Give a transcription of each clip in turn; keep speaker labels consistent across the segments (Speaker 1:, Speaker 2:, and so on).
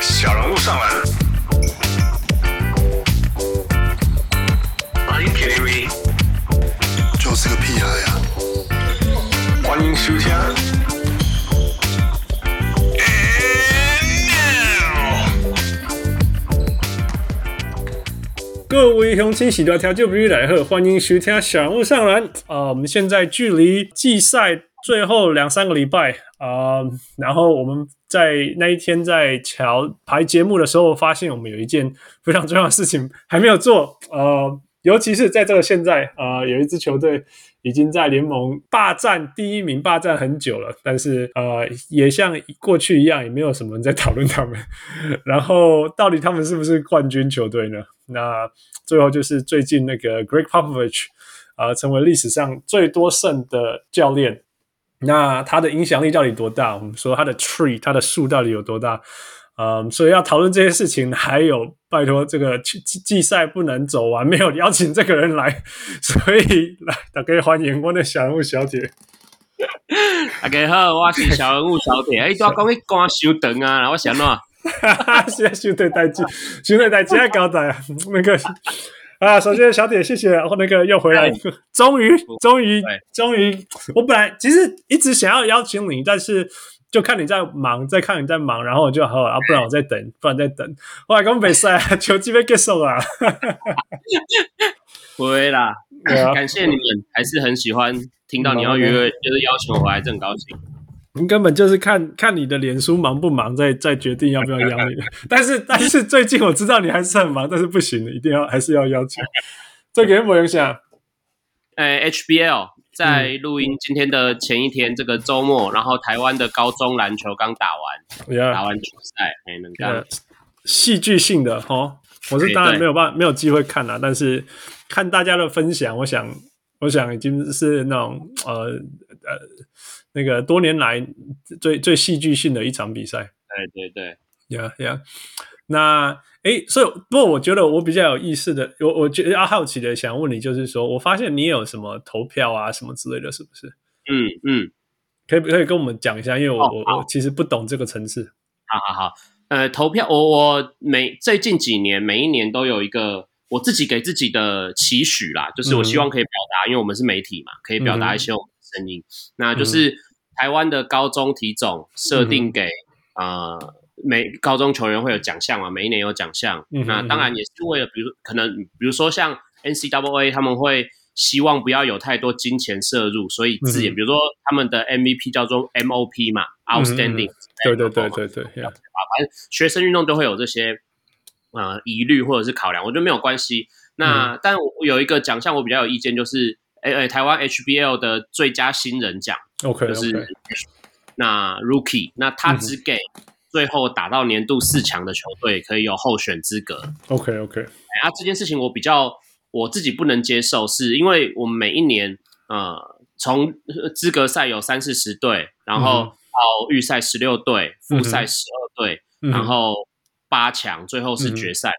Speaker 1: 小人物上篮。Are you kidding me？
Speaker 2: 就是个屁孩呀、
Speaker 1: 欢迎收听。And now
Speaker 3: 各位雄亲喜多条就不必来贺，欢迎收听《小人物上篮》啊、我们现在距离季赛最后两三个礼拜啊、然后我们在那一天在瞧排节目的时候，发现我们有一件非常重要的事情还没有做，呃，尤其是在这个现在，呃，有一支球队已经在联盟霸占第一名，霸占很久了，但是呃，也像过去一样，也没有什么人在讨论他们。然后到底他们是不是冠军球队呢？那最后就是最近那个 Greg Popovich，呃，成为历史上最多胜的教练。那他的影响力到底多大？我们说他的 tree，他的树到底有多大？嗯，所以要讨论这些事情，还有拜托这个季季赛不能走完，没有邀请这个人来，所以来大家欢迎我的小人物小姐。
Speaker 4: 大家好，我是小人物小 铁。哎、欸，我讲你歌伤长啊，我想喏，
Speaker 3: 哈哈， 现在兄弟代志，兄弟代志要交代啊。 那个啊，首先小铁，谢谢，然后那个又回来，终于，终于
Speaker 4: 对，
Speaker 3: 终于， 我本来其实一直想要邀请你，但是就看你在忙，再看你在忙，然后我就好，啊，不然我再等，不然再等。后来讲比赛啊 球季被结束啊，
Speaker 4: 回啦、
Speaker 3: 对啊，
Speaker 4: 感谢你们，还是很喜欢听到你要约，就是邀请我来，真高兴。
Speaker 3: 你根本就是看看你的脸书忙不忙，再再决定要不要邀你。 但是但是最近我知道你还是很忙，但是不行，一定要还是要邀请。这个有没有影响？
Speaker 4: 哎、h b l 在录音今天的前一天，这个周末，然后台湾的高中篮球刚打完，
Speaker 3: 呀
Speaker 4: 打完球赛，哎、能
Speaker 3: 呃
Speaker 4: 干。，
Speaker 3: 戏剧性的哦，我是
Speaker 4: 对
Speaker 3: 当然
Speaker 4: 哎对
Speaker 3: 没有办法没有机会看啦，但是看大家的分享，我想我想已经是那种呃呃那个多年来最最戏剧性的一场比赛，
Speaker 4: 对对对，
Speaker 3: 呀呀，那诶，所以不过我觉得我比较有意思的，我我觉得要好奇的想问你，就是说我发现你有什么投票啊什么之类的，是不是？
Speaker 4: 嗯嗯。
Speaker 3: 可以可以跟我们讲一下，因为我、
Speaker 4: 哦
Speaker 3: 我我其实不懂这个城市。
Speaker 4: 好好好，呃，投票我我每最近几年每一年都有一个我自己给自己的期许啦，
Speaker 3: 嗯
Speaker 4: 就是我希望可以表达，因为我们是媒体嘛，可以表达一些我们的声
Speaker 3: 嗯
Speaker 4: 音。那就是台湾的高中体总设定给、
Speaker 3: 嗯
Speaker 4: 呃每高中球员会有奖项嘛，每一年有奖项。
Speaker 3: 嗯哼
Speaker 4: 那当然也是为了，比如可能比如说像 NCAA 他们会。希望不要有太多金钱摄入，所以字眼，
Speaker 3: 嗯
Speaker 4: 比如说他们的 MVP 叫做 MOP 嘛
Speaker 3: 嗯嗯
Speaker 4: ，Outstanding，
Speaker 3: 对对对对对，呀
Speaker 4: 反正学生运动都会有这些呃疑虑或者是考量，我觉得没有关系。那、
Speaker 3: 嗯
Speaker 4: 但我我有一个奖项我比较有意见，就是诶诶，台湾 HBL 的最佳新人奖
Speaker 3: OK
Speaker 4: 就是
Speaker 3: OK，嗯
Speaker 4: 那 Rookie，那他只给最后打到年度四强的球队可以有候选资格。
Speaker 3: OK OK，
Speaker 4: 哎啊，这件事情我比较我自己不能接受，是因为我们每一年呃，从呃资格赛有三四十队，然后
Speaker 3: 嗯
Speaker 4: 到预赛十六队，
Speaker 3: 嗯
Speaker 4: 复
Speaker 3: 哼
Speaker 4: 赛十二队，
Speaker 3: 嗯
Speaker 4: 然后八强，最后是决赛。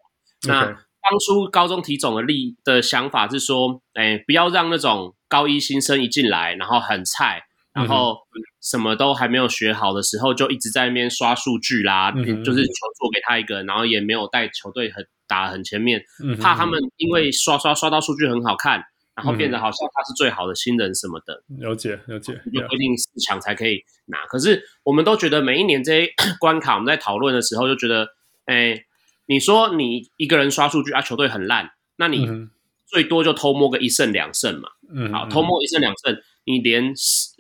Speaker 4: 那
Speaker 3: OK
Speaker 4: 当初高中体总的立的想法是说，哎，不要让那种高一新生一进来，然后很菜，
Speaker 3: 嗯
Speaker 4: 然后什么都还没有学好的时候，就一直在那边刷数据啦，
Speaker 3: 嗯哼
Speaker 4: 就是球做给他一个，然后也没有带球队很打得很前面，
Speaker 3: 嗯
Speaker 4: 怕他
Speaker 3: 哼
Speaker 4: 们因为刷刷刷到数据很好看，然后变得
Speaker 3: 嗯
Speaker 4: 好像他是最好的新人什么的，
Speaker 3: 了解了解
Speaker 4: 就
Speaker 3: ，yeah，
Speaker 4: 规定四强才可以拿。可是我们都觉得每一年这些 关卡，我们在讨论的时候就觉得，哎，你说你一个人刷数据啊，球队很烂，那
Speaker 3: 嗯
Speaker 4: 你
Speaker 3: 哼
Speaker 4: 最多就偷摸个一胜两胜嘛。
Speaker 3: 嗯，
Speaker 4: 好，
Speaker 3: 嗯
Speaker 4: 偷摸一胜两胜，你连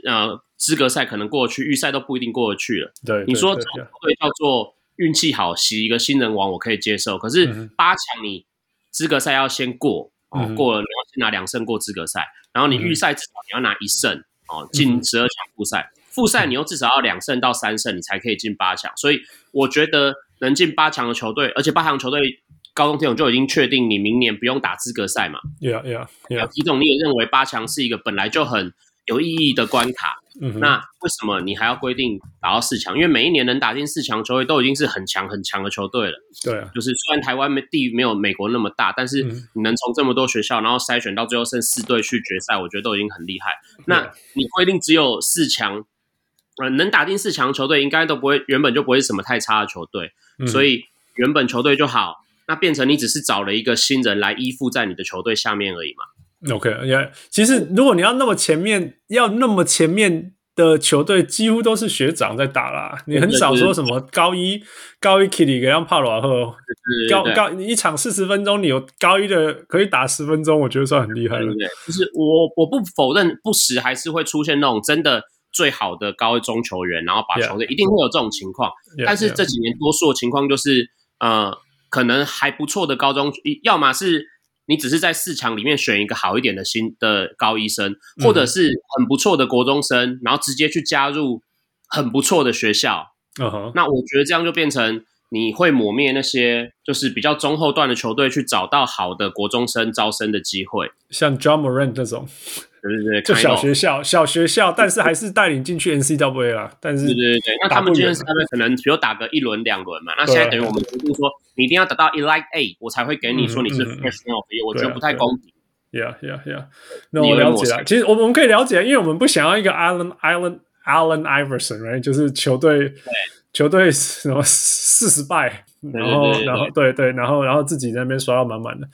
Speaker 4: 呃资格赛可能过得去，预赛都不一定过得去了。
Speaker 3: 对，
Speaker 4: 你
Speaker 3: 对
Speaker 4: 说
Speaker 3: 对
Speaker 4: 从
Speaker 3: 对
Speaker 4: 队叫做运气好洗一个新人王，我可以接受。可是
Speaker 3: 嗯哼
Speaker 4: 八强你资格赛要先过，哦
Speaker 3: 嗯、哼
Speaker 4: 过了你要先拿两胜过资格赛，然后你
Speaker 3: 嗯哼
Speaker 4: 预赛至少你要拿一胜哦，
Speaker 3: 嗯
Speaker 4: 进
Speaker 3: 哼嗯
Speaker 4: 十二强复赛，复赛你又至少要两胜到三胜，你才可以进八强。所以我觉得能进八强的球队，而且八强球队高中体总就已经确定你明年不用打资格赛嘛。
Speaker 3: 啊，yeah yeah yeah，
Speaker 4: 体总你也认为八强是一个本来就很有意义的关卡，
Speaker 3: 嗯哼
Speaker 4: 那为什么你还要规定打到四强？因为每一年能打进四强球队都已经是很强很强的球队了。
Speaker 3: 对啊，
Speaker 4: 就是虽然台湾没地域没有美国那么大，但是
Speaker 3: 嗯
Speaker 4: 你能从这么多学校，然后筛选到最后剩四队去决赛，我觉得都已经很厉害。那
Speaker 3: 对
Speaker 4: 你规定只有四强，呃，能打进四强的球队应该都不会，原本就不会是什么太差的球队，
Speaker 3: 嗯
Speaker 4: 所以原本球队就好，那变成你只是找了一个新人来依附在你的球队下面而已嘛。
Speaker 3: OK，也、其实如果你要那么前面，要那么前面的球队，几乎都是学长在打啦。你很少说什么高一高一 Kitty 给让帕罗赫
Speaker 4: 就是
Speaker 3: 高
Speaker 4: 对
Speaker 3: 高你一场四十分钟，你有高一的可以打十分钟，我觉得算很厉害
Speaker 4: 对
Speaker 3: 了
Speaker 4: 不。对？就是我我不否认，不时还是会出现那种真的最好的高中球员，然后把
Speaker 3: Yeah.
Speaker 4: 球队一定会有这种情况。
Speaker 3: Yeah,
Speaker 4: 但是
Speaker 3: yeah
Speaker 4: 这几年多数的情况就是，呃，可能还不错的高中，要么是你只是在市场里面选一个好一点的新的高医生，或
Speaker 3: 嗯
Speaker 4: 者是很不错的国中生，然后直接去加入很不错的学校，
Speaker 3: 嗯哼，
Speaker 4: 那我觉得这样就变成你会抹灭那些就是比较中后段的球队去找到好的国中生招生的机会，
Speaker 3: 像 John Moran 这种，
Speaker 4: 对对对，
Speaker 3: 就
Speaker 4: kind
Speaker 3: 小
Speaker 4: of
Speaker 3: 学校小学校，但是还是带领进去 NCAA 啦。但是
Speaker 4: 对对对，那
Speaker 3: 打
Speaker 4: 他们
Speaker 3: 不
Speaker 4: 今
Speaker 3: 远
Speaker 4: 天是
Speaker 3: 了
Speaker 4: 他们可能只有打个一轮两轮嘛，那
Speaker 3: 对
Speaker 4: 现
Speaker 3: 啊
Speaker 4: 在等于我们决定说，你一定要打到 Elite A，我才会给你说你是
Speaker 3: 嗯嗯嗯
Speaker 4: Freshman of the Year，我觉
Speaker 3: 对啊
Speaker 4: 得不太公平。
Speaker 3: Yeah, yeah, yeah。那
Speaker 4: 你
Speaker 3: 我
Speaker 4: 有
Speaker 3: 了
Speaker 4: 点
Speaker 3: 解
Speaker 4: 陌
Speaker 3: 了。
Speaker 4: 生
Speaker 3: 其实我们我们可以了解，因为我们不想要一个 Allen Allen Allen Iverson，right？就是球队球队什么四十败，然后
Speaker 4: 对对对
Speaker 3: 然后对对，然后然后自己在那边刷到满满的。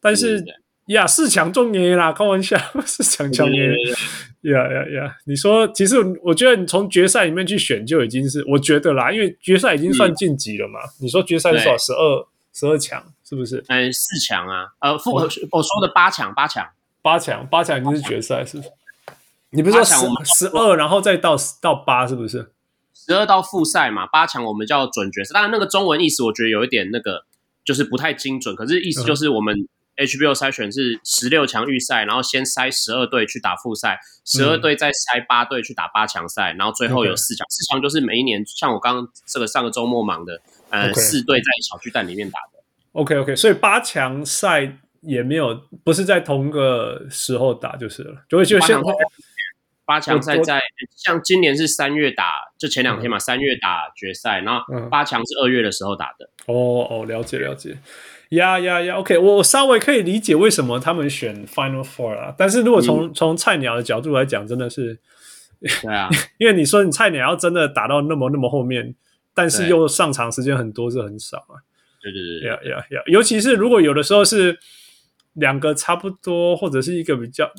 Speaker 3: 但是
Speaker 4: 对对
Speaker 3: 呀，四强中爷啦，开玩笑， 四强中
Speaker 4: 对
Speaker 3: 爷
Speaker 4: 对对对
Speaker 3: 呀呀呀！你说，其实我觉得你从决赛里面去选就已经是，我觉得啦，因为决赛已经算晋级了嘛。你说决赛是
Speaker 4: 嗯对
Speaker 3: 多少？十二十二强是不是？
Speaker 4: 嗯，四强啊，呃，复我我说的八强，八强，
Speaker 3: 八强，八强已经是决赛，是不是？你不是说
Speaker 4: 八强
Speaker 3: 十
Speaker 4: 我们
Speaker 3: 十二，然后再到到八，是不是？
Speaker 4: 十二到复赛嘛，八强我们叫准决赛。当然，那个中文意思我觉得有一点那个，就是不太精准。可是意
Speaker 3: 嗯
Speaker 4: 思就是我们 HBO 筛选是十六强预赛，然后先筛十二队去打复赛，十二
Speaker 3: 嗯
Speaker 4: 队再筛八队去打八强赛，然后最后
Speaker 3: OK
Speaker 4: 有四强。四强就是每一年，像我刚刚这个上个周末忙的，呃，
Speaker 3: OK
Speaker 4: 四队在小巨蛋里面打的。
Speaker 3: OK OK，所以八强赛也没有不是在同个时候打就是了，就会就
Speaker 4: 八
Speaker 3: 像
Speaker 4: 强赛八强赛
Speaker 3: 我我
Speaker 4: 在像今年是三月打，就前两天嘛，三月打决赛，然后
Speaker 3: 嗯
Speaker 4: 八强是二月的时候打的。
Speaker 3: 哦哦，了解了解，呀呀呀，OK，我我稍微可以理解为什么他们选 Final Four 啦，但是如果从、从菜鸟的角度来讲，真的是
Speaker 4: 对啊，
Speaker 3: 因为你说你菜鸟要真的打到那么那么后面，但是
Speaker 4: 对
Speaker 3: 又上场时间很多是很少啊。
Speaker 4: 对对对对。
Speaker 3: 呀呀呀！尤其是如果有的时候是两个差不多，或者是一个比较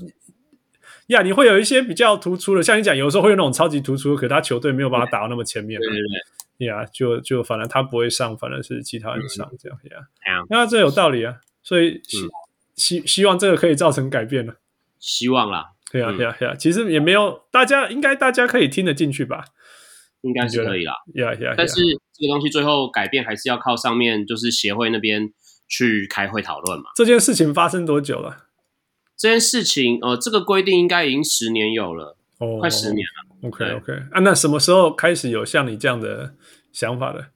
Speaker 3: 呀你会有一些比较突出的，像你讲，有时候会有那种超级突出，可他球队没有把他打到那么前面
Speaker 4: 对
Speaker 3: 嘛
Speaker 4: 对对，嗯
Speaker 3: 呀就就反正他不会上，反正是其他人上这样呀。
Speaker 4: 哎呀，
Speaker 3: 那这有道理啊，所以希、
Speaker 4: 嗯
Speaker 3: 希希望这个可以造成改变了。
Speaker 4: 希望啦，
Speaker 3: 对呀
Speaker 4: 嗯
Speaker 3: 对呀对呀，其实也没有，大家应该大家可以听得进去吧？
Speaker 4: 应该是可以啦。
Speaker 3: 啊哎呀呀，
Speaker 4: 但是这个东西最后改变还是要靠上面就是协会那边去开会讨论嘛。
Speaker 3: 这件事情发生多久了？
Speaker 4: 这件事情，呃，这个规定应该已经十年有了，
Speaker 3: 哦，
Speaker 4: 快十年了。
Speaker 3: OK
Speaker 4: 对
Speaker 3: OK 啊，那什么时候开始有像你这样的想法的？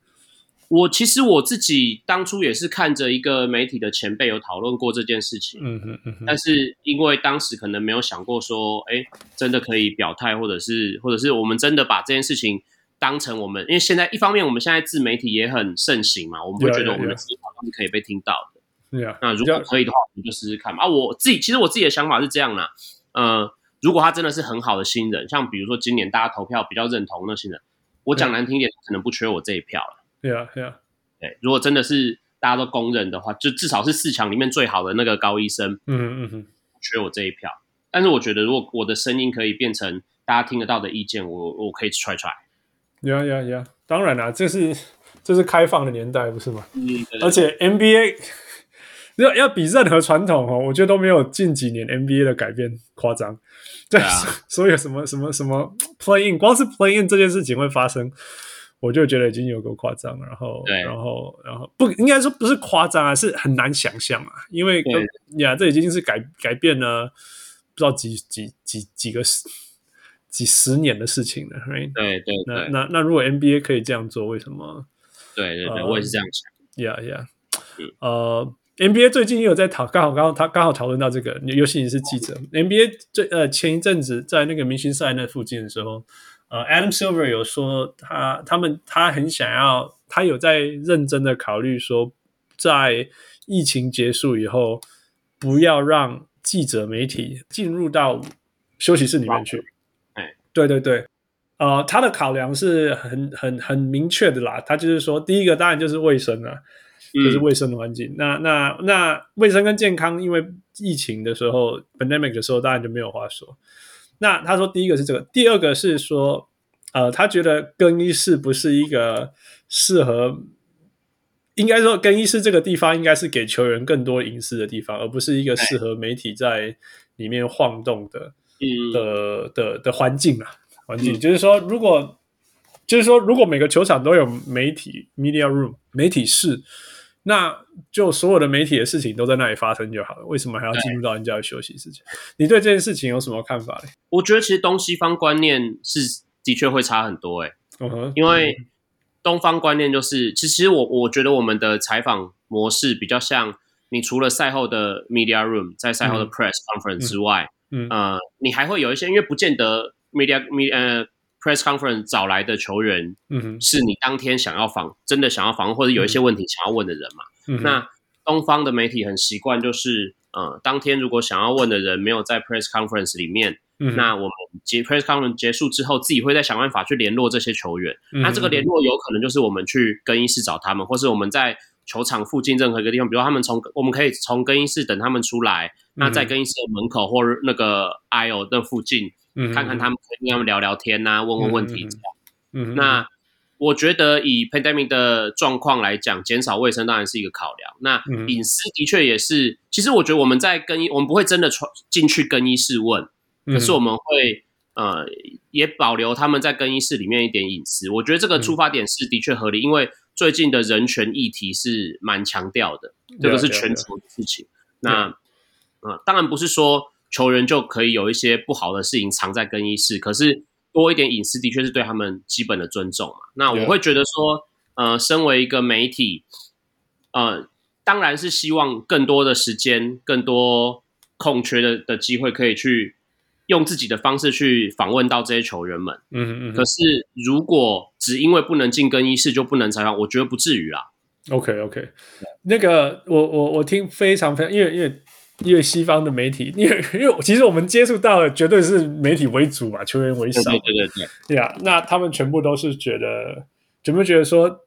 Speaker 4: 我其实我自己当初也是看着一个媒体的前辈有讨论过这件事情，
Speaker 3: 嗯哼嗯哼，
Speaker 4: 但是因为当时可能没有想过说，哎，真的可以表态，或者是或者是我们真的把这件事情当成我们，因为现在一方面我们现在自媒体也很盛行嘛，我们会觉得我们的
Speaker 3: Yeah, yeah, yeah
Speaker 4: 思考是可以被听到的。
Speaker 3: 对呀，
Speaker 4: 那如
Speaker 3: 比较
Speaker 4: 果可以的话，我们就试试看嘛。啊，我自己其实我自己的想法是这样啦，呃，如果他真的是很好的新人，像比如说今年大家投票比较认同那新人，我讲难听一点，可能不缺我这一票了。
Speaker 3: 对呀对呀，
Speaker 4: 对，如果真的是大家都公认的话，就至少是四强里面最好的那个高医生，
Speaker 3: 嗯哼嗯哼，
Speaker 4: 不缺我这一票。但是我觉得，如果我的声音可以变成大家听得到的意见，我我可以揣揣。
Speaker 3: 呀呀呀，当然啦，这是这是开放的年代，不是吗？
Speaker 4: 嗯，
Speaker 3: 而且 NBA 要要比任何传统哦，我觉得都没有近几年 NBA 的改变夸张。对
Speaker 4: 啊
Speaker 3: 所以有什么什么什么 play in，光是 play in 这件事情会发生，我就觉得已经有够夸张了。然后，
Speaker 4: 对
Speaker 3: 然后，然后不应该说不是夸张啊，是很难想象啊，因为
Speaker 4: 对
Speaker 3: 跟呀，这已经是改改变了不知道几几几几个十几十年的事情了，right？
Speaker 4: 对对
Speaker 3: 呃那
Speaker 4: 对
Speaker 3: 那那如果 NBA 可以这样做，为什么？
Speaker 4: 对对对，
Speaker 3: 呃
Speaker 4: 我也是这样想。
Speaker 3: Yeah, yeah.
Speaker 4: 嗯
Speaker 3: 呃， NBA 最近也有在讨，刚好刚好他刚好讨论到这个，尤其你是记者，NBA 最呃前一阵子在那个明星赛那附近的时候，呃，Adam Silver 有说他他们他很想要，他有在认真的考虑说，在疫情结束以后，不要让记者媒体进入到休息室里面去。
Speaker 4: 哎，
Speaker 3: 对对对，呃，他的考量是很很很明确的啦，他就是说，第一个当然就是卫生啊。就是卫生的环境。那那那卫生跟健康，因为疫情的时候，pandemic 的时候，当然就没有话说。那他说第一个是这个，第二个是说，呃，他觉得更衣室不是一个适合，应该说更衣室这个地方应该是给球员更多隐私的地方，而不是一个适合媒体在里面晃动的
Speaker 4: 嗯，
Speaker 3: 的的的环境啊，环境、就是说，如果就是说，如果每个球场都有媒体 media room 媒体室，那就所有的媒体的事情都在那里发生就好了。为什么还要进入到人家的休息时间？你对这件事情有什么看法嘞？
Speaker 4: 我觉得其实东西方观念是的确会差很多、欸，
Speaker 3: 嗯哼，
Speaker 4: 因为东方观念就是，其实我我觉得我们的采访模式比较像，你除了赛后的 media room，在赛后的
Speaker 3: 嗯
Speaker 4: press conference 之外，
Speaker 3: 嗯
Speaker 4: 呃，你还会有一些，因为不见得 media me 呃 press conference 找来的球员
Speaker 3: 嗯哼，
Speaker 4: 是你当天想要访，真的想要访问，或者有一些问题想要问的人嘛。
Speaker 3: 嗯哼
Speaker 4: 那东方的媒体很习惯就是，呃，当天如果想要问的人没有在 press conference 里面，
Speaker 3: 嗯哼
Speaker 4: 那我们结 press conference 结束之后，自己会再想办法去联络这些球员。
Speaker 3: 嗯
Speaker 4: 那这个联络有可能就是我们去更衣室找他们，或是我们在球场附近任何一个地方，比如他们从我们可以从更衣室等他们出来，那
Speaker 3: 嗯
Speaker 4: 在更衣室的门口或那个 IO 那附近
Speaker 3: 嗯
Speaker 4: 看看他
Speaker 3: 们，
Speaker 4: 们，跟他们聊聊天呐、问问问
Speaker 3: 嗯
Speaker 4: 题
Speaker 3: 嗯嗯嗯哼
Speaker 4: 那我觉得以 pandemic 的状况来讲，减少卫生当然是一个考量。那
Speaker 3: 嗯
Speaker 4: 隐私的确也是，其实我觉得我们在更衣，我们不会真的穿进去更衣室问，
Speaker 3: 嗯哼
Speaker 4: 可是我们会呃也保留他们在更衣室里面一点隐私。我觉得这个出发点是的确合理，因为最近的人权议题是蛮强调的，这个是
Speaker 3: 对啊
Speaker 4: 全球的事情。那呃，当然不是说球员就可以有一些不好的事情藏在更衣室，可是多一点隐私的确是对他们基本的尊重嘛。那我
Speaker 3: Yeah
Speaker 4: 会觉得说，呃，身为一个媒体，呃，当然是希望更多的时间、更多空缺的的机会，可以去用自己的方式去访问到这些球员们。
Speaker 3: 嗯哼嗯
Speaker 4: 可是如果只因为不能进更衣室就不能采访，我觉得不至于啦。
Speaker 3: OK OK，那个我我我听非常非常，因为因为因为西方的媒体，因为因为我其实我们接触到的绝对是媒体为主嘛，球员为
Speaker 4: 对
Speaker 3: 少
Speaker 4: 对，对对对，
Speaker 3: 对啊，那他们全部都是觉得，全部觉得说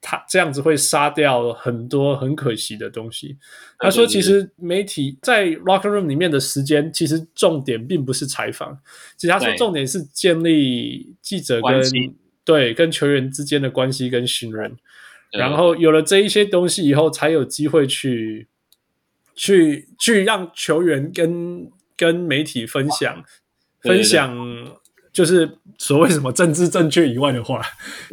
Speaker 3: 他这样子会杀掉很多很可惜的东西。他说，
Speaker 4: 对对
Speaker 3: 其实媒体在 locker room 里面的时间，其实重点并不是采访，其实他说
Speaker 4: 对
Speaker 3: 重点是建立记者跟
Speaker 4: 关系
Speaker 3: 对跟球员之间的关系跟信任。
Speaker 4: 对
Speaker 3: 然后有了这一些东西以后，才有机会去去去让球员跟跟媒体分享
Speaker 4: 对对对
Speaker 3: 分享，就是所谓什么政治正确以外的话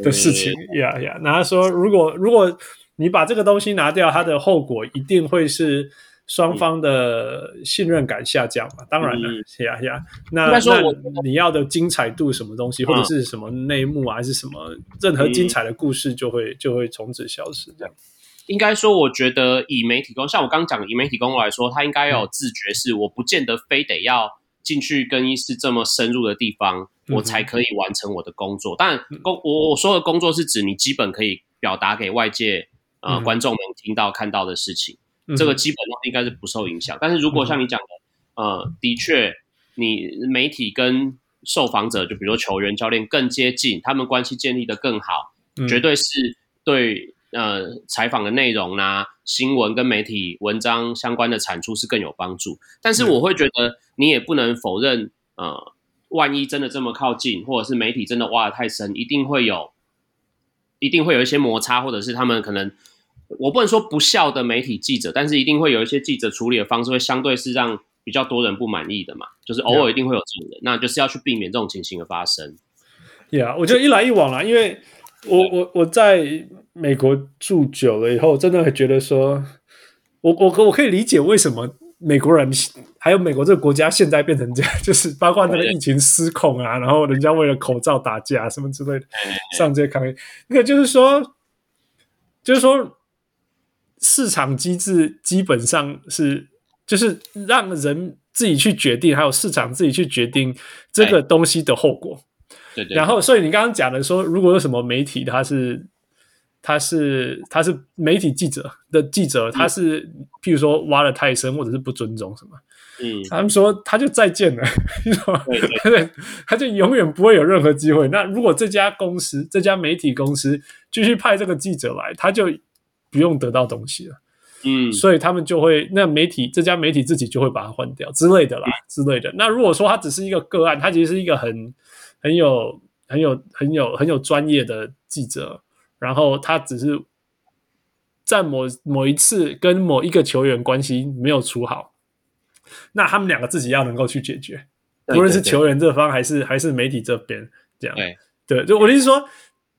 Speaker 3: 的事情呀呀。那他说，如果如果你把这个东西拿掉，它的后果一定会是。双方的信任感下降嘛，当然了
Speaker 4: 嗯，
Speaker 3: 呀呀，那
Speaker 4: 应该说
Speaker 3: 那
Speaker 4: 我
Speaker 3: 你要的精彩度什么东西，或者
Speaker 4: 嗯
Speaker 3: 是什么内幕啊，还是什么，任何精彩的故事就会就会从此消失。这样，
Speaker 4: 应该说，我觉得以媒体工，像我刚讲的，以媒体工来说，他应该
Speaker 3: 嗯
Speaker 4: 有自觉是，我不见得非得要进去更衣室这么深入的地方，
Speaker 3: 嗯哼嗯
Speaker 4: 我才可以完成我的工作。当然，工我我说的工作是指你基本可以表达给外界
Speaker 3: 嗯
Speaker 4: 呃
Speaker 3: 哼嗯
Speaker 4: 观众们听到看到的事情，这个基本上应该是不受影响。但是如果像你讲的，呃，的确，你媒体跟受访者，就比如说球员、教练更接近，他们关系建立的更好。
Speaker 3: 嗯
Speaker 4: 绝对是对呃采访的内容啦、新闻跟媒体文章相关的产出是更有帮助。
Speaker 3: 嗯
Speaker 4: 但是我会觉得你也不能否认，呃，万一真的这么靠近，或者是媒体真的挖的太深，一定会有，一定会有一些摩擦，或者是他们可能。我不能说不孝的媒体记者，但是一定会有一些记者处理的方式会相对是让比较多人不满意的嘛，就是偶尔一定会有这种人，那就是要去避免这种情形的发生。
Speaker 3: ，Yeah，我觉得一来一往啦，因为我我我在美国住久了以后，真的会觉得说，我我可我可以理解为什么美国人还有美国这个国家现在变成这样， 就是包括那个
Speaker 4: 对
Speaker 3: 疫情失控啊，然后人家为了口罩打架什么之类的，上街抗议。那个就是说，就是说，市场机制基本上是就是让人自己去决定，还有市场自己去决定这个东西的后果。
Speaker 4: 对对，
Speaker 3: 然后，所以你刚刚讲的说，如果有什么媒体他是他是他是媒体记者的记者，他是譬如说挖的太深，或者是不尊重什么，
Speaker 4: 嗯，
Speaker 3: 他们说他就再见了， 你知道吗
Speaker 4: 对对？
Speaker 3: 对，他就永远不会有任何机会。那如果这家公司这家媒体公司继续派这个记者来，他就不用得到东西了。
Speaker 4: 嗯，
Speaker 3: 所以他们就会那媒体这家媒体自己就会把它换掉之类的啦
Speaker 4: 嗯
Speaker 3: 之类的。那如果说它只是一个个案，它其实是一个很很有很有很有很有专业的记者，然后他只是在某某一次跟某一个球员关系没有处好，那他们两个自己要能够去解决，
Speaker 4: 对
Speaker 3: 无论是
Speaker 4: 对对
Speaker 3: 球员这方还是还是媒体这边这样。
Speaker 4: 对
Speaker 3: 对，就我的意思说，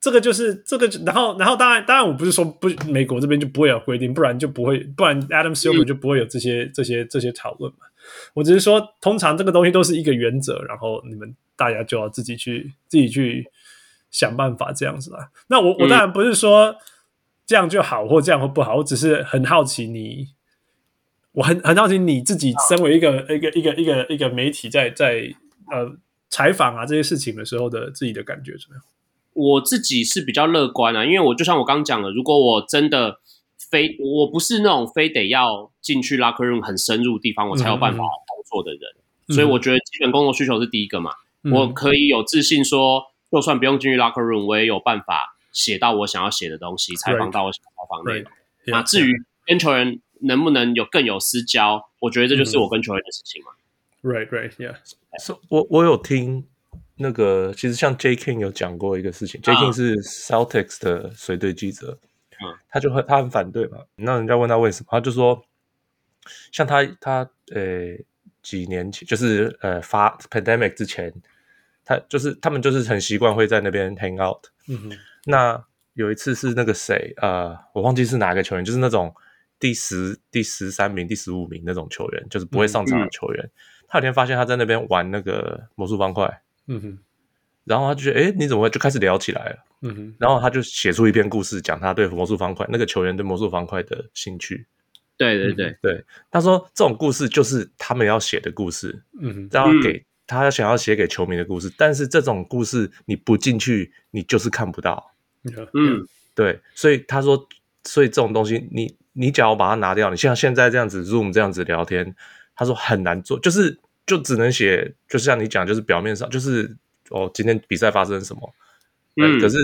Speaker 3: 这个就是这个就，然后然后当然当然，我不是说不美国这边就不会有规定，不然就不会，不然 Adam Silver 就不会有这些、这些这些讨论嘛。我只是说，通常这个东西都是一个原则，然后你们大家就要自己去自己去想办法这样子啦。那我我
Speaker 4: 嗯
Speaker 3: 当然不是说这样就好或这样或不好，我只是很好奇你。我很很好奇你自己身为一个、一个一个一个一个媒体在，在呃采访啊这些事情的时候的自己的感觉怎么样？
Speaker 4: 我自己是比较乐观啊，因为我就像我刚讲的，如果我真的非我不是那种非得要进去 locker room 很深入的地方，我才有办法
Speaker 3: 嗯
Speaker 4: 工作的人，所以我觉得基本工作需求是第一个嘛，
Speaker 3: 嗯
Speaker 4: 我可以有自信说，就算不用进去 locker room，我也有办法写到我想要写的东西，采访到我想要采访的内
Speaker 3: Right.
Speaker 4: 容。那至于跟球员能不能有更有私交，我觉得这
Speaker 3: 嗯
Speaker 4: 就是我跟球员的事情嘛。
Speaker 3: right right yeah
Speaker 5: 是我我有听那个，其实像 J King 有讲过一个事情、j
Speaker 4: 啊
Speaker 5: King 是 Celtics 的随队记者，
Speaker 4: 嗯
Speaker 5: 他就很他很反对嘛，那人家问他为什么，他就说，像他他呃几年前就是呃发 pandemic 之前，他就是他们就是很习惯会在那边 hang out，
Speaker 3: 嗯哼
Speaker 5: 那有一次是那个谁，呃，我忘记是哪个球员，就是那种第十、第十三名、第十五名那种球员，就是不会上场的球员。他有一天发现他在那边玩那个魔术方块，
Speaker 3: 嗯哼
Speaker 5: 然后他就觉得，哎，你怎么会就开始聊起来了？
Speaker 3: 嗯哼
Speaker 5: 然后他就写出一篇故事，讲他对魔术方块那个球员对魔术方块的兴趣。
Speaker 4: 对对对，
Speaker 5: 他说这种故事就是他们要写的故事，
Speaker 3: 嗯哼
Speaker 5: 他要给、他想要写给球迷的故事，但是这种故事你不进去，你就是看不到。
Speaker 3: yeah
Speaker 4: 嗯，
Speaker 5: 对，所以他说，所以这种东西，你你只要把它拿掉，你像现在这样子 Zoom 这样子聊天，他说很难做，就是就只能写，就像你讲，就是表面上就是哦，今天比赛发生什么，
Speaker 4: 嗯
Speaker 5: 呃可是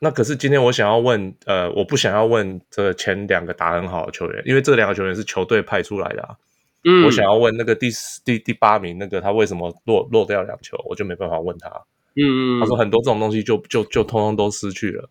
Speaker 5: 那可是今天我想要问，呃，我不想要问这前两个打很好的球员，因为这两个球员是球队派出来的啊，
Speaker 4: 嗯，
Speaker 5: 我想要问那个第四第第八名那个他为什么落落掉两球，我就没办法问他，
Speaker 4: 嗯，嗯嗯
Speaker 5: 他说很多这种东西就就就通通都失去了。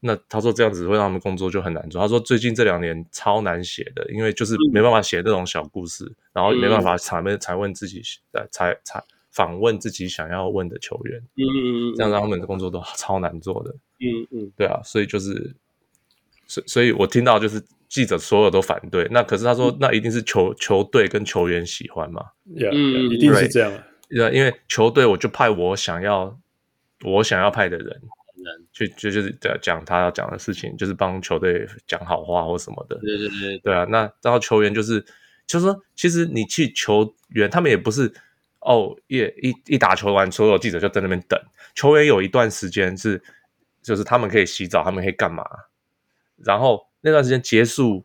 Speaker 5: 那他说这样子会让他们工作就很难做。他说最近这两年超难写的，因为就是
Speaker 4: 嗯
Speaker 5: 没办法写这种小故事，然后也没办法采问采问自己呃采采访问自己想要问的球员，
Speaker 4: 嗯嗯嗯，
Speaker 5: 这样让他们的工作都超难做的。
Speaker 4: 嗯嗯
Speaker 5: 对啊，所以就是，所所以我听到就是记者所有都反对。那可是他说那一定是球球队跟球员喜欢嘛？
Speaker 3: yeah,
Speaker 4: 嗯
Speaker 3: yeah 一定是
Speaker 5: right
Speaker 3: 这样啊
Speaker 5: 对啊，因为球队我就派我想要我想要派的人，
Speaker 4: 人
Speaker 5: 去就就是讲讲他要讲的事情，就是帮球队讲好话或什么的。
Speaker 4: 对对对对，
Speaker 5: 对啊，那然后球员就是就是说，其实你去球员，他们也不是哦一一一打球完，所有记者就在那边等。球员有一段时间是就是他们可以洗澡，他们可以干嘛，然后那段时间结束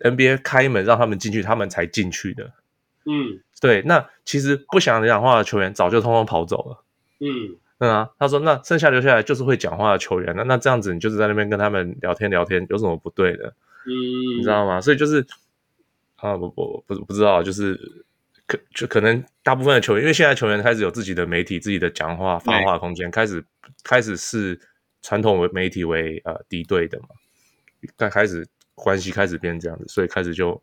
Speaker 5: ，NBA 开门让他们进去，他们才进去的。
Speaker 4: 嗯
Speaker 5: 对，那其实不想讲话的球员早就通通跑走了。
Speaker 4: 嗯
Speaker 5: 嗯啊，他说那剩下留下来就是会讲话的球员，那那这样子你就是在那边跟他们聊天聊天，有什么不对的？
Speaker 4: 嗯，
Speaker 5: 你知道吗？所以就是啊，我我不不知道，就是可就可能大部分的球员，因为现在球员开始有自己的媒体、自己的讲话发话空间，开始开始是传统为媒体为呃敌对的嘛，但开始关系开始变这样子，所以开始就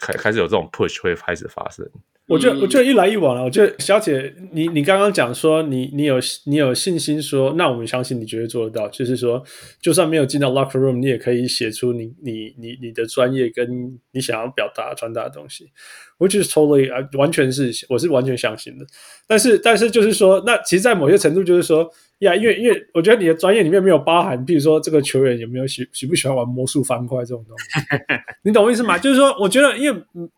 Speaker 5: 开开始有这种 push 会开始发生。
Speaker 3: 我觉得，
Speaker 4: 嗯
Speaker 3: 我觉得一来一往了。我觉得小姐，你你刚刚讲说你你有你有信心说，那我们相信你绝对做得到。就是说，就算没有进到 locker room，你也可以写出你你你你的专业跟你想要表达传达的东西。我就是 totally 啊，完全是我是完全相信的。但是但是就是说，那其实，在某些程度就是说，呀，因为因为我觉得你的专业里面没有包含，比如说这个球员有没有喜喜不喜欢玩魔术方块这种东西， 你懂我意思吗？就是说，我觉得因为嗯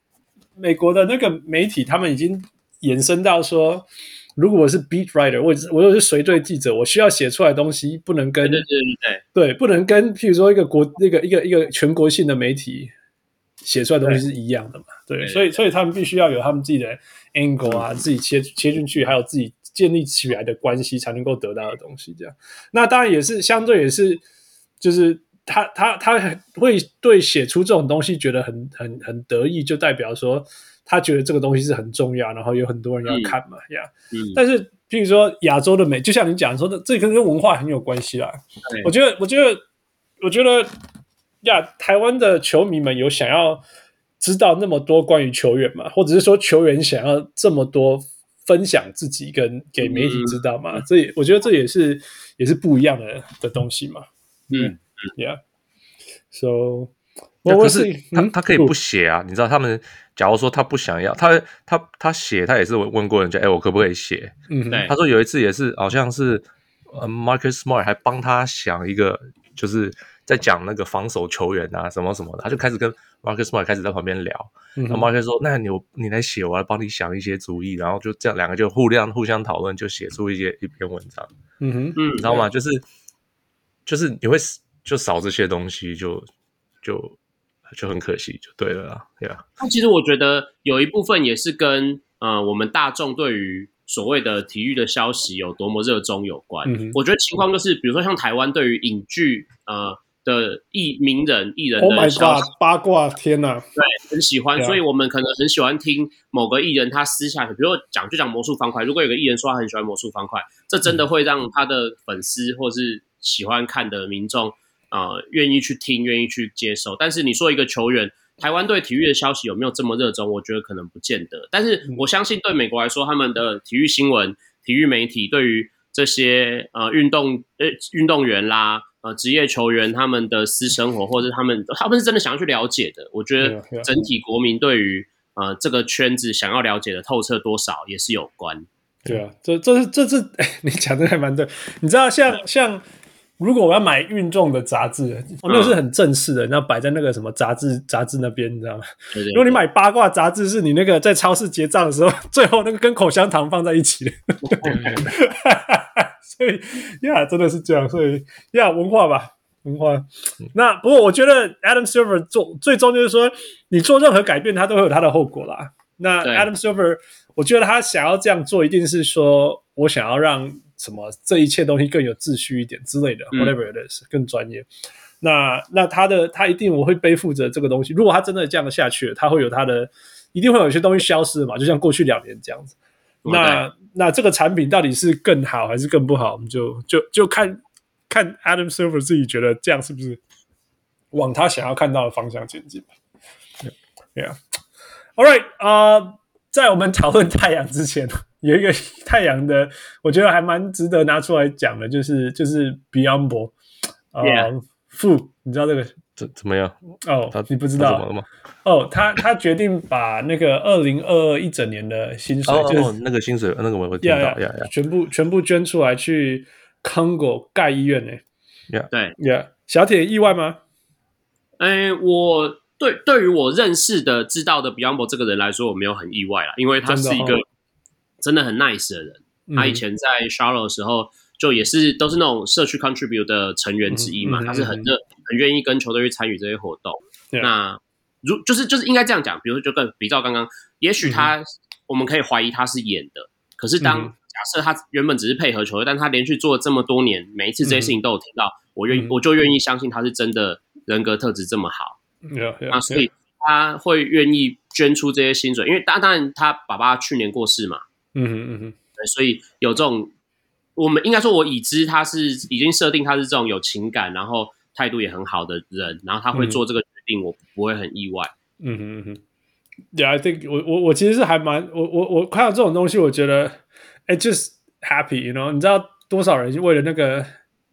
Speaker 3: 美国的那个媒体他们已经延伸到说，如果我是 beat writer，我我又是随队记者，我需要写出来的东西不能跟
Speaker 4: 对对对对对，
Speaker 3: 对，不能跟譬如说一个国那个一个一个全国性的媒体写出来的东西是一样的嘛？对，
Speaker 4: 对
Speaker 3: 所以所以他们必须要有他们自己的 angle 啊，自己切切进去，还有自己建立起来的关系，才能够得到的东西。这样，那当然也是相对也是，就是他他他会对写出这种东西觉得很很很得意，就代表说他觉得这个东西是很重要，然后有很多人要看嘛，呀、
Speaker 4: 嗯，
Speaker 3: 但是，譬如说亚洲的美，就像你讲说的，这个跟文化很有关系啦
Speaker 4: 对。
Speaker 3: 我觉得，我觉得，我觉得呀，台湾的球迷们有想要知道那么多关于球员嘛，或者是说球员想要这么多分享自己跟给媒
Speaker 4: 嗯
Speaker 3: 体知道嘛？这也我觉得这也是也是不一样的的东西嘛。
Speaker 4: 嗯
Speaker 3: ，Yeah，so 我嗯
Speaker 5: 那可
Speaker 3: 我
Speaker 5: 是他他可以
Speaker 3: 不
Speaker 5: 不写啊，你知道他们，假如说他不想要，他他他写，他也是问过人家，哎，我可不可以写？
Speaker 3: 嗯
Speaker 4: 对
Speaker 5: 他说有一次也是，好像是呃，Marcus Smart 还帮他想一个，就是在讲那个防守球员啊什么什么的，他就开始跟 Marcus Smart 开始在旁边聊，
Speaker 3: 嗯
Speaker 5: 然后 Marcus 说：“那你我你来写，我来帮你想一些主意。”然后就这样两个就互相互相讨论，就写出一些一篇文章，
Speaker 3: 嗯哼
Speaker 4: 嗯
Speaker 5: 你知道吗？就是就是你会 s- 就少这些东西，就就就很可惜，就对了啦，对啊，
Speaker 4: 那其实我觉得有一部分也是跟呃我们大众对于所谓的体育的消息有多么热衷有关。
Speaker 3: 嗯哼
Speaker 4: 我觉得情况就是，比如说像台湾对于影剧呃的艺名人艺人
Speaker 3: ，Oh my
Speaker 4: 的消息
Speaker 3: God，八卦，天哪！
Speaker 4: 很喜欢，
Speaker 3: 对啊
Speaker 4: 所以我们可能很喜欢听某个艺人他私下，比如说讲就讲魔术方块，如果有个艺人说他很喜欢魔术方块，这真的会让他的粉丝或是喜欢看的民众呃愿意去听，愿意去接受。但是你说一个球员，台湾对体育的消息有没有这么热衷？我觉得可能不见得。但是
Speaker 3: 嗯
Speaker 4: 我相信对美国来说，他们的体育新闻、体育媒体对于这些呃运动呃运动员啦。呃，职业球员他们的私生活，或者他们他们是真的想要去了解的。我
Speaker 3: 嗯
Speaker 4: 觉
Speaker 3: 对
Speaker 4: 得
Speaker 3: 啊对啊
Speaker 4: 整体国民对于呃这个圈子想要了解的透彻多少也是有关。
Speaker 3: 对啊，这这是这是、哎，你讲的还蛮对。你知道像，像如果我要买运动的杂志，哦、那个是很正式的，那摆在那个什么杂志杂志那边，你知道吗？
Speaker 4: 对对
Speaker 3: 如果你买八卦杂志，是你那个在超市结账的时候， 最后那个跟口香糖放在一起的。 所以呀真的是这样。所以呀文化吧，文化。那不过我觉得 Adam Silver 做最终就是说，你做任何改变，它都会有它的后果啦。那
Speaker 4: 对
Speaker 3: Adam Silver，我觉得他想要这样做，一定是说我想要让什么这一切东西更有秩序一点之类的、
Speaker 4: 嗯
Speaker 3: w h a t e v e r it is，更专业。那那他的他一定我会背负着这个东西。如果他真的这样下去，他会有他的，一定会有一些东西消失嘛，就像过去两年这样子。
Speaker 4: 嗯
Speaker 3: 那那这个产品到底是更好还是更不好，我们就就就看看 Adam Silver 自己觉得这样是不是往他想要看到的方向前进吧。Yeah. All right. 啊、在我们讨论太阳之前， 有一个太阳的，我觉得还蛮值得拿出来讲的，就是就是 Beyond 博，呃
Speaker 4: Yeah.
Speaker 3: 富，你知道这个
Speaker 5: 怎怎么样？他
Speaker 3: 哦？你不知
Speaker 5: 他怎
Speaker 3: 道
Speaker 5: 么了吗？
Speaker 3: 哦？他他决定把那个二零二一整年的薪水，
Speaker 5: 哦
Speaker 3: 就是
Speaker 5: 哦，那个薪水，那个我我听
Speaker 3: 呀呀
Speaker 5: 到，呀呀
Speaker 3: 全部全部捐出来去 Congo 盖医院呢、
Speaker 4: 对，
Speaker 3: Yeah，小铁意外吗？
Speaker 4: 哎，我对对于我认识的、知道的 Beyond 这个人来说，我没有很意外啦，因为他
Speaker 3: 真的
Speaker 4: 是一个
Speaker 3: 哦
Speaker 4: 真的很 nice 的人。
Speaker 3: 嗯
Speaker 4: 他以前在 Charlotte 的时候，就也是都是那种社区 contribute 的成员之一嘛，
Speaker 3: 嗯嗯
Speaker 4: 他是很
Speaker 3: 嗯
Speaker 4: 热、很愿意跟球队去参与这些活动。
Speaker 3: Yeah
Speaker 4: 那如就是就是应该这样讲，比如说就跟比照刚刚，也许他、我们可以怀疑他是演的，可是当、
Speaker 3: 嗯
Speaker 4: 假设他原本只是配合球队，但他连续做了这么多年，每一次这些事情都有听到，我愿意、
Speaker 3: 嗯
Speaker 4: 我就愿意相信他是真的人格特质这么好。
Speaker 3: Yeah，, yeah,
Speaker 4: 那所以他会愿意捐出这些薪水，因为当当然他爸爸去年过世嘛，
Speaker 3: 嗯哼嗯哼
Speaker 4: 对所以有这种，我们应该说，我已知他是已经设定他是这种有情感，然后
Speaker 3: 嗯
Speaker 4: 态度也很好的人，然后他会做这个决定，我不会很意外。
Speaker 3: 嗯哼嗯哼 Yeah, I think 我我我其实是还蛮我我我看到这种东西，我觉得 it just happy, you know？你知道多少人就为了那个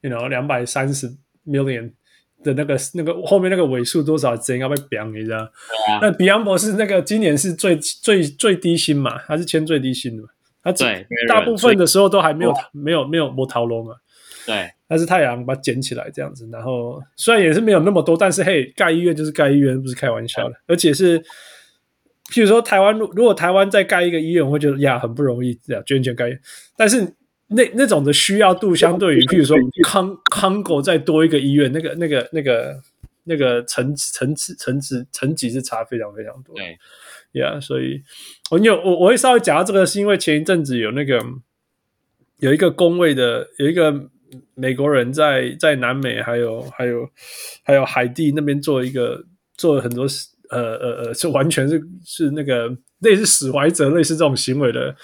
Speaker 3: you know 两百三十 million 的那个那个后面那个尾数多少钱要被 biang 一下？那比昂博士那个今年是最最最低薪嘛？他是签最低薪的嘛？他只
Speaker 4: 对
Speaker 3: 大部分的时候都还没有
Speaker 4: 哇
Speaker 3: 没有没有摸逃龙嘛。
Speaker 4: 对
Speaker 3: 但是太阳把它捡起来这样子，然后虽然也是没有那么多，但是嘿，盖医院就是盖医院，不是开玩笑的，而且是，譬如说台湾，如如果台湾再盖一个医院，我会觉得呀很不容易，这样捐钱盖医院，但是那那种的需要度相对于譬如说康康狗再多一个医院，那个那个那个那个层层次层次层级是差非常非常多的。
Speaker 4: 对，
Speaker 3: Yeah，所以我有我我会稍微讲到这个，是因为前一阵子有那个有一个工位的有一个美国人在在南美还有还有还有海地那边做一个做了很多事呃呃呃，是完全是是那个类似使怀者类似这种行为的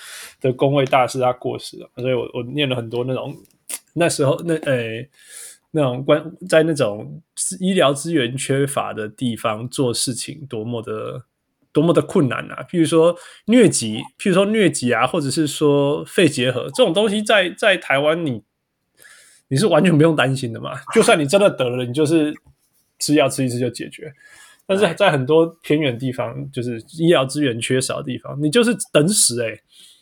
Speaker 3: 的工位大师他过世了，所以我我念了很多那种那时候那诶。那种关在那种医疗资源缺乏的地方做事情多么的多么的困难啊！譬如说疟疾，譬如说疟疾啊，或者是说肺结核这种东西在，在台湾你你是完全不用担心的嘛。就算你真的得了，你就是吃药吃一吃就解决。但是在很多偏远地方，就是医疗资源缺少的地方，你就是等死哎、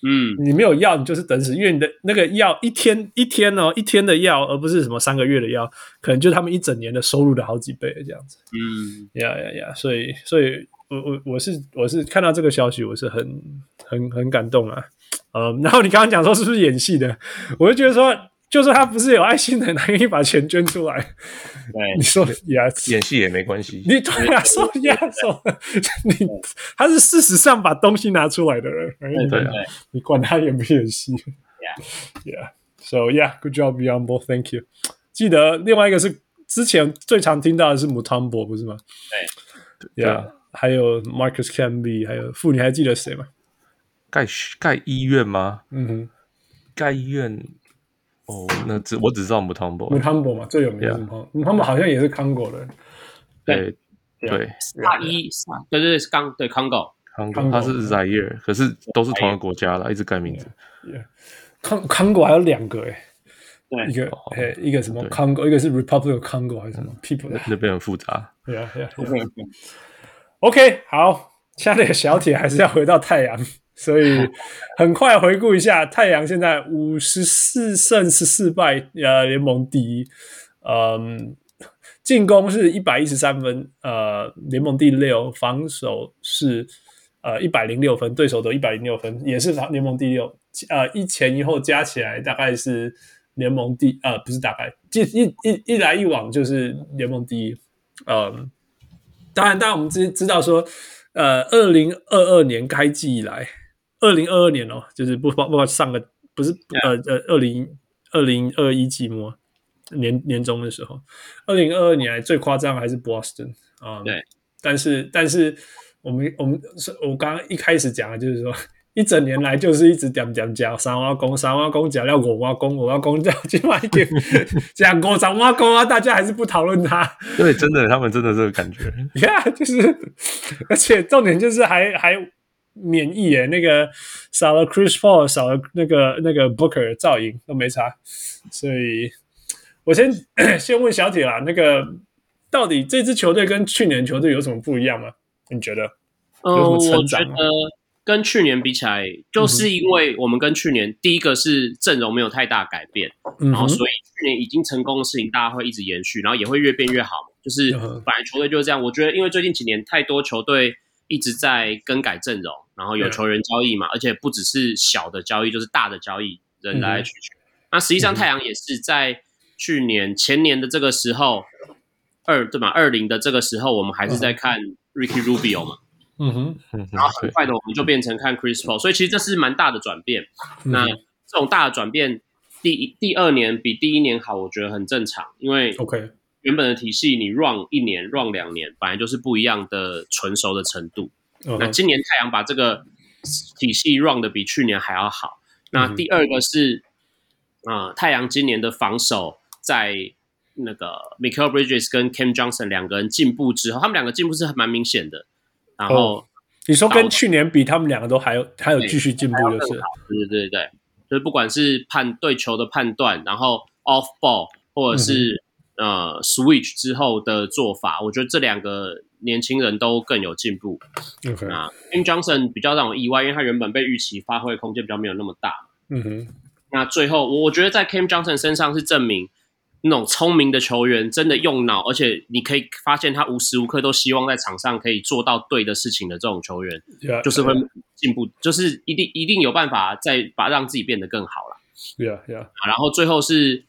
Speaker 4: 嗯，
Speaker 3: 你没有药，你就是等死，因为你的那个药一天一天哦，一天的药，而不是什么三个月的药，可能就是他们一整年的收入的好几倍这样子。
Speaker 4: 嗯，
Speaker 3: 呀呀呀！所以，所以我我我是我是看到这个消息，我是很很很感动啊。嗯，然后你刚刚讲说是不是演戏的，我就觉得说，就算他不是有爱心的人，他愿意把钱捐出 来，
Speaker 4: 对
Speaker 3: 你说呀，
Speaker 5: 演戏也没关系。
Speaker 3: 你对啊，说呀说， 你他是事实上把东西拿出来的人，而你
Speaker 5: 对啊
Speaker 3: 你管他演不演戏，Yeah，Yeah，So yeah，good job Beyond Bo，Thank you。记得另外一个是之前最常听到的是 Mutombo 不是吗？
Speaker 5: 对啊
Speaker 3: Yeah，还有 Marcus Camby，还有妇女，还记得谁吗？
Speaker 5: 盖盖医院吗？
Speaker 3: 嗯哼
Speaker 5: 盖医院？哦，那只我只知道 m u t a m b o
Speaker 3: ，Mutombo 嘛，最有名的
Speaker 5: Yeah
Speaker 3: Mutombo，Mutombo 好像也是康果人，
Speaker 5: 对
Speaker 3: 对啊
Speaker 5: 对，
Speaker 4: 萨伊萨，对对对，刚对康狗，
Speaker 5: 康
Speaker 3: 康国
Speaker 5: 国他是 Zaire，可是都是同一个国家啦，一直改名字。
Speaker 3: 康康果还有两个哎，
Speaker 4: 对
Speaker 3: 一个哎一个什么
Speaker 5: 对
Speaker 3: Congo，一个是 Republic of Congo 还是什么 People 的。
Speaker 5: 那边很复杂。
Speaker 3: Yeah, yeah, yeah. OK，好，下面的小铁还是要回到太阳，所以很快回顾一下，太阳现在五十四胜十四败，呃，联盟第一，嗯，进攻是一百一十三分，呃，联盟第六，防守是呃一百零六分，对手得一百零六分，也是联盟第六，呃，一前一后加起来大概是联盟第呃不是大概，一一一一来一往就是联盟第一，嗯，当然，当然我们知知道说，呃，二零二二年开季以来，二零二二年哦，就是不包括上个不是呃呃二零二零二一季末年年中的时候，二零二二年来最夸张还是 Boston 啊、
Speaker 4: 对，
Speaker 3: 但是但是我们我们是我刚刚一开始讲的就是说。一整年来就是一直点点讲三挖工，三挖工讲要我挖工，我挖工叫去买点讲我三挖工啊，大家还是不讨论他。
Speaker 5: 对，真的，他们真的这个感觉。
Speaker 3: Yeah，就是，而且重点就是还还免疫耶，那个少了 Chris Paul，少了那个那个 Booker 照应都没差，所以我先 先问小铁啦，那个到底这支球队跟去年球队有什么不一样吗？你觉得？
Speaker 4: 嗯，
Speaker 3: 有什么
Speaker 4: 我
Speaker 3: 成
Speaker 4: 觉
Speaker 3: 长
Speaker 4: 得
Speaker 3: 吗嗯
Speaker 4: 跟去年比起来，就是因为我们跟去年第一个是阵容没有太大改变，
Speaker 3: 嗯
Speaker 4: 然后所以去年已经成功的事情，大家会一直延续，然后也会越变越好嘛。就是
Speaker 3: 嗯
Speaker 4: 本来球队就是这样，我觉得因为最近几年太多球队一直在更改阵容，然后有
Speaker 3: 对
Speaker 4: 球员交易嘛，而且不只是小的交易，就是大的交易，
Speaker 3: 嗯
Speaker 4: 人来来
Speaker 3: 哼
Speaker 4: 去去。那实际上
Speaker 3: 嗯哼
Speaker 4: 太阳也是在去年前年的这个时候，二对吧？二零的这个时候，我们还是在看 Ricky Rubio 嘛，
Speaker 3: 嗯哼，
Speaker 5: 嗯
Speaker 4: 然后很
Speaker 5: 对，
Speaker 4: 快的我们就变成看 Chris Paul，所以其实这是蛮大的转变。
Speaker 3: 嗯
Speaker 4: 那这种大的转变，第一第二年比第一年好，我觉得很正常，因为
Speaker 3: OK，嗯
Speaker 4: 原本的体系你 run 一年、run 两年，本来就是不一样的成熟的程度。
Speaker 3: 嗯
Speaker 4: 那
Speaker 3: 哼
Speaker 4: 今年太阳把这个体系 run 的比去年还要好。
Speaker 3: 嗯
Speaker 4: 那
Speaker 3: 哼
Speaker 4: 第二个是，啊、太阳今年的防守在那个 Michael
Speaker 3: 哦
Speaker 4: Bridges 跟 Cam Johnson 两个人进步之后，他们两个进步是蛮明显的。然后
Speaker 3: 你说
Speaker 4: 好
Speaker 3: 跟去年比，他们两个都还有还有继续进步，
Speaker 4: 还要
Speaker 3: 就是
Speaker 4: 更好对对对对，就是不管是判对球的判断，然后 off ball
Speaker 3: 嗯
Speaker 4: 或者是、呃 switch 之后的做法，我觉得这两个年轻人都更有进步。
Speaker 3: OK，
Speaker 4: 啊 j a Johnson 比较让我意外，因为他原本被预期发挥的空间比较没有那么大。
Speaker 3: 嗯哼，
Speaker 4: 那最后，我我觉得在 Cam Johnson 身上是证明那种聪明的球员真的用脑，而且你可以发现他无时无刻都希望在场上可以做到对的事情的这种球员，
Speaker 3: Yeah，
Speaker 4: 就是会进步，就是一定一定有办法再把让自己变得更好啦。
Speaker 3: ，Yeah Yeah，
Speaker 4: 啊然后最后是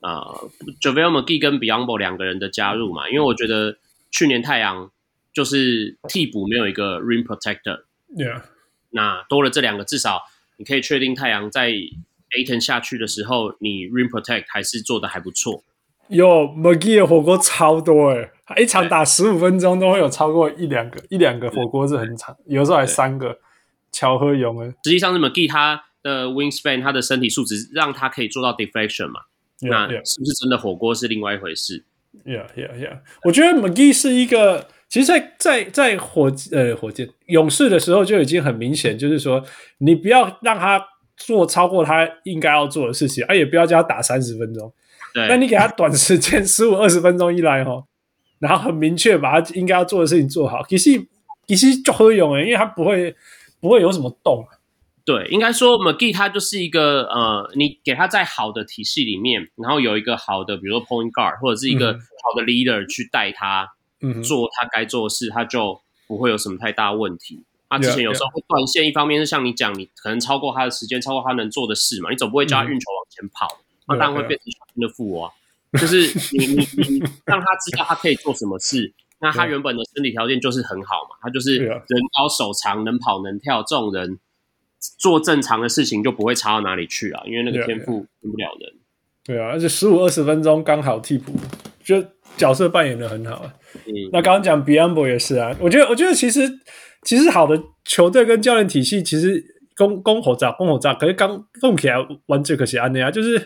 Speaker 4: 呃 JaVale McGee 跟 Biombo 两个人的加入嘛，因为我觉得去年太阳就是替补没有一个 Rim Protector，
Speaker 3: Yeah，
Speaker 4: 那多了这两个，至少你可以确定太阳在 Aton 下去的时候，你 Rim Protect 还是做的还不错。
Speaker 3: 哟 m c g e e 的火锅超多哎、他一场打十五分钟都会有超过一两个，一两个火锅是很长，有时候还三个。乔和勇哎，
Speaker 4: 实际上是 McGee 他的 Wingspan 他的身体素质让他可以做到 deflection 嘛，那
Speaker 3: Yeah, yeah.
Speaker 4: 是不是真的火锅是另外一回事？
Speaker 3: Yeah, yeah, yeah。我觉得 McGee 是一个，其实在，在在火呃火箭勇士的时候就已经很明显，就是说你不要让他做超过他应该要做的事情，啊，也不要叫他打三十分钟。那
Speaker 4: 对，
Speaker 3: 你给他短时间十五二十分钟一来哈，然后很明确把他应该要做的事情做好，其实其实就很勇诶，因为他不会不会有什么动。啊
Speaker 4: 对，应该说 McGee 他就是一个呃，你给他在好的体系里面，然后有一个好的，比如说 Point Guard 或者是一个
Speaker 3: 嗯
Speaker 4: 好的 leader 去带他，
Speaker 3: 嗯哼，
Speaker 4: 做他该做的事，他就不会有什么太大问题。他
Speaker 3: Yeah,
Speaker 4: 之前有时候会断线，一方面是像你讲，你可能超过他的时间，超过他能做的事嘛，你总不会叫他运球往前跑，那当然
Speaker 3: 嗯
Speaker 4: 会
Speaker 3: Yeah,
Speaker 4: 变成小心的富翁啊。就是你你你让他知道他可以做什么事，那他
Speaker 3: Yeah.
Speaker 4: 原本的身体条件就是很好嘛，他就是
Speaker 3: Yeah.
Speaker 4: 人高手长，能跑能跳，这种人做正常的事情就不会差到哪里去啊，因为那个
Speaker 3: Yeah,
Speaker 4: 天赋赢不了人。
Speaker 3: 对啊，而且十五二十分钟刚好替补，就角色扮演的很好啊。
Speaker 4: 嗯，
Speaker 3: 那刚刚讲 Biombo 也是啊，我觉得我觉得其实其实好的球队跟教练体系其实攻攻火炸攻火炸，可是刚攻起来玩这个是安内啊，就是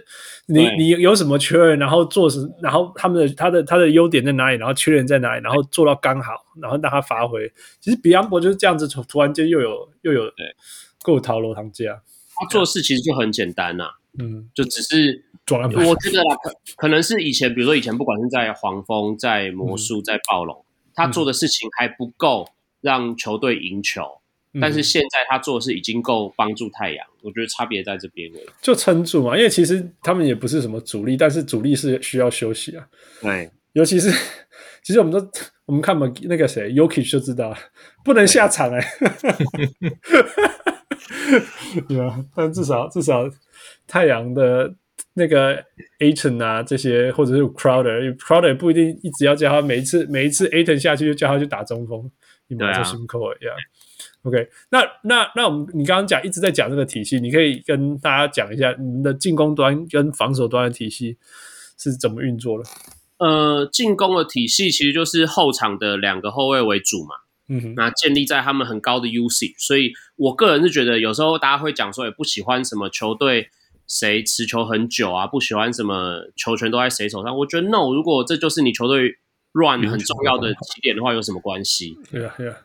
Speaker 3: 你
Speaker 4: 对
Speaker 3: 你有什么缺人，然后做什，然后他们的他的他的优点在哪里，然后缺点在哪里，然后做到刚好，然后让他发挥。其实 Biombo 就是这样子，突突然间又有又有
Speaker 4: 对
Speaker 3: 够逃楼堂架，
Speaker 4: 他做事其实就很简单呐、
Speaker 3: 啊嗯，
Speaker 4: 就只是
Speaker 3: 撞篮板，
Speaker 4: 我觉得啦，可可能是以前，比如说以前，不管是在黄蜂、在魔术、在暴龙，他做的事情还不够让球队赢球，但是
Speaker 3: 嗯
Speaker 4: 现在他做的事已经够帮助太阳，我觉得差别在这边而已。
Speaker 3: 就撑住嘛，因为其实他们也不是什么主力，但是主力是需要休息啊。
Speaker 4: 对，
Speaker 3: 尤其是 其实我们都 我们看嘛那个谁 Yuki 就知道，不能下场哎、 对啊，但至少至少太阳的那个 Aton 啊这些，或者是 Crowder，Crowder 也不一定一直要叫他每一次每一次 Aton 下去就叫他去打中锋，你
Speaker 4: 对
Speaker 3: 们
Speaker 4: 啊
Speaker 3: 就辛苦了欸呀。OK，那那那我们你刚刚讲一直在讲这个体系，你可以跟大家讲一下你们的进攻端跟防守端的体系是怎么运作的？
Speaker 4: 呃，进攻的体系其实就是后场的两个后卫为主嘛，
Speaker 3: 嗯哼，
Speaker 4: 那建立在他们很高的 UC，所以我个人是觉得有时候大家会讲说，也不喜欢什么球队谁持球很久啊，不喜欢什么球权都在谁手上。我觉得 no，如果这就是你球队 run 很重要的起点的话，有什么关系？
Speaker 3: 对啊，对啊，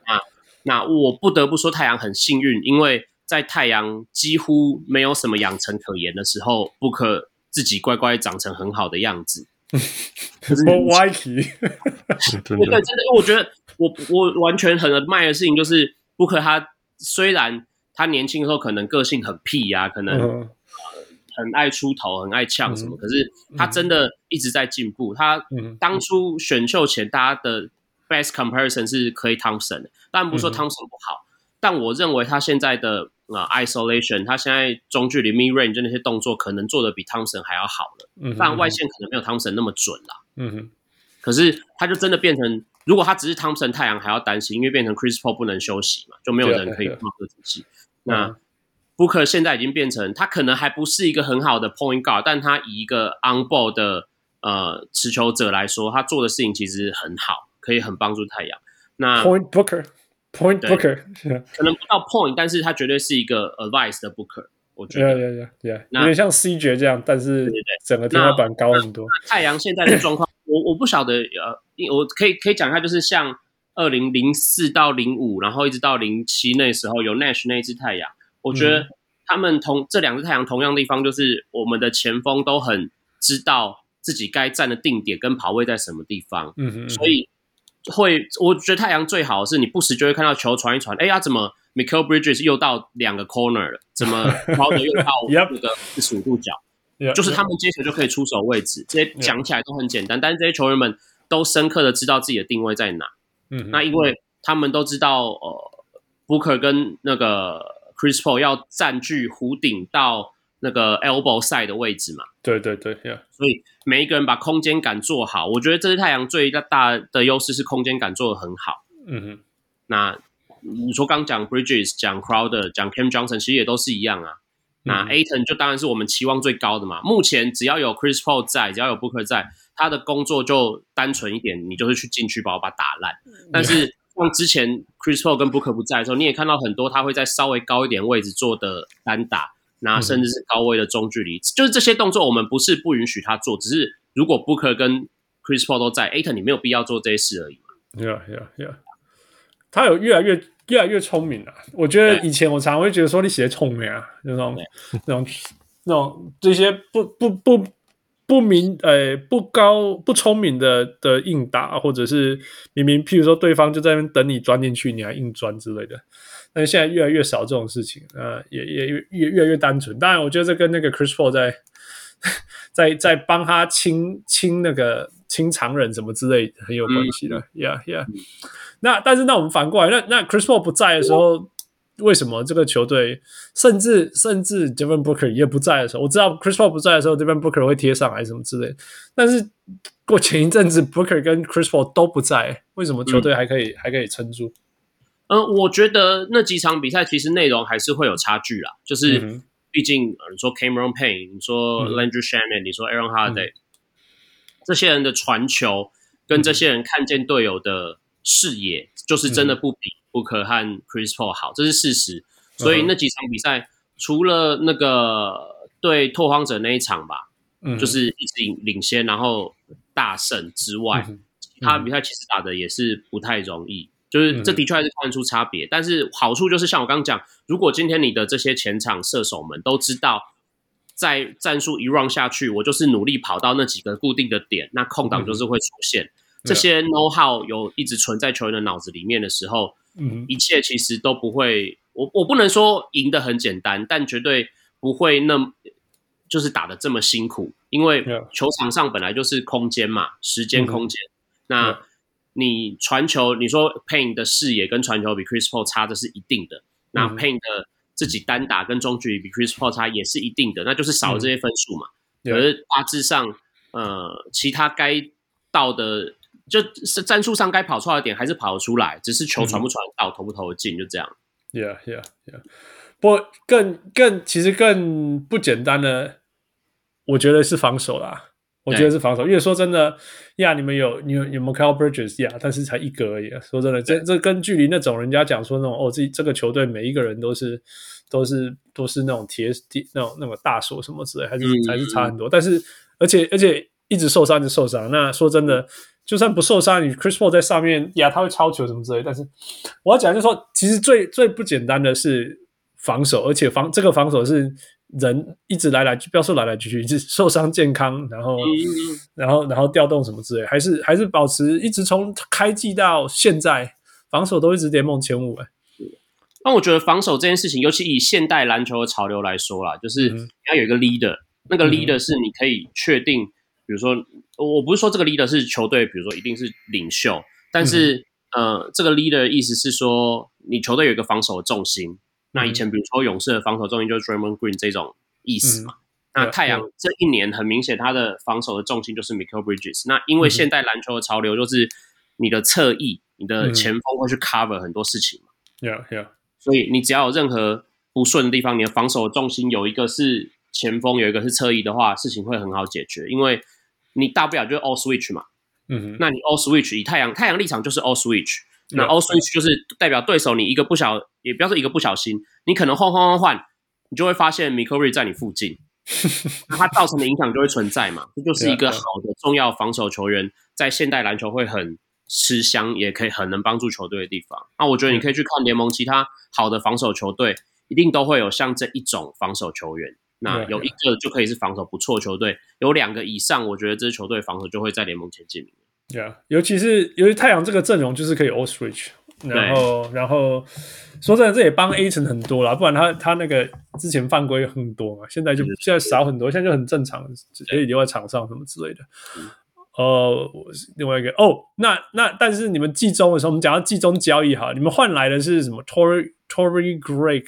Speaker 4: 那我不得不说，太阳很幸运，因为在太阳几乎没有什么养成可言的时候，不可自己乖乖长成很好的样子。就是
Speaker 3: 我歪题，
Speaker 5: 真
Speaker 4: 对对，
Speaker 5: 的，
Speaker 4: 真的，因为我觉得我我完全很 admire 的事情就是布克他虽然他年轻的时候可能个性很屁呀、可能
Speaker 3: 嗯
Speaker 4: 很爱出头，很爱呛什么，
Speaker 3: 嗯
Speaker 4: 可是他真的一直在进步。他
Speaker 3: 嗯
Speaker 4: 当初选秀前大家的 best comparison 是 Clay Thompson，的当然不是说
Speaker 3: 嗯
Speaker 4: Thompson 不好，但我认为他现在的啊、呃 isolation，他现在中距离 mid range 的那些动作可能做的比 Thompson 还要好了，
Speaker 3: 嗯，
Speaker 4: 但外线可能没有 Thompson 那么准啦。
Speaker 3: 嗯哼，
Speaker 4: 可是他就真的变成，如果他只是汤普森太阳还要担心，因为变成 Chris Paul 不能休息嘛，就没有
Speaker 3: 对啊
Speaker 4: 人可以
Speaker 3: 对啊
Speaker 4: 控制体系。那 Booker 现在已经变成，他可能还不是一个很好的 point guard，但他以一个 on ball 的呃持球者来说，他做的事情其实很好，可以很帮助太阳。那
Speaker 3: Point Booker，Point
Speaker 4: 啊对
Speaker 3: Booker，是啊
Speaker 4: 可能不到 point，但是他绝对是一个 advice 的 Booker，我觉
Speaker 3: 对啊
Speaker 4: 得。
Speaker 3: 对啊对啊对啊，
Speaker 4: 那
Speaker 3: 有点像 C 爵这样，但是
Speaker 4: 对
Speaker 3: 整个天花板高很多。
Speaker 4: 太阳现在的状况，我我不晓得，呃，因我可以可以讲一下，就是像二零零四到零五，然后一直到零七那时候有 Nash 那一只太阳，我觉得他们同、这两只太阳同样的地方就是我们的前锋都很知道自己该站的定点跟跑位在什么地方，
Speaker 3: 嗯哼，
Speaker 4: 所以会，我觉得太阳最好的是你不时就会看到球传一传，哎呀，怎么 Michael Bridges 又到两个 corner 了？怎么 Crowder 又到
Speaker 3: Yep
Speaker 4: 那个四十五度角？
Speaker 3: 以
Speaker 4: 就是他们接球就可以出手位置，这些讲起来都很简单，但是这些球员们都深刻的知道自己的定位在哪。
Speaker 3: 嗯
Speaker 4: 那因为他们都知道，呃，Booker 跟那个 Chris Paul 要占据弧顶到那个 elbow side 的位置嘛。
Speaker 3: 对对对，yeah，
Speaker 4: 所以每一个人把空间感做好，我觉得这是太阳最大的优势是空间感做得很好。
Speaker 3: 嗯哼，
Speaker 4: 那你说刚讲 Bridges、讲 Crowder、讲 Cam Johnson，其实也都是一样啊。那
Speaker 3: 嗯
Speaker 4: Aton 就当然是我们期望最高的嘛。目前只要有 Chris Paul 在，只要有 Booker 在，他的工作就单纯一点，你就是去禁区把我把他打烂。但是像之前 Chris Paul 跟 Booker 不在的时候，你也看到很多他会在稍微高一点位置做的单打，那甚至是高位的中距离，就是这些动作我们不是不允许他做，只是如果 Booker 跟 Chris Paul 都在，Aton 你没有必要做这些事而已。
Speaker 3: Yeah, yeah, yeah。他有越来越越来越聪明了、我觉得以前我常常会觉得说你写聪明啊，那种那种那种这些不不不不明呃不高不聪明的的应答，或者是明明譬如说对方就在那边等你钻进去，你还硬钻之类的。但是现在越来越少这种事情，呃，也也越越越来越单纯。当然，我觉得这跟那个 Chris Paul 在在在帮他清清那个清常人什么之类很有关系
Speaker 4: 嗯
Speaker 3: 的。Yeah, yeah。那但是那我们反过来，那那 Chris Paul 不在的时候，为什么这个球队甚至甚至 Devin Booker 也不在的时候，我知道 Chris Paul 不在的时候，Devin Booker 会贴上来什么之类的，但是过前一阵子 Booker 跟 Chris Paul 都不在，为什么球队还可以、还可以撑住？
Speaker 4: 嗯，我觉得那几场比赛其实内容还是会有差距啦，就是
Speaker 3: 嗯哼
Speaker 4: 毕竟、呃你说 Cameron Payne，你说
Speaker 3: 嗯
Speaker 4: Landry Shaman，、你说 Aaron Holiday，、这些人的传球跟
Speaker 3: 嗯
Speaker 4: 这些人看见队友的视野，就是真的
Speaker 3: 嗯
Speaker 4: 不比 Booker 和 Chris Paul 好，这是事实。所
Speaker 3: 嗯
Speaker 4: 以那几场比赛，除了那个对拓荒者那一场吧，
Speaker 3: 嗯，
Speaker 4: 就是一直领领先，然后大胜之外，
Speaker 3: 嗯哼嗯
Speaker 4: 其他比赛其实打的也是不太容易，就是这的确还是看得出差别。但是好处就是像我刚刚讲，如果今天你的这些前场射手们都知道，在战术一 round 下去，我就是努力跑到那几个固定的点，那空
Speaker 3: 嗯
Speaker 4: 档就是会出现。
Speaker 3: 啊
Speaker 4: 这些 know how 有一直存在球员的脑子里面的时候，
Speaker 3: 嗯
Speaker 4: 一切其实都不会，我我不能说赢得很简单，但绝对不会那么就是打的这么辛苦，因为
Speaker 3: Yeah.
Speaker 4: 球场上本来就是空间嘛，时间
Speaker 3: 啊嗯哼
Speaker 4: 空间。
Speaker 3: Yeah.
Speaker 4: 那你传球，你说 Payne 的视野跟传球比 Chris Paul 差，这是一定的。那
Speaker 3: 嗯哼
Speaker 4: Payne 的自己单打跟中距离比 Chris Paul 差也是一定的，那就是
Speaker 3: 嗯
Speaker 4: 少了这些分数嘛。
Speaker 3: Yeah.
Speaker 4: 可是大致上，呃，其他该到的，就是战术上该跑出来的点还是跑得出来，只是球传不传得到，投不投得进，就这样。
Speaker 3: Yeah, yeah, yeah。不过更更其实更不简单的，我觉得是防守啦。我觉得是防守，因为说真的呀，你们有你有你们 Cal Bridges 呀，但是才一格而已啊。说真的，这这跟距离那种人家讲说那种哦，这这个球队每一个人都是都是都是那种铁铁那种那种大锁什么之类，还是
Speaker 4: 嗯
Speaker 3: 还是差很多。但是而且而且一直受伤就受伤。那说真的，就算不受伤，你 Chris Paul 在上面呀，他会超球什么之类。但是我要讲就是说，其实最最不简单的是防守，而且防这个防守是人一直来来去，不要说来来去去，一直受伤、健康，然后、
Speaker 4: 嗯
Speaker 3: 然后然后调动什么之类，还是还是保持一直从开季到现在，防守都一直联盟前五、哎，
Speaker 4: 那我觉得防守这件事情，尤其以现代篮球的潮流来说啦，就是
Speaker 3: 嗯哼
Speaker 4: 你要有一个 leader，、那个
Speaker 3: 嗯哼
Speaker 4: leader 是你可以确定，比如说，我不是说这个 leader 是球队，比如说一定是领袖，但
Speaker 3: 嗯
Speaker 4: 是、呃，这个 leader 的意思是说，你球队有一个防守的重心。那以前比如说勇士的防守重心就是 Draymond Green 这种意思嘛。
Speaker 3: 嗯，
Speaker 4: 那
Speaker 3: 对
Speaker 4: 太阳这一年很明显，他的防守的重心就是 Michael Bridges。那因为
Speaker 3: 嗯哼
Speaker 4: 现代篮球的潮流就是你的侧翼、你
Speaker 3: 嗯
Speaker 4: 的
Speaker 3: 哼
Speaker 4: 前锋会去 cover 很多事情嘛，
Speaker 3: yeah yeah，
Speaker 4: 所以你只要有任何不顺的地方，你的防守重心有一个是前锋，有一个是侧翼的话，事情会很好解决，因为你大不了就是 all switch 嘛。
Speaker 3: 嗯哼，
Speaker 4: 那你 all switch 以太阳太阳立场就是 all switch，那
Speaker 3: Yeah.
Speaker 4: all switch 就是代表对手你一个不小，也不要说一个不小心，你可能换换换换，你就会发现 m i k o r i 在你附 近，那它
Speaker 3: 啊
Speaker 4: 造成的影响就会存在嘛，这就是一
Speaker 3: Yeah,
Speaker 4: 个
Speaker 3: yeah.
Speaker 4: 好的重要防守球员在现代篮球会很吃香，也可以很能帮助球队的地方。那我觉得你可以去看联盟其他好的防守球队，一定都会有像这一种防守球员。那
Speaker 3: Yeah,
Speaker 4: 有一个就可以是防守不错的球队，有两个以上，我觉得这支球队防守就会在联盟前几名。
Speaker 3: Yeah，尤其是由于太阳这个阵容就是可以 all switch，然后然后说真的，这也帮 A 城很多啦，不然他他那个之前犯规很多嘛，现在就现在少很多，现在就很正常，可以留在场上什么之类的。呃，我是另外一个哦，那那但是你们季中的时候，我们讲到季中交易哈，你们换来的是什么？Tory Tory Greg，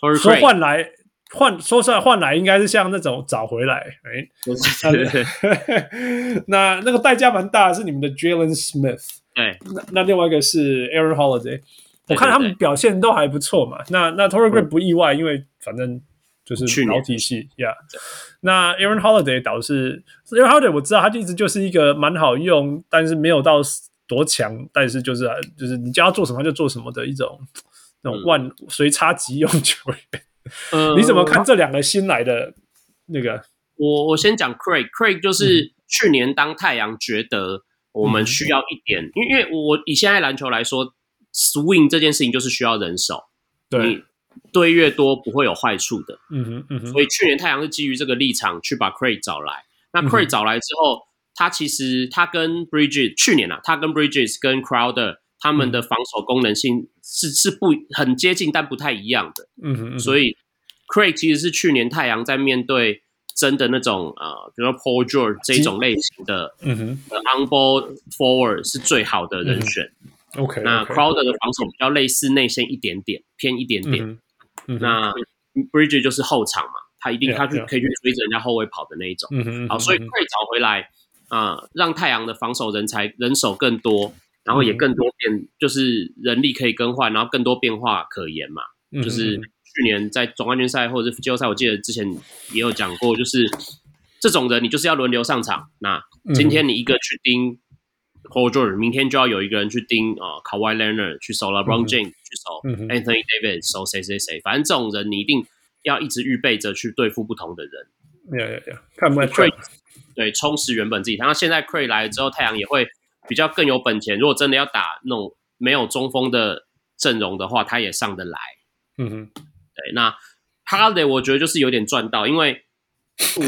Speaker 4: Torrey
Speaker 3: 说
Speaker 4: Craig，
Speaker 3: 换来换说出来换来应该是像那种找回来，哎、
Speaker 4: 对对
Speaker 3: 那那个代价蛮大的，是你们的 Jalen Smith。
Speaker 4: 对，
Speaker 3: 那那另外一个是 Aaron Holiday，我
Speaker 4: 对
Speaker 3: 看他们
Speaker 4: 对嗯
Speaker 3: 表现都还不错嘛。那那 Torrey Gray 不意外，因为反正就是
Speaker 4: 去年
Speaker 3: 老体系，Yeah。那 Aaron Holiday 倒是 Aaron Holiday，我知道他就一直就是一个蛮好用，但是没有到多强，但是就是啊就是你叫他做什么他就做什么的一种那种万随插即用球员。
Speaker 4: 嗯呃
Speaker 3: 你怎么看这两个新来的那个？
Speaker 4: 我我先讲 Craig，Craig
Speaker 3: 嗯
Speaker 4: 就是去年当太阳觉得我们需要一点，因为因为我以现在篮球来说，swing 这件事情就是需要人手，
Speaker 3: 对
Speaker 4: 你，对越多不会有坏处的。
Speaker 3: 嗯哼嗯哼，
Speaker 4: 所以去年太阳是基于这个立场去把 Craig 找来。那
Speaker 3: 嗯哼
Speaker 4: Craig 找来之后，他其实他跟 Bridges 去年啊，他跟 Bridges 跟 Crowder 他们
Speaker 3: 嗯
Speaker 4: 的防守功能性是是不很接近，但不太一样的。
Speaker 3: 嗯哼嗯哼，
Speaker 4: 所
Speaker 3: 以
Speaker 4: 以 Craig 其实是去年太阳在面对真的那种呃，比如说 Paul George 这一种类型的
Speaker 3: 嗯哼
Speaker 4: 呃 on ball forward 是最好的人选。
Speaker 3: ，OK，
Speaker 4: 那
Speaker 3: 嗯 OK
Speaker 4: Crowder 的防守比较类似内线一点点，偏一点
Speaker 3: 嗯
Speaker 4: 点。
Speaker 3: 哼嗯哼
Speaker 4: 那 Bridge 就是后场嘛，他一定
Speaker 3: Yeah,
Speaker 4: 他去
Speaker 3: yeah.
Speaker 4: 可以去追着人家后卫跑的那一种。
Speaker 3: 嗯哼，
Speaker 4: 好，所以
Speaker 3: 嗯哼
Speaker 4: Cray 找回来啊、呃让太阳的防守人才人手更多，然后也
Speaker 3: 嗯
Speaker 4: 更多变，就是人力可以更换，然后更多变化可言嘛。
Speaker 3: 嗯哼
Speaker 4: 就是去年在总冠军赛或者是季后赛，我记得之前也有讲过，就是这种人你就是要轮流上场。那
Speaker 3: 嗯
Speaker 4: 今天你一个去盯 Paul George，明天就要有一个人去盯啊、呃、Kawhi Leonard，去守 LeBron
Speaker 3: 嗯
Speaker 4: James，、去守
Speaker 3: 嗯哼
Speaker 4: Anthony Davis，守谁谁谁，反正这种人你一定要一直预备着去对付不同的人。
Speaker 3: 呀呀呀，看 match
Speaker 4: Craig 对，充实原本自己。然后现在 Cray 来了之后，太阳也会比较更有本钱。如果真的要打那种没有中锋的阵容的话，他也上得来。
Speaker 3: 嗯哼，
Speaker 4: 对，那 Holiday 我觉得就是有点赚到，因为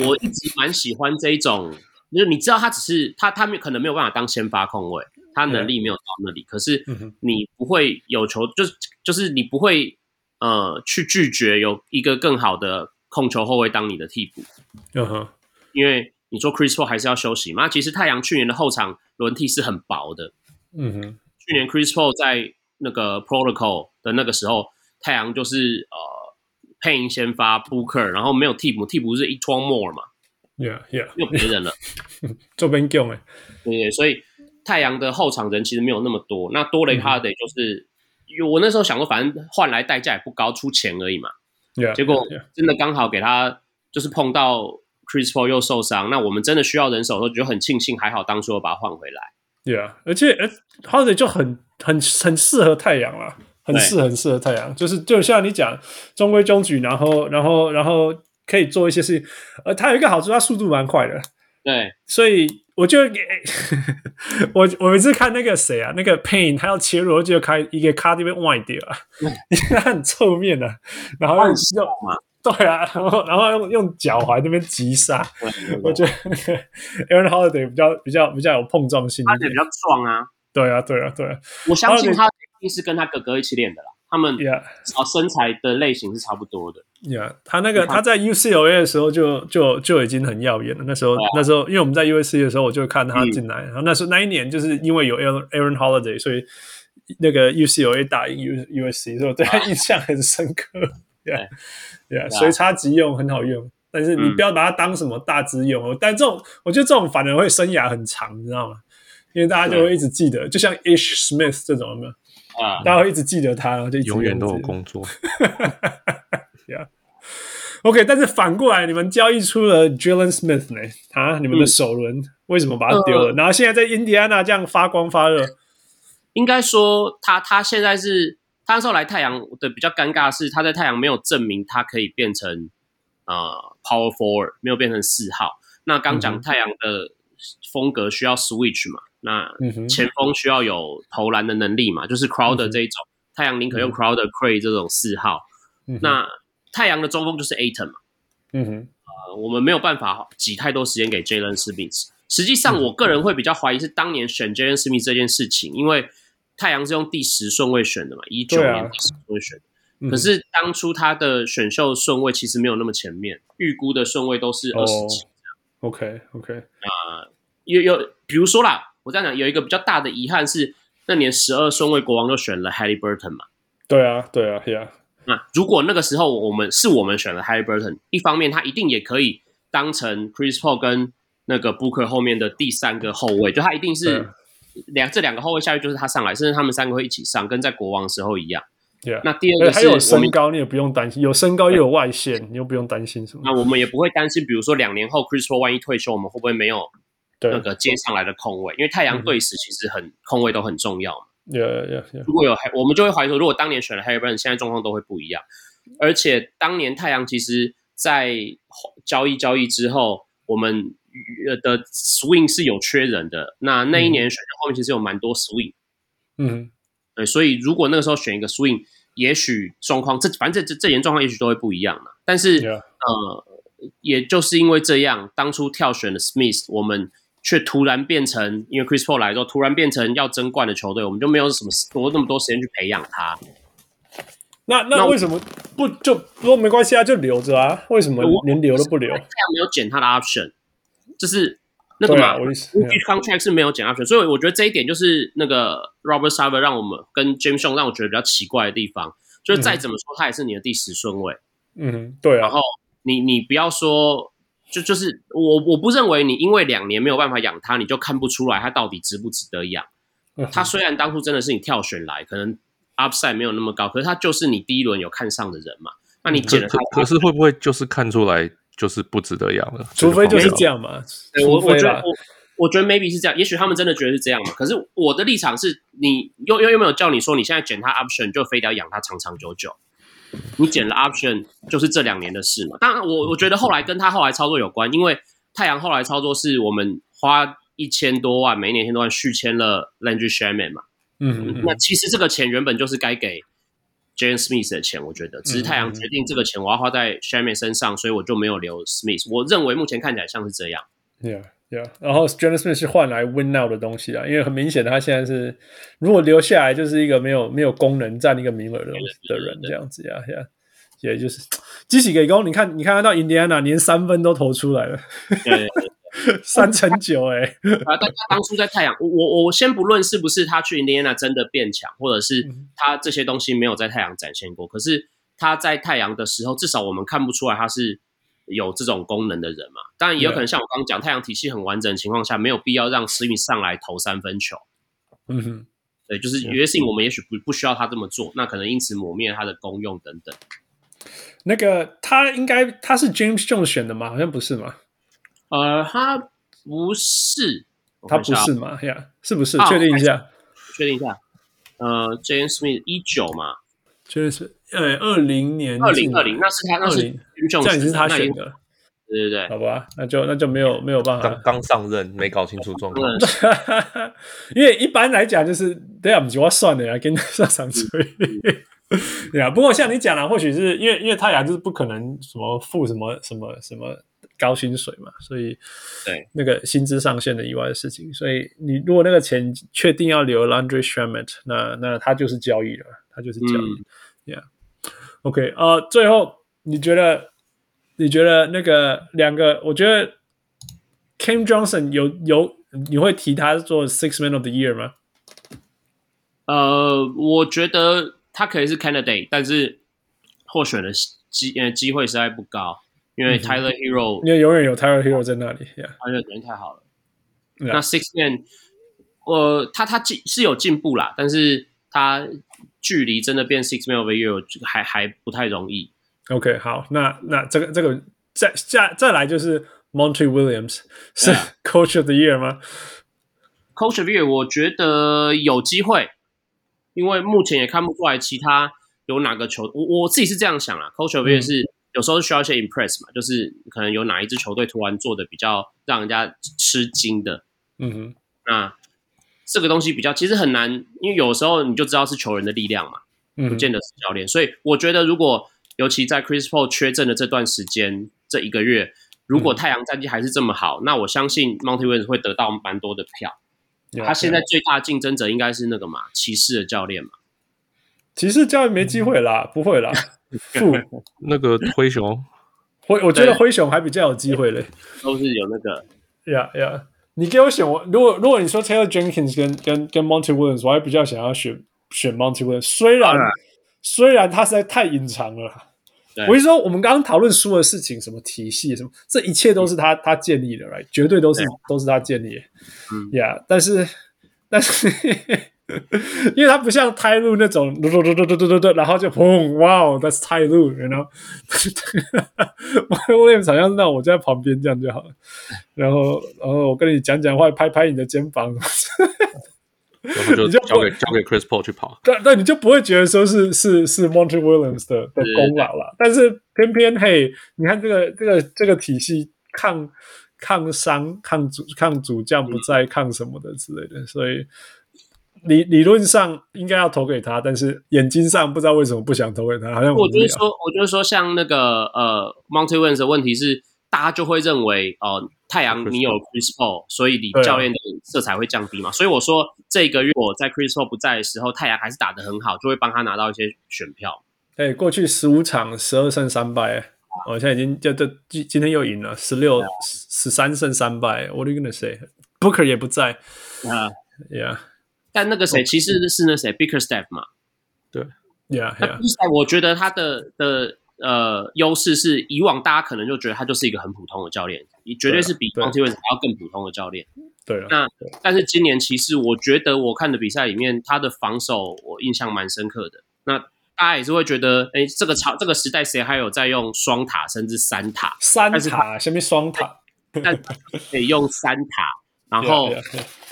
Speaker 4: 我一直蛮喜欢这一种，就是你知道他只是他他们可能没有办法当先发控卫，他能力没有到那里，可是
Speaker 3: 嗯哼
Speaker 4: 你不会有球，就是就是你不会呃去拒绝有一个更好的控球后卫当你的替补。
Speaker 3: 嗯哼，
Speaker 4: 因为你说 Chris Paul 还是要休息嘛。那其实太阳去年的后场轮替是很薄的，
Speaker 3: 嗯哼，
Speaker 4: 去年 Chris Paul 在那个 Protocol 的那个时候，太阳就是呃配音先发 Booker，然后没有替补，替补是 e t o n Moore 嘛，
Speaker 3: 呀呀，
Speaker 4: 没有别 人了，
Speaker 3: 这边用哎，
Speaker 4: 对对，所以太阳的后场人其实没有那么多，那多了一个 Holiday 就是。因为我那时候想说，反正换来代价也不高，出钱而已嘛。
Speaker 3: 呀，
Speaker 4: 结果
Speaker 3: yeah, yeah,
Speaker 4: 真的刚好给他就是碰到 Chris Paul 又受伤，那我们真的需要人手的时候，就很庆幸还好当初有把他换回来。
Speaker 3: yeah，而且呃 h o l i d a y 就很很很适合太阳啦，很
Speaker 4: 对
Speaker 3: 适很适合太阳，就是就像你讲中规中矩，然后然后然后可以做一些事情，呃，他有一个好处，他速度蛮快的，
Speaker 4: 对，
Speaker 3: 所以我就 我我每次看那个谁啊，那个 Pain 他要切入，我就开一个卡这边外掉啊， 他很侧面的、啊，然后用用
Speaker 4: 嗯嘛
Speaker 3: 对啊，然后然后用用脚踝那边急刹，
Speaker 4: 哦
Speaker 3: 我觉得 那个 Aaron Holiday 比较比较比较有碰撞性
Speaker 4: 他
Speaker 3: 一
Speaker 4: 也
Speaker 3: 点
Speaker 4: 比。较壮啊，
Speaker 3: 对啊，对啊，对啊
Speaker 4: 我相信
Speaker 3: Harden-
Speaker 4: 他一定是跟他哥哥一起练的啦。他们
Speaker 3: ，Yeah
Speaker 4: 啊身材的类型是差不多的，
Speaker 3: Yeah，他那个他在 UCLA 的时候就就就已经很耀眼了。那
Speaker 5: 哦
Speaker 3: 时候、那时候，因为我们在 USC 的时候，我就看
Speaker 5: 嗯
Speaker 3: 他进来。然后那时候那一年就是因为有 Aaron Aaron Holiday，所以那个 UCLA 打赢 U USC，所以我对他印象很深 刻。Yeah Yeah，随插即用，很好用。但是你
Speaker 4: 嗯
Speaker 3: 不要把它当什么大之用哦。但这种我觉得这种反而会生涯很长，你知道吗？因为大家就会一直记得，就像 Ish Smith 这种有没有？
Speaker 4: 啊、
Speaker 3: 大家会一直记得他，然后就一直
Speaker 5: 嗯永远都
Speaker 3: 用
Speaker 5: 有
Speaker 3: 一直
Speaker 5: 工作。
Speaker 3: OK，但是反过来，你们交易出了 Jalen Smith 呢？啊，你们的首轮、为什么把它丢
Speaker 4: 嗯
Speaker 3: 了？然后现在在印第安纳这样发光发热，
Speaker 4: 应该说他他现在是他那时候来太阳的比较尴尬的是他在太阳没有证明他可以变成呃 power forward，没有变成四号。那
Speaker 3: 嗯
Speaker 4: 刚
Speaker 3: 哼
Speaker 4: 讲太阳的风格需要 switch 嘛，那
Speaker 3: 嗯哼，嗯
Speaker 4: 前锋需要有投篮的能力嘛，就是 Crowder 这一种，太阳宁可用 Crowder、Cray 这种四号。
Speaker 3: 嗯哼
Speaker 4: 那太阳的中锋就是 Aton 嘛，
Speaker 3: 嗯哼，
Speaker 4: 呃，我们没有办法挤太多时间给 Jalen Smith。实际
Speaker 3: 嗯
Speaker 4: 上，我个人会比较怀疑是当年选 Jalen Smith 这件事情，因为太阳是用第十顺位选的嘛，一九
Speaker 3: 对啊
Speaker 4: 年第十顺位选的。
Speaker 3: 嗯哼
Speaker 4: 可是当初他的选秀顺位其实没有那么前面，预估的顺位都是二十
Speaker 3: 哦
Speaker 4: 几。
Speaker 3: ，OK OK，
Speaker 4: 有有，比如说啦，我这样讲，有一个比较大的遗憾是，那年十二顺位国王就选了 Halliburton 嘛。
Speaker 3: 对啊对啊，Yeah，
Speaker 4: 那如果那个时候我们是我们选了 Halliburton，一方面他一定也可以当成 Chris Paul 跟那个 Booker 后面的第三个后卫，就他一定是两这两个后卫下去就是他上来，甚至他们三个会一起上，跟在国王的时候一样。
Speaker 3: Yeah，
Speaker 4: 那第二
Speaker 3: 对，
Speaker 4: 个
Speaker 3: 还
Speaker 4: 是
Speaker 3: 有
Speaker 4: 我们
Speaker 3: 身，高，你也不用担心，有身高又有外线，你又不用担心什么。
Speaker 4: 那我们也不会担心，比如说两年后 Chris Paul 万一退休，我们会不会没有
Speaker 3: 对
Speaker 4: 那个接上来的空位？因为太阳
Speaker 3: 嗯
Speaker 4: 队史其实很空位都很重要嘛。
Speaker 3: ，Yeah Yeah Yeah，
Speaker 4: 如果有，我们就会怀疑说，如果当年选了 Harry，现在状况都会不一样。而且当年太阳其实，在交易交易之后，我们呃的 swing 是有缺人的。那那一年选秀后面其实有蛮多 swing，、
Speaker 3: 嗯
Speaker 4: 对，所以如果那个时候选一个 swing，也许状况这反正这这这年状况也许都会不一样嘛。但是
Speaker 3: ，Yeah，
Speaker 4: 呃，也就是因为这样，当初跳选的 Smith，我们却突然变成，因为 Chris Paul 来之后，突然变成要争冠的球队，我们就没有什么多那么多时间去培养他。
Speaker 3: 那
Speaker 4: 那
Speaker 3: 那
Speaker 4: 我
Speaker 3: 为什么不就说没关系啊，就留着啊？为什么
Speaker 4: 我
Speaker 3: 连留都不留
Speaker 4: 太？阳没有减他的 option，就是那个
Speaker 3: 对
Speaker 4: 嘛，
Speaker 3: 啊，我的意思
Speaker 4: rookie contract 是没有减 option，所以我觉得这一点就是那个 Robert s a v e r 让我们跟 James Young 让我觉得比较奇怪的地方，就是再怎么说他也是你的第十顺位。
Speaker 3: 嗯哼，对啊
Speaker 4: 然，后你你不要说，就就是我我不认为你因为两年没有办法养他，你就看不出来他到底值不值得养。
Speaker 3: 嗯哼
Speaker 4: 他虽然当初真的是你跳选来，可能 upside 没有那么高，可是他就是你第一轮有看上的人嘛。那你
Speaker 5: 可
Speaker 4: 捡了他
Speaker 5: 嗯可，可是会不会就是看出来就是不值得养了？
Speaker 3: 除非就是
Speaker 5: 这个方面
Speaker 3: 这样嘛，
Speaker 4: 对我
Speaker 3: 除
Speaker 4: 我
Speaker 3: 非
Speaker 4: 觉
Speaker 3: 啦
Speaker 4: 得，我我觉得 maybe 是这样，也许他们真的觉得是这样嘛。可是我的立场是你又又又没有叫你说你现在捡他 option 就非得要养他长长久久，你捡了 option 就是这两年的事嘛。当然我我觉得后来跟他后来操作有关，因为太阳后来操作是我们花一千多万，每一年一千多万续签了 Landry Sherman 嘛。
Speaker 3: 嗯嗯
Speaker 4: 那其实这个钱原本就是该给 Jalen Smith 的钱，我觉得，
Speaker 3: 嗯
Speaker 4: 只是太阳决定这个钱我要花在 Sherman 身上，所以我就没有留 Smith。我认为目前看起来像是这 样。
Speaker 3: ，Yeah Yeah，然嗯后 j o n a s m i t 是换来 Win Now 的东西啊，因为很明显他现在是如果留下来就是一个没有没有功能占一个名额的的人这样子呀呀。也就是，激起给攻，你看，你看他到印第安纳连三分都投出来了，
Speaker 4: 对，
Speaker 3: 三乘九哎、
Speaker 4: 啊，但他当初在太阳，我我我先不论是不是他去 Indiana 真的变强，或者
Speaker 3: 嗯
Speaker 4: 是他这些东西没有在太阳展现过，可是他在太阳的时候，至少我们看不出来他是有这种功能的人嘛。当然也有可能像我刚刚讲，太阳体系很完整的情况下，没有必要让 s m 上来投三分球。
Speaker 3: 嗯哼，
Speaker 4: 对，就是有些事情我们也许不不需要他这么做，那可能因此抹灭他的功用等等。
Speaker 3: 那个他应该他是 James Jones 选的吗？好像不是嘛，
Speaker 4: 呃，他不是，我
Speaker 3: 他
Speaker 4: 看一
Speaker 3: 不
Speaker 4: 下啊
Speaker 3: 是嘛？呀、是不是？
Speaker 4: 哦
Speaker 3: 确定一下，
Speaker 4: 确定一下，呃，James Smith 一九嘛，
Speaker 3: 确实，呃，二零年
Speaker 4: 二
Speaker 3: 进
Speaker 4: 零
Speaker 3: 来
Speaker 4: 二零，那是他，那是
Speaker 3: 20
Speaker 4: Jim Jones，
Speaker 3: 这样已经是他
Speaker 4: 那已
Speaker 3: 选
Speaker 4: 经
Speaker 3: 的了，
Speaker 4: 对对对，
Speaker 3: 好吧？那就那就没有没有办法
Speaker 5: 刚
Speaker 3: 了，
Speaker 5: 刚上任没搞清楚状况，
Speaker 4: 嗯，是
Speaker 3: 因为一般来讲就是对啊，我们就要算的呀，跟上上吹。对啊，不过像你讲了，或许是因为因为太阳就是不可能什么付什么什么什么高薪水嘛，所以
Speaker 4: 对
Speaker 3: 那个薪资上限的以外的事情，所以你如果那个钱确定要留 Landry s h e r m a n t 那那他就是交易了，他就是交易。Yeah, OK，呃，最后你觉得你觉得那个两个，我觉得 Cam Johnson 有有你会提他做 Six Man of the Year 吗？
Speaker 4: 呃，我觉得他可以是 candidate，但是获选的机呃机会实在不高，因为
Speaker 3: 嗯哼
Speaker 4: Tyler Hero
Speaker 3: 因为永远有 Tyler Hero 在那里。Yeah，
Speaker 4: 他的表现太好了。
Speaker 3: 对啊
Speaker 4: 那 Six Man，呃，他他进是有进步啦，但是他距离真的变 Six Man of the Year 还还不太容易。
Speaker 3: OK，好，那那这个这个再下再来就是 Monty Williams 是 Coach of the Year 吗？
Speaker 4: Coach of the Year，我觉得有机会，因为目前也看不出来其他有哪个球，我我自己是这样想啦。Coach of the Year
Speaker 3: 嗯
Speaker 4: 是、有时候需要一些 impress 嘛，就是可能有哪一支球队突然做的比较让人家吃惊的，
Speaker 3: 嗯哼，
Speaker 4: 那这个东西比较其实很难，因为有时候你就知道是球员的力量嘛，不
Speaker 3: 嗯，
Speaker 4: 见得是教练。所以我觉得，如果尤其在 Chris Paul 缺阵的这段时间，这一个月，如果太阳战绩还是这么好，那我相信 Monty Williams 会得到蛮多的票。
Speaker 3: 有
Speaker 4: 他现
Speaker 3: 啊
Speaker 4: 在最大的竞争者应该是那个嘛，骑士的教练嘛。
Speaker 3: 骑士教练没机会
Speaker 4: 嗯
Speaker 3: 啦，不 会啦，负
Speaker 5: 那个灰熊，
Speaker 3: 灰，我觉得
Speaker 4: 对
Speaker 3: 灰熊还比较有机会嘞。
Speaker 4: 都是有那个，
Speaker 3: 呀呀，你给我选我，如果如果你说 Taylor Jenkins 跟跟跟 Monty Williams，我还比较想要选选 Monty Williams，虽然
Speaker 4: 当然
Speaker 3: 虽然他实在太隐藏了。
Speaker 4: 对
Speaker 3: 我是说，我们刚刚讨论书的事情，什么体系，什么，这一切都是他他建立的，right？绝对都是
Speaker 4: 对
Speaker 3: 都是他建立的。
Speaker 4: 嗯
Speaker 3: 呀、但是但是， 因为他不像泰路那种，嘟嘟嘟嘟嘟嘟嘟嘟，然后就砰，哇哦，that's 泰路，然 后 Williams 好像是那种我就在旁边这样就好了，然后然后我跟你讲讲话，拍拍你的肩膀，
Speaker 5: 然后就
Speaker 3: 你就
Speaker 5: 交给交给 Chris Paul 去跑。
Speaker 3: 但但你就不会觉得说是是是 Monty Williams 的的
Speaker 4: 对
Speaker 3: 功劳啦。但是偏偏嘿，你看这个这个这个体系抗抗伤、抗主抗主将不
Speaker 4: 嗯
Speaker 3: 在、抗什么的之类的，所以理理论上应该要投给他，但是眼睛上不知道为什么不想投给他，好像
Speaker 4: 我
Speaker 3: 无
Speaker 4: 就是
Speaker 3: 聊。
Speaker 4: 说，我就是说，像那个呃，Monty Williams 的问题是，大家就会认为，呃，太阳
Speaker 5: Chris
Speaker 4: 你有 Chris Paul，所以你
Speaker 3: 对啊
Speaker 4: 教练的色彩会降低嘛。所以我说，这个月我在 Chris Paul 不在的时候，太阳还是打得很好，就会帮他拿到一些选票。
Speaker 3: 哎，过去十五场十二胜三败，我、哦、现在已经就就今今天又赢了十
Speaker 4: 啊
Speaker 3: 六十三胜三败，What are you gonna say？Booker 也不在
Speaker 4: 啊，
Speaker 3: ，Yeah
Speaker 4: 但那个
Speaker 3: 哦
Speaker 4: 谁，其实是那谁 Bickerstaff 嘛，
Speaker 3: Yeah
Speaker 4: 那
Speaker 3: Yeah，
Speaker 4: Bickerstaff 我觉得他的的呃优势是，以往大家可能就觉得他就是一个很普通的教练，你绝对是比
Speaker 3: 对啊
Speaker 4: Monty Williams 还要更普通的教练。
Speaker 3: 对啊了，？
Speaker 4: 那但是今年骑士，我觉得我看的比赛里面，他的防守我印象蛮深刻的。那大家也是会觉得，哎，这个朝这个时代谁还有在用双塔甚至三塔
Speaker 3: 三
Speaker 4: 但是
Speaker 3: 塔下面双塔，
Speaker 4: 但可以用三塔，然
Speaker 3: 啊
Speaker 4: 后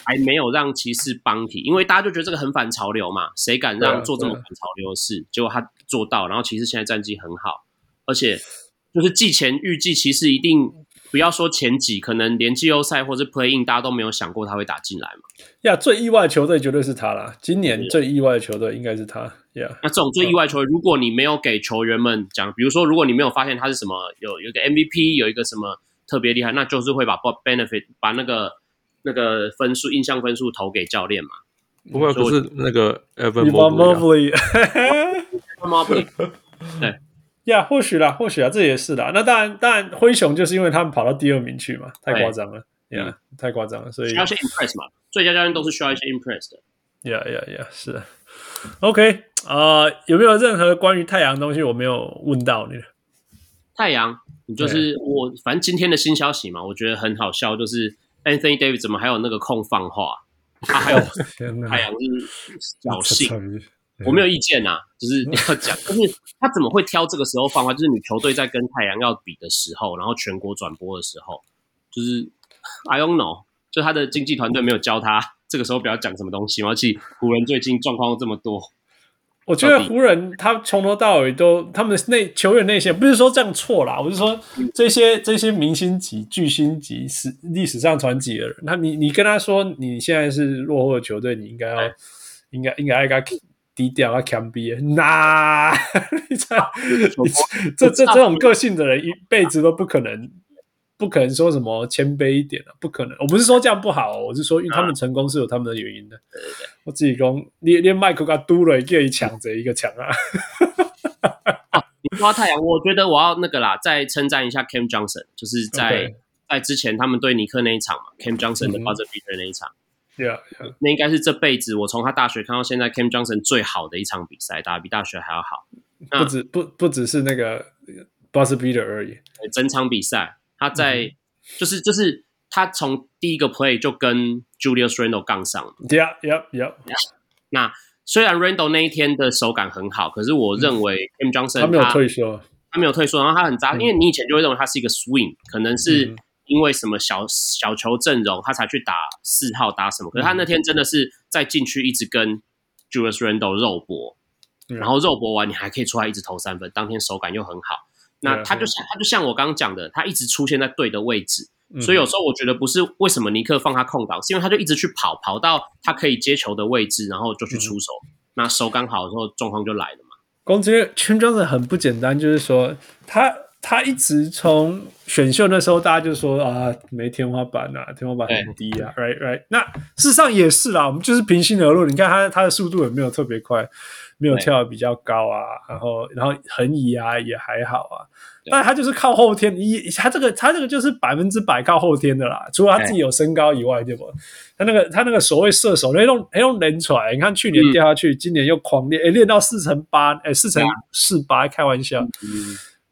Speaker 4: 还没有让骑士帮体，因为大家就觉得这个很反潮流嘛，谁敢
Speaker 3: 对啊
Speaker 4: 让做这么
Speaker 3: 对啊
Speaker 4: 反潮流的事？结果他做到，然后骑士现在战绩很好，而且就是季前预计骑士一定不要说前几，可能连季后赛或是 Play In 大家都没有想过他会打进来嘛。
Speaker 3: 呀最意外的球队绝对是他啦，今年最意外的球队应该是他呀。
Speaker 4: 那这种最意外球员，如果你没有给球员们讲，比如说，如果你没有发现他是什么，有有一个 MVP，有一个什么特别厉害，那就是会把 Bob benefit 把那个那个分数印象分数投给教练嘛。
Speaker 5: 不过
Speaker 4: 所以
Speaker 5: 不
Speaker 4: 我
Speaker 5: 是那个 Evan
Speaker 3: y v a n
Speaker 5: Mobley 啊
Speaker 3: Mobley，
Speaker 4: 那么不
Speaker 3: 呀，或许啦，或许啊，这也是啦。那当然，当然，灰熊就是因为他们跑到第二名去嘛，太夸张了，呀、
Speaker 4: 嗯
Speaker 3: 太夸张了，所以
Speaker 4: 需要一些 impress 嘛，最佳教练都是需要一些 impress 的。
Speaker 3: 呀呀呀，是啊。OK，啊、有没有任何关于太阳的东西我没有问到你的？
Speaker 4: 太阳，你就是我，反正今天的新消息嘛，我觉得很好笑，就是 Anthony Davis 怎么还有那个空放话，他还有
Speaker 3: 天哪
Speaker 4: 太阳是 侥幸。
Speaker 3: 对
Speaker 4: 我没有意见呐、就是要讲，就是他怎么会挑这个时候放话？就是你球队在跟太阳要比的时候，然后全国转播的时候，就是 I don't know，就他的经纪团队没有教他 这个时候不要讲什么东西嘛。而且湖人最近状况又这么多，
Speaker 3: 我觉得湖人他从头到尾都他们的内球员内线不是说这样错啦，我是说这些这些明星级、巨星级、史历史上传奇的人，那你你跟他说你现在是落后的球队，你应该要应该应该应该低调要 can be 那你这你这这这种个性的人一辈子都不可能。不可能说什么谦卑一点啊，不可能。我不是说这样不好、哦，我是说因为他们成功是有他们的原因的。我自己讲，连连麦克给他嘟了，给一抢着一个抢啊！
Speaker 4: 你说到太阳，我觉得我要那个啦，再称赞一下 Cam Johnson，就是在
Speaker 3: OK
Speaker 4: 在之前他们对尼克那一场嘛，Cam Johnson 的
Speaker 3: 嗯
Speaker 4: buzzer beater 那一场，
Speaker 3: 对啊，
Speaker 4: 那应该是这辈子我从他大学看到现在 Cam Johnson 最好的一场比赛，打得比大学还要好。
Speaker 3: 不止不不只是那个 buzzer beater 而已。
Speaker 4: 整场比赛，他
Speaker 3: 嗯
Speaker 4: 在、就是就是他从第一个 play 就跟 Julius Randle 杠上了。
Speaker 3: Yeah, yeah, yeah。
Speaker 4: 那虽然 Randle 那一天的手感很好，可是我认为 Cam Johnson
Speaker 3: 嗯他没有退休，啊
Speaker 4: 他没有退缩，然后他很扎，
Speaker 3: 嗯
Speaker 4: 因为你以前就会认为他是一个 swing，可能是
Speaker 3: 嗯
Speaker 4: 因为什么小小球阵容他才去打四号打什么，可
Speaker 3: 嗯
Speaker 4: 是他那天真的是在禁区一直跟 Julius Randle 肉搏，
Speaker 3: 嗯
Speaker 4: 然后肉搏完你还可以出来一直投三分，当天手感又很好，那
Speaker 3: 对啊
Speaker 4: 他就像他就像我刚刚讲的，他一直出现在对的位置，
Speaker 3: 嗯
Speaker 4: 所以有时候我觉得不是为什么尼克放他空档，是因为他就一直去跑，跑到他可以接球的位置，然后就去
Speaker 3: 嗯
Speaker 4: 出手。那手感好之后，状况就来了嘛。
Speaker 3: 光觉得 Jim Johnson 很不简单，就是说他他一直从选秀那时候，大家就说啊没天花板啊，天花板很低啊，right right。那事实上也是啦，我们就是平心而论，你看他他的速度也没有特别快，没有
Speaker 4: 对
Speaker 3: 跳的比较高啊，然后然后横移啊也还好啊
Speaker 4: 对。
Speaker 3: 但他就是靠后天，一他这个他这个就是百分之百靠后天的啦，除了他自己有身高以外，对不？他那个他那个所谓射手，那种那种人出来，你看去
Speaker 4: 嗯
Speaker 3: 年掉下去，今年又狂练，哎，练到四乘八，哎，四
Speaker 4: 啊
Speaker 3: 乘四八，开玩
Speaker 4: 嗯
Speaker 3: 笑。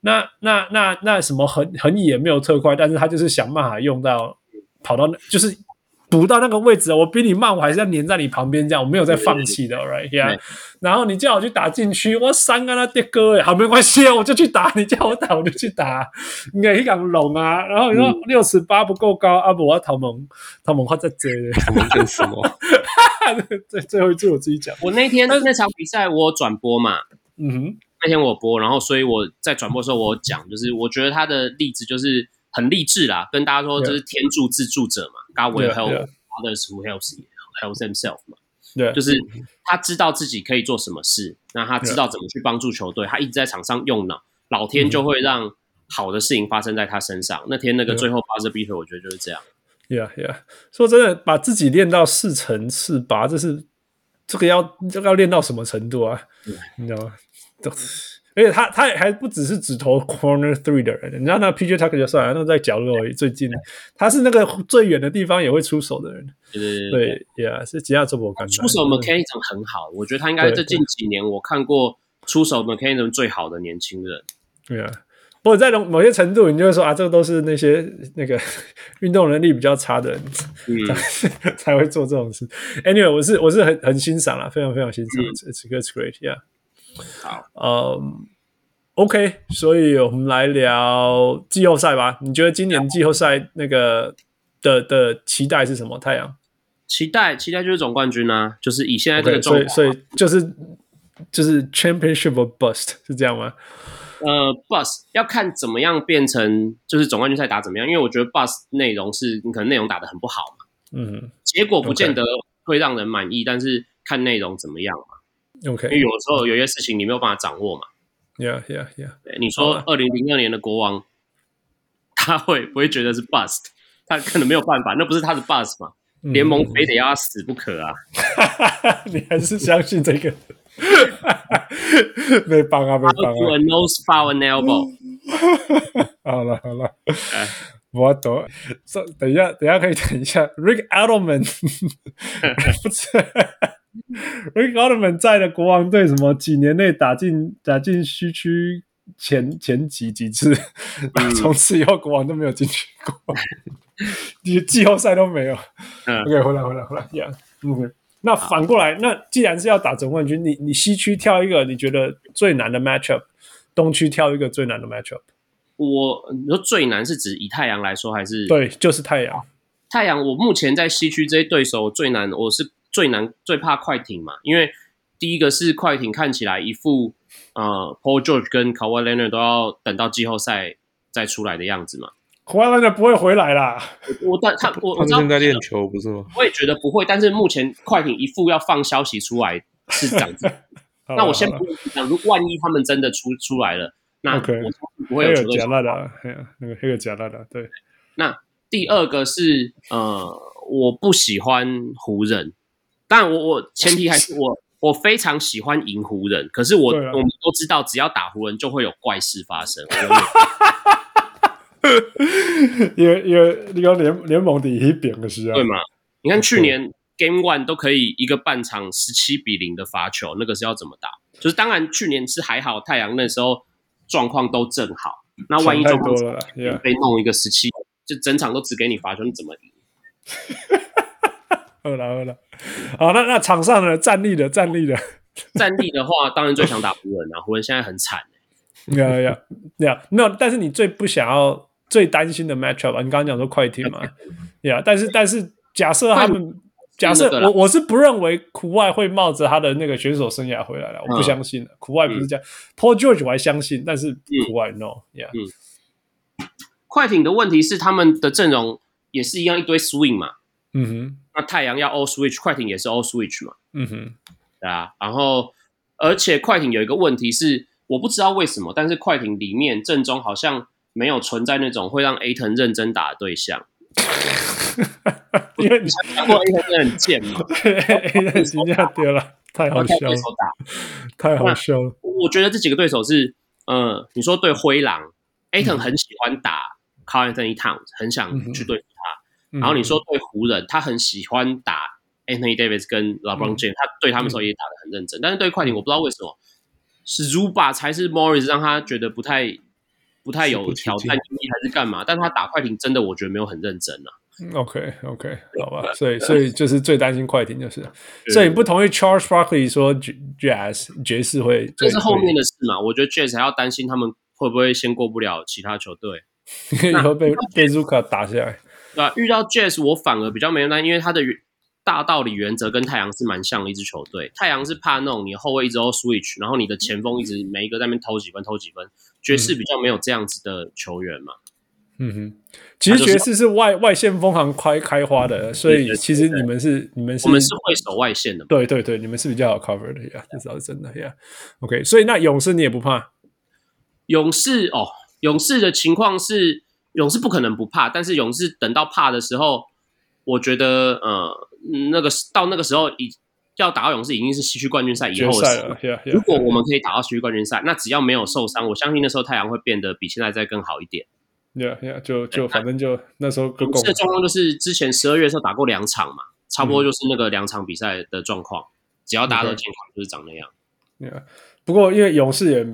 Speaker 3: 那那那那什么横横移也没有特快，但是他就是想办法用到跑到那，就是补到那个位置。我比你慢，我还是要粘在你旁边这样，我没有在放弃的，right？Yeah
Speaker 4: 对。
Speaker 3: 然后你叫我去打禁区，我三个那跌哥哎，好没关系啊，我就去打。你叫我打我就去打，你也可以讲龙啊。然后你
Speaker 4: 嗯
Speaker 3: 说六尺八不够高，啊不，我要逃盟，逃盟话再追。
Speaker 5: 我们跟 什么？
Speaker 3: 最最后一句我自己讲，
Speaker 4: 我那天那场比赛我有转播嘛，
Speaker 3: 嗯哼，
Speaker 4: 那天我播，然后所以我在转播的时候我有讲，就是我觉得他的例子就是很励志啦，跟大家说
Speaker 3: Yeah.
Speaker 4: 这是天助自助者嘛，God will
Speaker 3: Yeah,
Speaker 4: help
Speaker 3: yeah.
Speaker 4: others who helps helps himself 嘛，
Speaker 3: 对，
Speaker 4: 就是他知道自己可以做什么事，那他知道怎么去帮助球队，他一直在场上用脑，老
Speaker 3: 嗯
Speaker 4: 天就会让好的事情发生在他身上。那天那个
Speaker 3: Yeah.
Speaker 4: 最后发射 b e a t 我觉得就是这样。
Speaker 3: Yeah, yeah。说真的，把自己练到四乘四八，这是这个要这个要练到什么程度啊？你知道吗？都而且他他也还不只是只投 corner three 的人，你知道那 PJ Tucker 就算了，那在角落而已，最近他是那个最远的地方也会出手的人。
Speaker 4: 就是
Speaker 3: 对，Yeah，是吉亚这波干
Speaker 4: 出手 mechanism 很好，我觉得他应该是
Speaker 3: 对
Speaker 4: 这近几年我看过出手 mechanism 最好的年轻人。
Speaker 3: Yeah，或者在某某些程度，你就会说啊，这都是那些那个 运动能力比较差的人。
Speaker 4: 嗯，
Speaker 3: 才 会做这种事。Anyway，我是我是很很欣赏啦，非常非常欣
Speaker 4: 嗯
Speaker 3: 赏。It's it's it's great, yeah。好，嗯、o k 所以我们来聊季后赛吧。你觉得今年季后赛那个的的期待是什么？太阳
Speaker 4: 期待期待就是总冠军啊，就是以现在这个
Speaker 3: OK，
Speaker 4: 状
Speaker 3: 所以
Speaker 4: 况
Speaker 3: 所以就是就是 championship or bust 是这样吗？
Speaker 4: 呃，bus 要看怎么样变成就是总冠军赛打怎么样，因为我觉得 bus 内容是你可能内容打得很不好嘛，
Speaker 3: 嗯
Speaker 4: 结果不见得会让人满意，但是看内容怎么样嘛，因为
Speaker 3: ，OK，Yeah，Yeah，Yeah。
Speaker 4: 有时候有些事情你没有办法掌握嘛。
Speaker 3: yeah, yeah.
Speaker 4: 对你说
Speaker 3: 好啊
Speaker 4: 二零零二年的国王，他会不会觉得是 bust？他可能没有办法，那不是他的 bust 嘛？
Speaker 3: 嗯
Speaker 4: 联盟非得要他死不可啊！
Speaker 3: 你还是相信这个？ 没帮啊，没帮
Speaker 4: Do
Speaker 3: 啊
Speaker 4: a！nose foul and elbow，
Speaker 3: 好了好了， 我懂。说等一下，等一下可以等一下。Rick Adelman 不是 Rick Adelman 在的国王队什么几年内打进打进西区前前几几次， 从此以后国王都没有进去过，季季后赛都没有。
Speaker 4: 嗯
Speaker 3: OK，回来回来回来，Yeah，OK、OK，那反过来，那既然是要打总冠军，你你西区挑一个你觉得最难的 matchup，东区挑一个最难的 matchup。
Speaker 4: 我你说最难是指以太阳来说还是
Speaker 3: 对，就是太阳。
Speaker 4: 太阳，我目前在西区这些对手最难，我是最难最怕快艇嘛，因为第一个是快艇看起来一副呃 Paul George 跟 Kawhi Leonard 都要等到季后赛再出来的样子嘛。
Speaker 3: 胡安的不会回来啦。
Speaker 4: 我但他我
Speaker 5: 他
Speaker 4: 我
Speaker 5: 们
Speaker 4: 知道
Speaker 5: 正在练球不是吗？
Speaker 4: 我也觉得不会，但是目前快艇一副要放消息出来是这样 子。
Speaker 3: 好啦
Speaker 4: 那我先
Speaker 3: 好啦
Speaker 4: 不讲，如万一他们真的出出来了，那
Speaker 3: OK
Speaker 4: 我相信不会
Speaker 3: 黑
Speaker 4: 有
Speaker 3: 尔
Speaker 4: 球队
Speaker 3: 加纳
Speaker 4: 啊
Speaker 3: 的，嘿呀那个黑尔加纳的，对，
Speaker 4: 第二个是呃，我不喜欢湖人，但我我前提还是我我非常喜欢赢湖人，可是我、
Speaker 3: 对啊
Speaker 4: 我们都知道，只要打湖人就会有怪事 发生。我永远
Speaker 3: 啊因为因为你讲联联盟第一扁的时候
Speaker 4: 对，吗？你看去年 Game One 都可以一个半场十七比零的罚球，那个是要怎么打？就是当然去年是还好，太阳那时候状况都正好，那万一
Speaker 3: 想
Speaker 4: 状
Speaker 3: 太多
Speaker 4: 况
Speaker 3: 了啦，Yeah，
Speaker 4: 被弄一个十七，就整场都只给你罚球，你怎么赢？
Speaker 3: 好了好了，好，那那场上的战力的战力的，
Speaker 4: 战力的话，当然最想打湖人啊，湖人现在很惨。
Speaker 3: 呀呀呀，没有，但是你最不想要、最担心的 matchup 啊，你刚刚讲说快艇嘛，呀，但是但是假设他们。假设
Speaker 4: 真的啦
Speaker 3: 我我是不认为苦外会冒着他的那个选手生涯回来了，我不
Speaker 4: 嗯
Speaker 3: 相信的。苦外不是这样，Paul George 我还相信，但是苦外 no，yeah。
Speaker 4: 快艇的问题是他们的阵容也是一样一堆 swing 嘛，
Speaker 3: 嗯哼，
Speaker 4: 那太阳要 all switch，快艇也是 all switch 嘛，
Speaker 3: 嗯哼，
Speaker 4: 对啊。然后而且快艇有一个问题是，我不知道为什么，但是快艇里面阵中好像没有存在那种会让 A 腾认真打的对象。
Speaker 3: 因 为你
Speaker 4: 不过 A 腾很贱嘛，
Speaker 3: 人家对了，太 好
Speaker 4: 然后
Speaker 3: 笑
Speaker 4: 对
Speaker 3: 了，
Speaker 4: 手打。
Speaker 3: 太好笑了。
Speaker 4: 我觉得这几个对手是，呃，你说对灰狼，A
Speaker 3: 嗯
Speaker 4: 腾很喜欢打 Carl Anthony Towns，很想去对付他。
Speaker 3: 然
Speaker 4: 然后你说对湖人，他很喜欢打 Anthony Davis 跟 LeBron James，、他对他们的时候也打得很认真。但是对快艇，我不知道为什么是 Zuba 才是 Morris 让他觉得不太不太有挑战力还是干嘛？但他打快艇真的我觉得没有很认真啊。
Speaker 3: OK OK，好吧，所以所以就是最担心快艇就是，所以你不同意 Charles Barkley 说 Jazz 爵士会最，
Speaker 4: 这是后面的事嘛？我觉得 Jazz 还要担心他们会不会先过不了其他球队。
Speaker 3: 以后被被 Zuka 打下来。
Speaker 4: 对啊，遇到 Jazz 我反而比较没担心，因为他的原大道理原则跟太阳是蛮像的一支球队。太阳是怕那种你后卫一直都 switch，然后你的前锋一直每一个在那边偷几分偷几分。爵士比较没有这样子的球员嘛，
Speaker 3: 嗯哼，其实爵士是外外线锋行开开花的，所以其实你们是你们是
Speaker 4: 我们是会守外线的嘛。
Speaker 3: 对对对，你们是比较好 cover 的呀，这倒是真的呀。OK，所以那勇士你也不怕？
Speaker 4: 勇士哦，勇士的情况是勇士不可能不怕，但是勇士等到怕的时候，我觉得呃嗯那个到那个时候已要打到勇士已经是西区冠军赛以
Speaker 3: 决
Speaker 4: 后的
Speaker 3: 赛
Speaker 4: 事
Speaker 3: 了呀呀
Speaker 4: 如果我们可以打到区域冠军
Speaker 3: 嗯
Speaker 4: 赛，那只要没有受伤，我相信那时候太阳会变得比现在再更好一点。
Speaker 3: 呀呀，就就反正就那时候够
Speaker 4: 勇士的状况就是之前十二月的时候打过两场
Speaker 3: 嗯
Speaker 4: 嘛，差不多就是那个两场比赛的状况。只要大家都
Speaker 3: OK
Speaker 4: 健康，就是长那样。
Speaker 3: Yeah. 不过因为勇士也，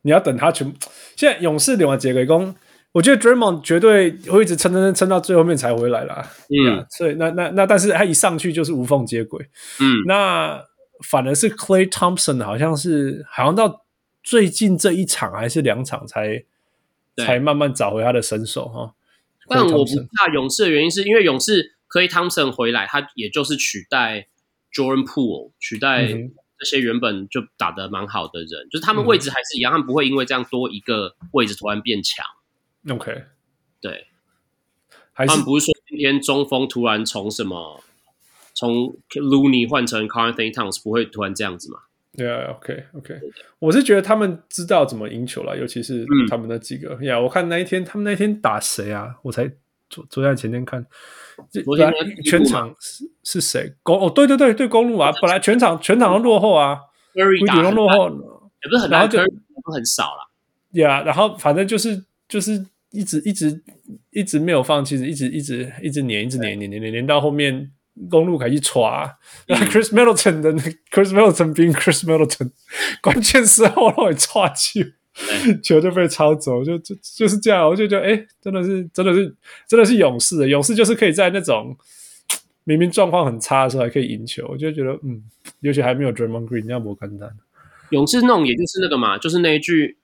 Speaker 3: 你要等他全部。现在勇士领完杰克攻，我觉得 Draymond 绝对会一直撑撑撑撑到最后面才回来啦。
Speaker 4: 嗯
Speaker 3: 所以那那那，但是他一上去就是无缝接轨。
Speaker 4: 嗯，
Speaker 3: 那反而是 Clay Thompson 好像是好像到最近这一场还是两场才
Speaker 4: 对
Speaker 3: 才慢慢找回他的身手哈。哦
Speaker 4: 但
Speaker 3: Klay
Speaker 4: 我不
Speaker 3: Thompson
Speaker 4: 怕勇士的原因是因为勇士可以汤 o 回来，他也就是取代 Jordan Poole，取代
Speaker 3: 嗯哼嗯
Speaker 4: 这些原本就打得蛮好的人，就是他们位置还是一样，他们不会因为这样多一个位置突然变强。
Speaker 3: OK
Speaker 4: 对，
Speaker 3: 还
Speaker 4: 他
Speaker 3: 是
Speaker 4: 们不是说今天中锋突然从什么从 Looney 换成 c a r n t h a n Towns 不会突然这样子嘛？
Speaker 3: 对啊，OK OK，我是觉得他们知道怎么赢球了，尤其是
Speaker 4: 嗯
Speaker 3: 他们那几个呀。我看那一天他们那一天打谁啊？我才昨昨天还前天看，这
Speaker 4: 昨天
Speaker 3: 本来
Speaker 4: 那个第一
Speaker 3: 全
Speaker 4: 步嘛
Speaker 3: 场是是谁？公哦，对对对对，公路啊，本来全场全场都落后啊，
Speaker 4: Curry
Speaker 3: 龟
Speaker 4: 打
Speaker 3: 顶都
Speaker 4: 很烂
Speaker 3: 落后
Speaker 4: 也不是很
Speaker 3: 然
Speaker 4: 难
Speaker 3: 后就
Speaker 4: ，Curry 打得很少啦。
Speaker 3: 呀，然后反正就是就是一直一直一直没有放弃，一直一直一直撵，一直撵撵撵撵撵到后面。公路开始刷，那 Chris Middleton 的那 Chris Middleton 并 Chris Middleton 关键时候让我抓球，
Speaker 4: 对
Speaker 3: 球就被抄走，就就就是这样，我就觉得，哎、真的是，真的是，真的是勇士的，勇士就是可以在那种明明状况很差的时候还可以赢球，我就觉得，嗯，尤其还没有 Draymond Green，要不简单。
Speaker 4: 勇士弄也就是那个嘛，就是那一句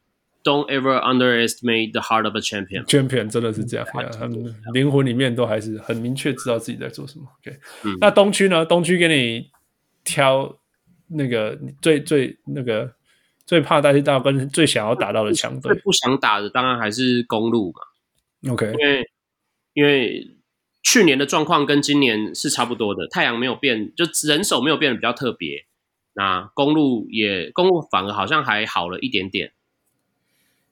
Speaker 4: Don't ever underestimate the heart of a champion。
Speaker 3: Champion 真的
Speaker 4: 嗯
Speaker 3: 是这样，对啊他们灵魂里面都还是很明确知道自己在做什么。OK，、
Speaker 4: 嗯
Speaker 3: 那东区呢？东区给你挑那个最最那个最怕带去到跟最想要打到的强
Speaker 4: 最
Speaker 3: 队。
Speaker 4: 不想打的当然还是公路嘛，
Speaker 3: OK，
Speaker 4: 因为因为去年的状况跟今年是差不多的，太阳没有变，就人手没有变得比较特别。那公路也公路反而好像还好了一点点，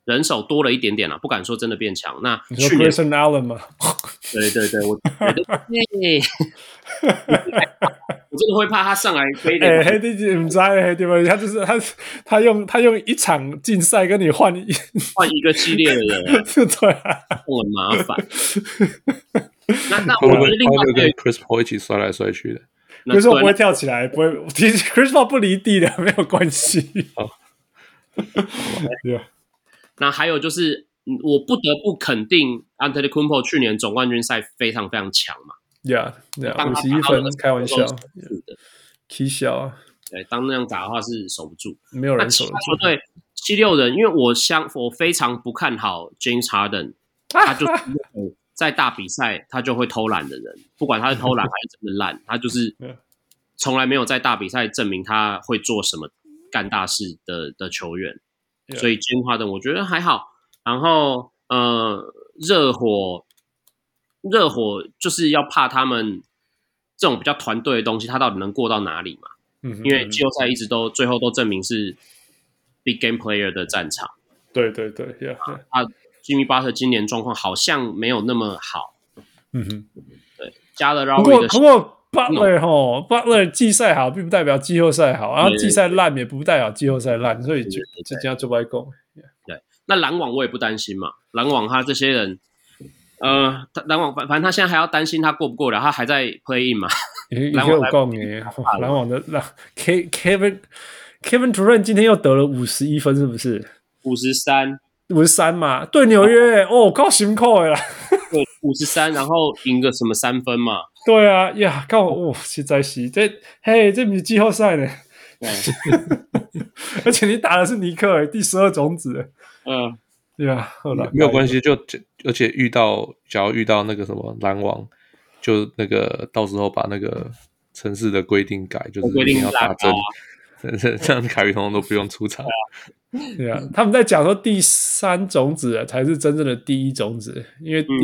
Speaker 4: 人手多了一点点啦、不敢说真的变强。那
Speaker 3: 你说
Speaker 4: 去年
Speaker 3: Grayson Allen 吗？
Speaker 4: 对对对，我我就对， 我真的会怕他上来飞
Speaker 3: 哎、
Speaker 4: 的。
Speaker 3: 黑弟弟唔知黑弟弟，他就是他，他用他用一场竞赛跟你换一，
Speaker 4: 换一个系列的人，
Speaker 3: 对啊，
Speaker 4: 我很麻烦。那那
Speaker 5: 他
Speaker 4: 我
Speaker 5: 们
Speaker 4: 觉得另
Speaker 5: 他
Speaker 4: 外
Speaker 5: 们
Speaker 4: 一
Speaker 5: 跟
Speaker 4: 个，
Speaker 5: Chris Paul 一起摔来摔去的。
Speaker 4: 那
Speaker 3: 就是我不
Speaker 4: 对
Speaker 3: 会跳起来，不会，其实 Chris Paul 不离地的，没有关系。
Speaker 5: 好
Speaker 3: 对啊，
Speaker 4: 那还有就是，嗯我不得不肯定 Anthony c u m p o 去年总冠军赛非常非常强嘛，
Speaker 3: 呀呀，
Speaker 4: 当
Speaker 3: 五
Speaker 4: 他
Speaker 3: 十一
Speaker 4: 打到那
Speaker 3: 分
Speaker 4: 个，
Speaker 3: 开玩笑
Speaker 4: 守不住的，
Speaker 3: 踢笑啊，
Speaker 4: 对，当那样打的话是守不住。
Speaker 3: 没有
Speaker 4: 那
Speaker 3: 人
Speaker 4: 其
Speaker 3: 守得
Speaker 4: 他球
Speaker 3: 住。
Speaker 4: 队七六人，因为我相我非常不看好 James Harden，他就是在大比赛他就会偷懒的人，不管他是偷懒还是真的 烂，他就是从来没有在大比赛证明他会做什么干大事的的球员。
Speaker 3: Yeah.
Speaker 4: 所以 James Harden 我觉得还好。然后呃，热火，热火就是要怕他们这种比较团队的东西，他到底能过到哪里嘛？
Speaker 3: 嗯哼，
Speaker 4: 因为季后赛一直都最后都证明是 big game player 的战场。
Speaker 3: 对对对，yeah，,
Speaker 4: 啊
Speaker 3: yeah
Speaker 4: 吉米巴特今年状况好像没有那么好，
Speaker 3: 嗯哼。
Speaker 4: 加了
Speaker 3: 不
Speaker 4: Rory
Speaker 3: 过
Speaker 4: 的
Speaker 3: 不过 Butler 吼 Butler 季赛好，并不代表季后赛好，然后
Speaker 4: 对对
Speaker 3: 季赛烂也不代表季后赛烂，所以就
Speaker 4: 对对对
Speaker 3: 就这样做外公。
Speaker 4: 那篮网我也不担心嘛，篮网他这些人，呃，他篮网反反正他现在还要担心他过不过了，他还在 play in 嘛，
Speaker 3: 也也
Speaker 4: 篮网
Speaker 3: 有
Speaker 4: 来
Speaker 3: 共鸣，篮网的让 K Kevin Kevin Durant 今天又得了五十一分，是不是？
Speaker 4: 五十三，
Speaker 3: 五十三嘛，对纽约哦，高辛苦的啦。
Speaker 4: 对，五十三，然后赢个什么三分嘛，
Speaker 3: 对啊，呀，告我哦，实在是这嘿，这不是季后赛呢，
Speaker 4: 对，
Speaker 3: 而且你打的是尼克尔第十二种子，
Speaker 4: 嗯、 呃，
Speaker 3: 对啊，后来
Speaker 5: 没有关系，就就而且遇到，假如遇到那个什么篮网，就那个到时候把那个城市的规定改，就是
Speaker 4: 规
Speaker 5: 一
Speaker 4: 定
Speaker 5: 定要
Speaker 4: 是
Speaker 5: 打啊
Speaker 4: 拉
Speaker 5: 针
Speaker 4: 高，
Speaker 5: 这样凯宇通通都不用出场。
Speaker 3: 对啊，他们在讲说第三种子啊才是真正的第一种子，因为
Speaker 5: 嗯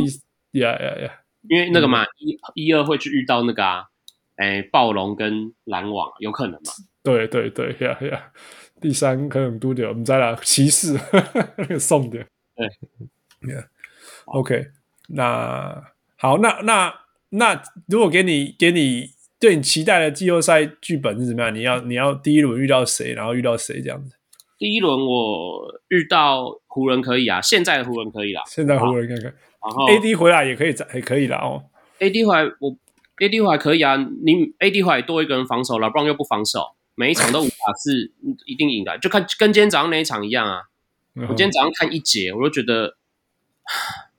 Speaker 3: 第呀呀呀，
Speaker 4: 因为那个嘛，一一二会去遇到那个啊，哎，暴龙跟篮网有可能嘛，
Speaker 3: 对对对呀呀，第三可能都得我们再来骑士那个送的，
Speaker 4: 对
Speaker 3: ，yeah OK，那好，那那那如果给你给你对你期待的季后赛剧本是怎么样？你要你要第一轮遇到谁，然后遇到谁这样子？
Speaker 4: 第一轮我遇到湖人可以啊，现在的湖人可以啦，
Speaker 3: 现在湖人看看、
Speaker 4: 然后
Speaker 3: AD 回来也可以再，也可以了哦。
Speaker 4: AD 回来我 AD 回来可以啊，你 AD 回来多一个人防守了，不然又不防守，每一场都无法是一定赢的，就看跟今天早上那一场一样啊。
Speaker 3: 我
Speaker 4: 我今天早上看一节，我就觉得，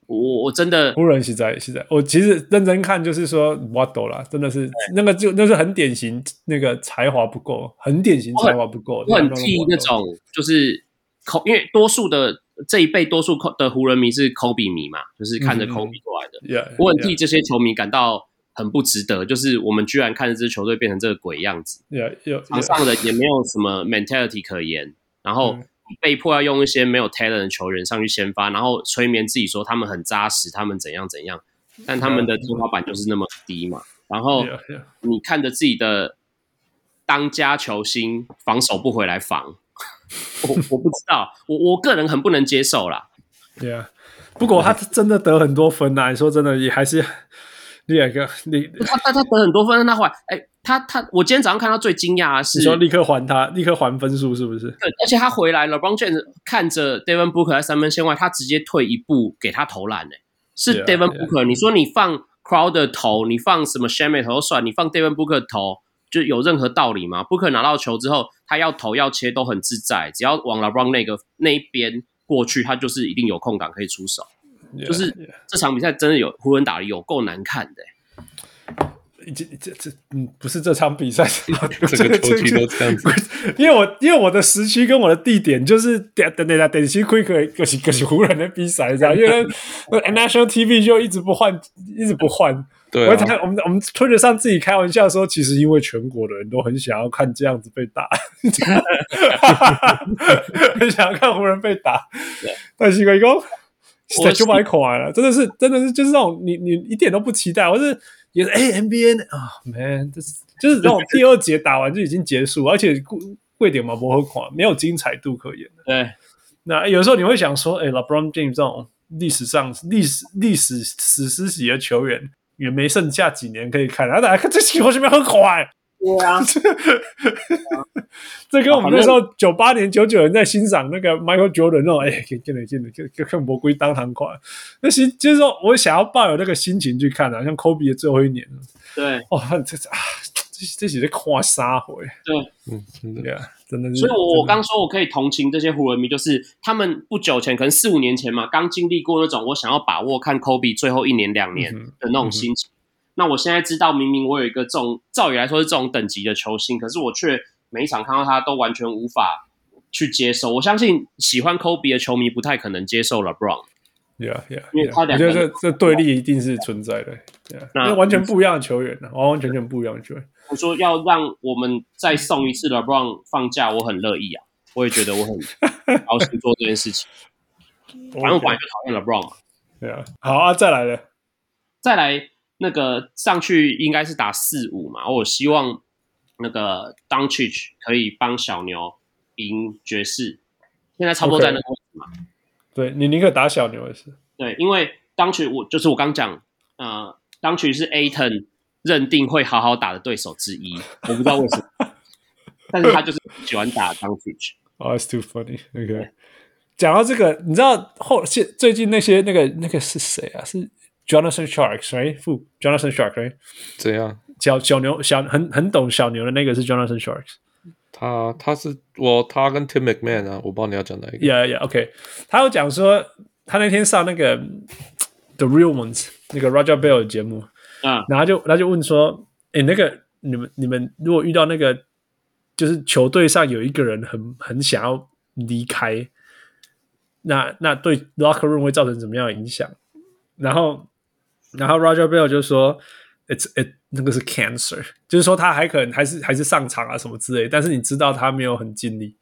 Speaker 4: 我我真的
Speaker 3: 湖人是在是在，我其实认真看，就是说 Waddle 啦，真的是那个就那是很典型，那个才华不够，很典型才华不够。
Speaker 4: 我很
Speaker 3: 那种
Speaker 4: 替
Speaker 3: Waddle
Speaker 4: 那种就是口，因为多数的这一辈多数的湖人迷是科比迷嘛，就是看
Speaker 3: 嗯
Speaker 4: 着
Speaker 3: 嗯嗯啊
Speaker 4: 科比过来的。
Speaker 3: ，yeah,
Speaker 4: 我很替这些球迷感到很不值得，就是我们居然看着这支球队变成这个鬼样子。
Speaker 3: yeah, yeah,
Speaker 4: 场
Speaker 3: yeah,
Speaker 4: 上的也没有什么 mentality 可言，然后
Speaker 3: 嗯
Speaker 4: 被迫要用一些没有 talent 的球员上去先发，然后催眠自己说他们很扎实，他们怎样怎样，但他们的天花板就是那么低嘛。然后
Speaker 3: yeah, yeah,
Speaker 4: 你看着自己的当家球星防守不回来防，我我不知道，我我个人很不能接受啦。
Speaker 3: yeah. 不过他真的得很多分啊呐、你说真的也还是 另外一个，你
Speaker 4: 他他他得很多分，但他后来哎，他他我今天早上看到最惊讶的是
Speaker 3: 你，说立刻还他，立刻还分数是不是？
Speaker 4: 对，而且他回来了 b r o n James 看着 Devin Booker 在三分线外，他直接退一步给他投篮、欸，是
Speaker 3: Yeah,
Speaker 4: Devin
Speaker 3: yeah.
Speaker 4: Booker。你说你放 Crowder 投，你放什么 s h a m e t 投都算，你放 Devin Booker 投，就有任何道理吗？Booker 拿到球之后，他要投要切都很自在，只要往 LeBron 那个那一边过去，他就是一定有空档可以出手。就是
Speaker 3: yeah,
Speaker 4: 这场比赛真的有湖人打的有够难看的、欸
Speaker 3: yeah. 这这这嗯，不是这场比赛，
Speaker 5: 整个球季都 这样子。
Speaker 3: 因为我因为我的时区跟我的地点就是等等等下等区 quick 就是就是湖人的比赛这样，因为那 national TV 就一直不换，一直不换。
Speaker 5: 对
Speaker 3: 我
Speaker 5: 啊，
Speaker 3: 才我们我们推得上自己开玩笑说，其实因为全国的人都很想要看这样子被打，很想要看湖人被打，但是我讲。
Speaker 4: 我
Speaker 3: 在
Speaker 4: 是
Speaker 3: 九百口来了，真的是，真的是，就是那种你你一点都不期待，我是也是哎、NBA 呢啊、man，这是就是那种第二节打完就已经结束，而且贵点嘛不会狂，没有精彩度可言。
Speaker 4: 对，
Speaker 3: 那有时候你会想说，哎、l e b r o n James 这种历史上历史历史史诗级的球员，也没剩下几年可以看。然后大家看 这球什么很快，
Speaker 4: 对 啊，
Speaker 3: 这跟我们那时候九八年、九九年在欣赏那个 Michael Jordan 那种，哎、给给你给你给给看魔鬼当堂快。那心就是说我想要抱有那个心情去看啊，像 Kobe 的最后一年，
Speaker 4: 对，
Speaker 3: 哇、这这啊，这这几是夸杀回，
Speaker 5: 嗯，真的
Speaker 3: 对啊，真的是。
Speaker 4: 所以我我
Speaker 3: 真的
Speaker 4: 刚说我可以同情这些湖人迷，就是他们不久前，可能四五年前嘛，刚经历过那种我想要把握看 Kobe 最后一年两年
Speaker 3: 嗯哼
Speaker 4: 的那种心情。那我现在知道，明明我有一个这种照理来说是这种等级的球星，可是我却每一场看到他都完全无法去接受。我相信喜欢 Kobe 的球迷不太可能接受 LeBron。
Speaker 3: Yeah, yeah,
Speaker 4: 因为
Speaker 3: yeah.
Speaker 4: 他两
Speaker 3: 我
Speaker 4: 个
Speaker 3: 觉得这这对立一定是存在的，yeah.
Speaker 4: 那
Speaker 3: 因为完全不一样的球员呢，完完全全不一样的球员。
Speaker 4: 我说要让我们再送一次 LeBron 放假，我很乐意啊，嗯我也觉得我很高兴做这件事情。反正我本来就讨厌 LeBron 嘛。
Speaker 3: 对啊，好啊，再来了，
Speaker 4: 再来那个上去应该是打四五嘛，我希望那个 d o n c h i c 可以帮小牛赢爵士，现在差不多在那个位置嘛。
Speaker 3: 对你宁可打小牛也是，
Speaker 4: 对，因为 d o n c h i c 我就是我刚讲，呃 d o n c h i c 是 Aton 认定会好好打的对手之一，我不知道为什么，但是他就是喜欢打 d o n c h i c
Speaker 3: 哦、oh,，it's too funny。OK，讲到这个，你知道后现最近那些那个那个是谁啊？是 Jonathan Sharks right？副 Jonathan Sharks right？
Speaker 6: 怎样？
Speaker 3: 小小牛小很很懂小牛的那个是 Jonathan Sharks。
Speaker 6: 他他是我他跟 Tim McMahon 啊，我不知道你要讲哪一个。
Speaker 3: Yeah yeah OK，他有讲说他那天上那个 The Real Ones 那个 Roger Bell 的节目，
Speaker 6: 嗯
Speaker 4: 啊，
Speaker 3: 然后就他就问说，哎，那个你们你们如果遇到那个就是球队上有一个人很很想要离开，那那对 locker room 会造成怎么样的影响？然后然后 Roger Bell 就说，it's it 那个是 cancer，就是说他还可能还是还是上场啊什么之类，但是你知道他没有很尽力，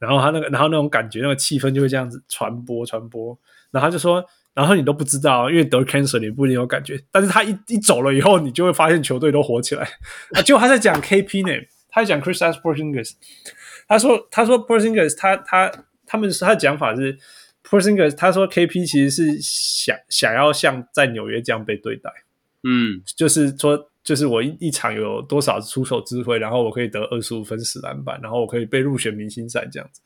Speaker 3: 然后他那个然后那种感觉那个气氛就会这样子传播传播，然后他就说。然后你都不知道，因为得 cancer 你不一定有感觉，但是他一一走了以后，你就会发现球队都火起来。 啊，结果他在讲 KP 呢，他在讲 Chris a s Porzingis，他说他说 Porzingis 他他他们他的讲法是 Porzingis 他说 KP 其实是想想要像在纽约这样被对待，
Speaker 4: 嗯，
Speaker 3: 就是说就是我一一场有多少出手机会，然后我可以得二十五分十篮板，然后我可以被入选明星赛这样子。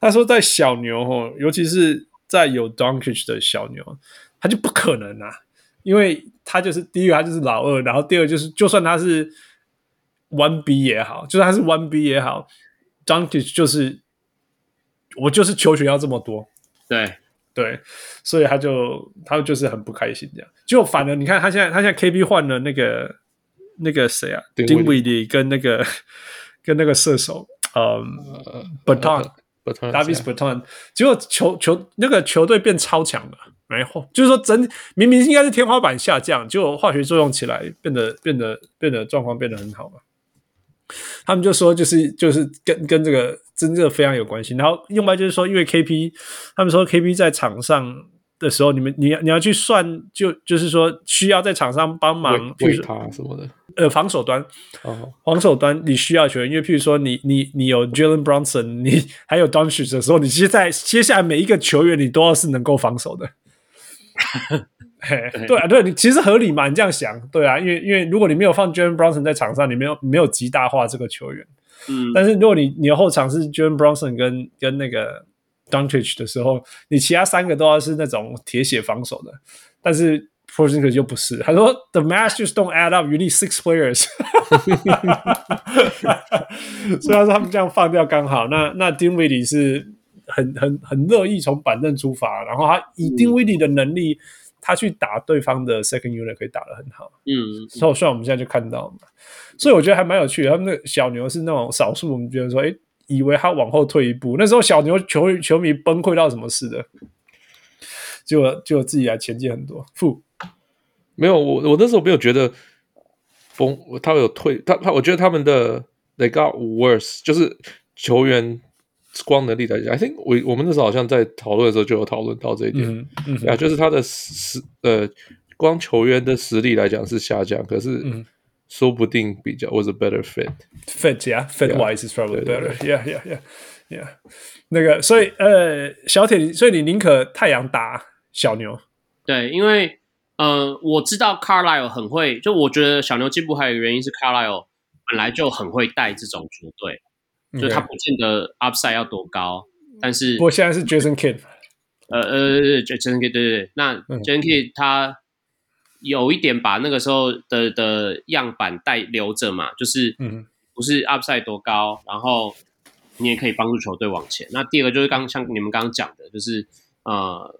Speaker 3: 他说在小牛哦，尤其是在有 Donkage 的小牛，他就不可能啊，因为他就是第一个他就是老二，然后第二就是就算他是 One B 也好，就算他是 One B 也好，Donkage 就是我就是球权要这么多，
Speaker 4: 对，
Speaker 3: 对，所以他就他就是很不开心这样。就反而你看他现在他现在 KB 换了那个那个谁啊，
Speaker 6: 丁
Speaker 3: 丁
Speaker 6: 威
Speaker 3: 威迪跟那个 跟那个射手，嗯
Speaker 6: 呃
Speaker 3: ，Baton。
Speaker 6: 不同
Speaker 3: Davis Berton，结果球球那个球队变超强了，没后就是说整明明应该是天花板下降，结果化学作用起来，变得变得变得状况变得很好嘛。他们就说就是就是跟跟这个真正非常有关系。然后另外就是说，因为 KP，他们说 KP 在场上的时候，你们你要你要去算，就就是说需要在场上帮忙，比
Speaker 6: 喂
Speaker 3: 如
Speaker 6: 喂
Speaker 3: 说
Speaker 6: 他什么的。
Speaker 3: 呃防守端，
Speaker 6: 哦，
Speaker 3: 防守端你需要球员，因为譬如说你你你有 Jalen Brunson，你还有 d o n c h 的时候，你接在接下来每一个球员你都要是能够防守的。嘿对啊，对你其实合理嘛，你这样想，对啊，因为因为如果你没有放 Jalen Brunson 在场上，你没有你没有极大化这个球员。
Speaker 4: 嗯，
Speaker 3: 但是如果你你的后场是 Jalen Brunson 跟跟那个 d u n c h 的时候，你其他三个都要是那种铁血防守的，但是 p o r z i n g i s 就不是。他说 The math just don't add up, you need six players 。所以他说他们这样放掉刚好。那那丁威迪是很很很乐意从板凳出发，然后他以丁威迪的能力，他去打对方的 second unit 可以打得很好。
Speaker 4: 嗯，
Speaker 3: 所以虽然我们现在就看到嘛，所以我觉得还蛮有趣的。他们那个小牛是那种少数，我们觉得说，哎、以为他往后退一步，那时候小牛球球迷崩溃到什么似的，结果结果自己来啊前进很多。负
Speaker 6: 没有，我我那时候没有觉得风，他们有退，他他我觉得他们的 they got worse，就是球员光能力来讲，I think 我我们那时候好像在讨论的时候就有讨论到这一点，
Speaker 3: 嗯嗯
Speaker 6: 对啊，就是他的实呃光球员的实力来讲是下降，可是
Speaker 3: 嗯
Speaker 6: 说不定比较 was a better fit，
Speaker 3: ，Fed yeah, Fed wise is probably
Speaker 6: 对对
Speaker 3: better. Yeah, yeah, yeah, yeah. 那个，所以呃，小铁，所以你宁可太阳打小牛，
Speaker 4: 对，因为呃，我知道 Carlisle 很会，就我觉得小牛进步还有一个原因是 Carlisle 本来就很会带这种球队，就他
Speaker 3: OK
Speaker 4: 不见得 upside 要多高，但是
Speaker 3: 不过现在是 Jason Kidd，
Speaker 4: 呃呃，Jason K 对对对，那
Speaker 3: 嗯
Speaker 4: Jason K 他有一点把那个时候的的样板带留着嘛，就是
Speaker 3: 嗯
Speaker 4: 不是 upside 多高，然后你也可以帮助球队往前。那第二个就是刚像你们刚刚讲的，就是呃，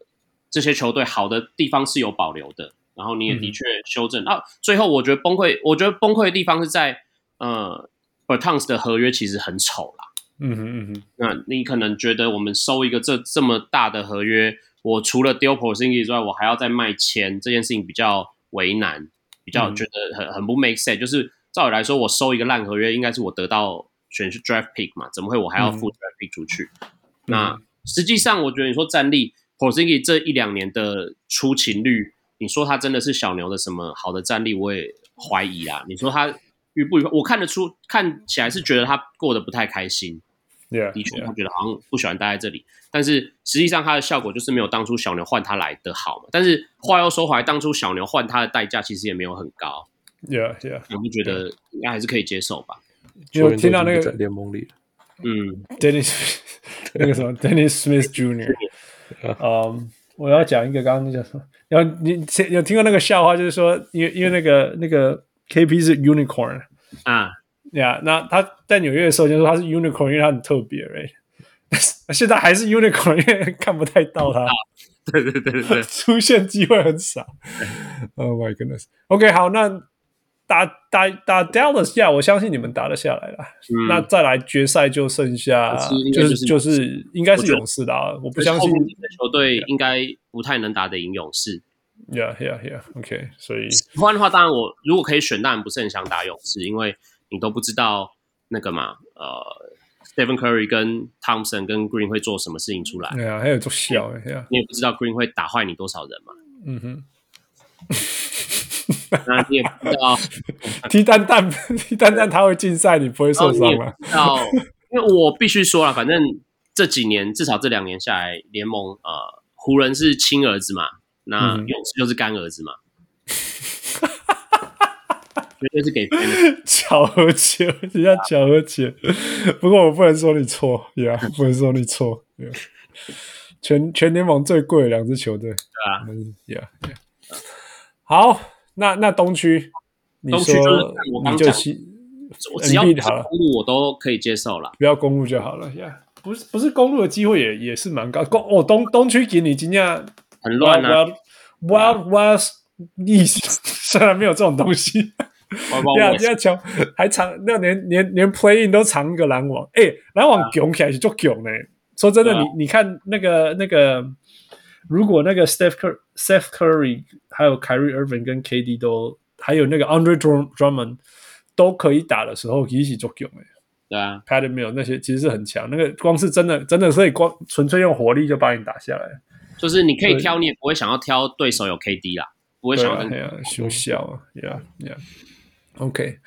Speaker 4: 这些球队好的地方是有保留的，然后你也的确修正。啊，最后我觉得崩溃，我觉得崩溃的地方是在呃 b e r t o n s 的合约其实很丑啦。
Speaker 3: 嗯哼嗯哼，
Speaker 4: 那你可能觉得我们收一个这这么大的合约，我除了丢 p o r z i n g i 之外，我还要再卖签，这件事情比较为难，比较
Speaker 3: 嗯
Speaker 4: 觉得很很不 make sense。就是照理来说，我收一个烂合约，应该是我得到选是 draft pick 嘛，怎么会我还要付 draft pick 出去？那实际上，我觉得你说战力， p o z i n g i 这一两年的出勤率，你说他真的是小牛的什么好的战力，我也怀疑啦。你说他愉不愉快？我看得出，看起来是觉得他过得不太开心。
Speaker 3: Yeah,
Speaker 4: 的确，
Speaker 3: yeah.
Speaker 4: 他觉得好像不喜欢待在这里。但是实际上，他的效果就是没有当初小牛换他来的好嘛。但是话又说回来，当初小牛换他的代价其实也没有很高，
Speaker 3: Yeah, yeah.
Speaker 4: 我就觉得应该还是可以接受吧。
Speaker 3: 因为我听到
Speaker 6: 球员都已经
Speaker 3: 那
Speaker 6: 不在
Speaker 3: 个
Speaker 6: 联盟里了，
Speaker 4: 嗯，
Speaker 3: Dennis 那个什么 Dennis Smith Jr. 嗯，我要讲一个刚刚那叫什么？然后你有听过那个笑话，就是说，因为因为那个那个 KP 是 unicorn，
Speaker 4: 啊，
Speaker 3: 呀，那他在纽约的时候就说他是 unicorn，因为他很特别，right？但是现在还是 unicorn，因为看不太到他，
Speaker 4: 对对对 对对，
Speaker 3: 出现机会很少。Oh my goodness。OK，好，那打打打 Dallas 下，我相信你们打得下来了。
Speaker 4: 嗯
Speaker 3: 那再来决赛就剩下
Speaker 4: 其实应该
Speaker 3: 就是
Speaker 4: 就是
Speaker 3: 就是应该
Speaker 4: 我
Speaker 3: 是
Speaker 4: 觉得
Speaker 3: 勇士打，我不相
Speaker 4: 后
Speaker 3: 信
Speaker 4: 面几个球队应该不太能打得赢勇士。
Speaker 3: ，Yeah Yeah Yeah，OK，、OK，所以
Speaker 4: 喜欢的话，当然我如果可以选，当然不是很想打勇士，因为你都不知道那个嘛，呃，Stephen Curry 跟 Thompson 跟 Green 会做什么事情出来，
Speaker 3: 哎呀，还有做笑哎呀，
Speaker 4: 你也不知道 Green 会打坏你多少人嘛，
Speaker 3: 嗯哼，
Speaker 4: 那你也不知道，
Speaker 3: 踢蛋蛋踢蛋蛋他会禁赛，你不会
Speaker 4: 然后
Speaker 3: 受
Speaker 4: 哦你
Speaker 3: 伤
Speaker 4: 也
Speaker 3: 吗？
Speaker 4: 不知道，因为我必须说了，反正这几年至少这两年下来，联盟呃，湖人是亲儿子嘛，那
Speaker 3: 嗯哼
Speaker 4: 勇士就是干儿子 嘛，绝对是给别人的
Speaker 3: 巧合球，人家巧合球。不过我不能说你错，Yeah，不能说你错。Yeah. 全全联盟最贵的两支球队，
Speaker 4: 啊
Speaker 3: 对，Yeah, yeah. 好，那那东区，你
Speaker 4: 东区
Speaker 3: 说
Speaker 4: 就是我刚
Speaker 3: 你就
Speaker 4: 讲
Speaker 3: 七，
Speaker 4: 我只要不
Speaker 3: Embiid
Speaker 4: 是
Speaker 3: 好了
Speaker 4: 公路，我都可以接受了。
Speaker 3: 不要公路就好了，Yeah。不是不是公路的机会也也是蛮高，公哦东东区给你今天
Speaker 4: 很乱啊！
Speaker 3: Wild Wild West East 虽然没有这种东西，
Speaker 4: 包包
Speaker 3: 呀，
Speaker 4: 我
Speaker 3: 人家强还长，那连连连 play in 都藏一个篮网，哎、篮网囧起来就囧呢。说真的，
Speaker 4: 啊对啊
Speaker 3: 你你看那个那个，如果那个 Steph Cur Steph Curry 还有 Kyrie Irving 跟 KD 都，还有那个 Andre Drum- Drummond 都可以打的时候，一起就囧哎。
Speaker 4: 对啊，
Speaker 3: p a d m i l 那些其实是很强，那个光是真的真的可以光纯粹用火力就把你打下来。
Speaker 4: 就是你可以
Speaker 3: 对
Speaker 4: 挑，你也不会想要挑对手有 KD 啦，不会
Speaker 3: 对
Speaker 4: 想
Speaker 3: 啊
Speaker 4: 要，跟
Speaker 3: 对啊，胸小啊，Yeah Yeah。OK，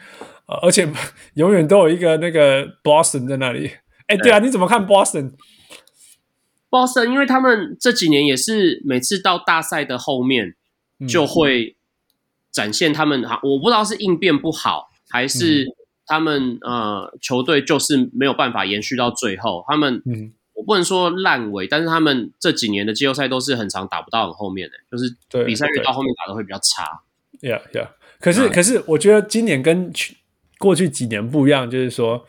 Speaker 3: 呃而且 永远都有一个那个 Boston 在那里。哎，对啊，你怎么看 Boston？
Speaker 4: Boston，因为他们这几年也是每次到大赛的后面
Speaker 3: 嗯
Speaker 4: 就会展现他们，好我不知道是应变不好，还
Speaker 3: 嗯
Speaker 4: 是他们呃球队就是没有办法延续到最后。他们
Speaker 3: 嗯，
Speaker 4: 我不能说烂尾，但是他们这几年的季后赛都是很常打不到很后面的，就是
Speaker 3: 对
Speaker 4: 比赛越
Speaker 3: 对
Speaker 4: 到后面打的会比较差。
Speaker 3: Yeah Yeah。可是
Speaker 4: 嗯
Speaker 3: 可是，我觉得今年跟去过去几年不一样，就是说。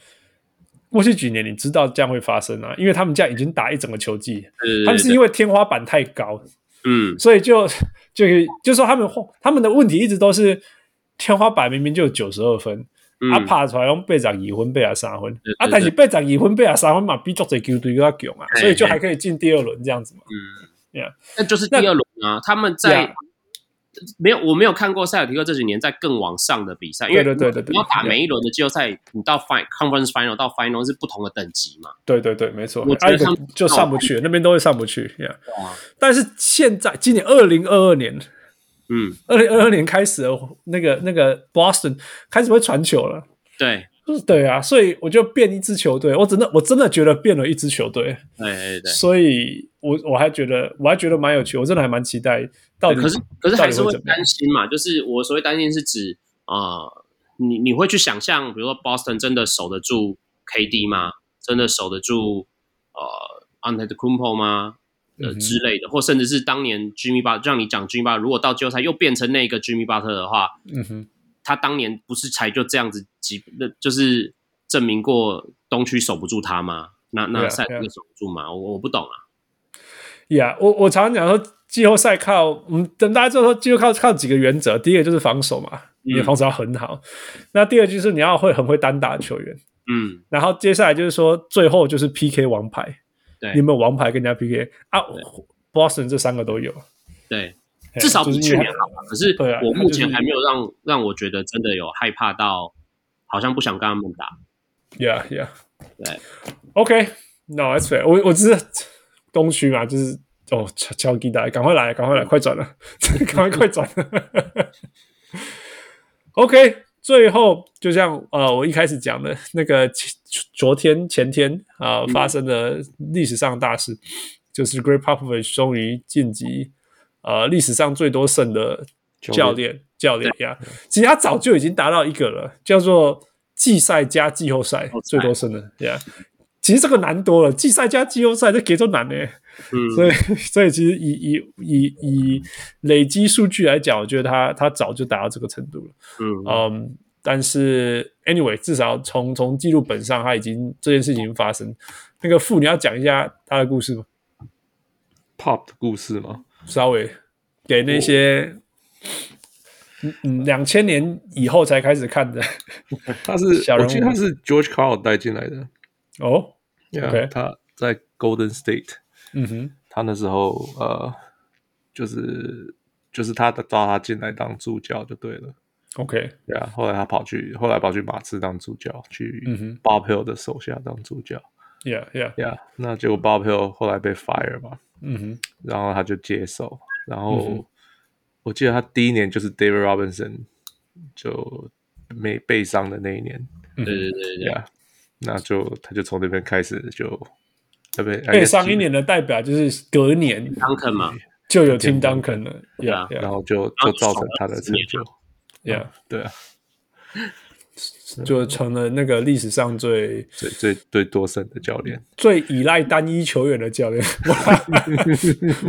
Speaker 3: 过去几年你知道这样会发生啊，因为他们这样已经打一整个球季，
Speaker 4: 对
Speaker 3: 他们是
Speaker 4: 对
Speaker 3: 因为天花板太高，
Speaker 4: 嗯，
Speaker 3: 所以就 就就说他们他们的问题一直都是天花板明明就有九十二分，
Speaker 4: 嗯
Speaker 3: 啊，拍出来拢八十二分、八十三分
Speaker 4: 对，
Speaker 3: 啊，
Speaker 4: 对
Speaker 3: 但是八十二分、八十三分嘛，比足侪球队更加强啊，
Speaker 4: 嘿嗯
Speaker 3: 所以就还可以进第二轮这样子嘛。
Speaker 4: 那就是第二轮啊，他们在
Speaker 3: Yeah
Speaker 4: 没有我没有看过塞尔提克这几年在更往上的比赛，因
Speaker 3: 对
Speaker 4: 为
Speaker 3: 对对对对
Speaker 4: 你要打
Speaker 3: Yeah
Speaker 4: 每一轮的季后赛，你到 fin conference final 到 final 是不同的等级嘛。
Speaker 3: 对对对，没错
Speaker 4: 我，觉
Speaker 3: 啊
Speaker 4: 得
Speaker 3: 一个
Speaker 4: 他们
Speaker 3: 就上不去，那边都会上不去。Yeah，
Speaker 4: 啊
Speaker 3: 但是现在今年二零二二年，
Speaker 4: 嗯，
Speaker 3: 二零二二年开始了，那个那个 Boston 开始会传球了。
Speaker 4: 对，
Speaker 3: 就是对啊，所以我就变一支球队，我真的我真的觉得变了一支球队，
Speaker 4: 对对对。
Speaker 3: 所以我我还觉得我还觉得蛮有趣，我真的还蛮期待到底嗯
Speaker 4: 可是可是还是
Speaker 3: 到
Speaker 4: 会
Speaker 3: 底怎么样
Speaker 4: 担心嘛，就是我所谓担心是指啊、呃你你会去想象，比如说 Boston 真的守得住 KD 吗？真的守得住呃 a n t e t o k u m p o 吗？呃
Speaker 3: 嗯哼
Speaker 4: 之类的，或甚至是当年 Jimmy Butler，让你讲 Jimmy Butler，如果到季后赛又变成那个 Jimmy Butler 的话，
Speaker 3: 嗯哼。
Speaker 4: 他当年不是才就这样子几，那就是证明过东区守不住他吗？那那
Speaker 3: Yeah,
Speaker 4: 赛尔
Speaker 3: yeah.
Speaker 4: 克守不住吗？我我不懂啊。
Speaker 3: Yeah，我我常常讲说季后赛靠，嗯，等大家就说季后赛靠几个原则，第一个就是防守嘛，
Speaker 4: 嗯
Speaker 3: 你的防守要很好，那第二就是你要会很会单打的球员，
Speaker 4: 嗯，
Speaker 3: 然后接下来就是说最后就是 PK 王牌，
Speaker 4: 对
Speaker 3: 你有没有王牌跟人家 PK 啊？Boston 这三个都有，
Speaker 4: 对，
Speaker 3: 嘿
Speaker 4: 至少
Speaker 3: 就
Speaker 4: 比
Speaker 3: 是
Speaker 4: 去
Speaker 3: 因为
Speaker 4: 年好吧。可是
Speaker 3: 对啊
Speaker 4: 我
Speaker 3: 他
Speaker 4: 目
Speaker 3: 就是
Speaker 4: 前还没有让让我觉得真的有害怕到，好像不想跟他们打。
Speaker 3: Yeah, yeah.
Speaker 4: 对
Speaker 3: OK, no, that's fair. 我我只是东区嘛，就是哦，敲敲吉他，赶快来，赶快来，快转了，赶快快转了。OK，最后就像呃，我一开始讲的那个前昨天前天啊、呃发生的历史上大事，就是 Great Popovich 终于晋级呃历史上最多胜的教
Speaker 5: 教
Speaker 3: 练教练呀。其实他早就已经达到一个了，叫做季赛加季后赛
Speaker 4: 后赛
Speaker 3: 最多胜的呀。其实这个难多了，季赛加季后赛这节奏难呢、
Speaker 4: 嗯，
Speaker 3: 所以， 所以其实以以以以累积数据来讲，我觉得他他早就达到这个程度了。
Speaker 4: 嗯，
Speaker 3: 嗯，但是 anyway，至少从从记录本上，他已经这件事情已经发生。那个傅，你要讲一下他的故事吗？
Speaker 5: Pop 的故事吗？
Speaker 3: 稍微给那些嗯嗯两千年以后才开始看的
Speaker 5: 他是
Speaker 3: 小人
Speaker 5: 我
Speaker 3: 物
Speaker 5: 记得他是 George Carl 带进来的
Speaker 3: 哦。OK
Speaker 5: 他在 Golden State，
Speaker 3: 嗯哼，
Speaker 5: 他那时候呃，就是就是他招他进来当助教就对了。
Speaker 3: ，OK，
Speaker 5: 对啊，后来他跑去，后来跑去马刺当助教，去
Speaker 3: 嗯哼
Speaker 5: Bob Hill 的手下当助教。
Speaker 3: yeah yeah，
Speaker 5: 呀、yeah,，那结果 Bob Hill 后来被 fire 嘛，
Speaker 3: 嗯哼，
Speaker 5: 然后他就接手，然
Speaker 3: 嗯哼
Speaker 5: 后我记得他第一年就是 David Robinson 就没被伤的那一年，
Speaker 4: 对对对对，
Speaker 5: 呀、那就他就从那边开始就那边
Speaker 3: 被上一，年的代表就是隔年
Speaker 4: 康肯嘛，
Speaker 3: 就有 Tim Duncan 啊了，yeah
Speaker 5: 哎
Speaker 3: yeah
Speaker 5: 然后就就造成他的成就，
Speaker 3: yeah。
Speaker 5: 对啊，
Speaker 3: 就成了那个历史上最
Speaker 5: 最最最多胜的教练，
Speaker 3: 最依赖单一球员的 教练。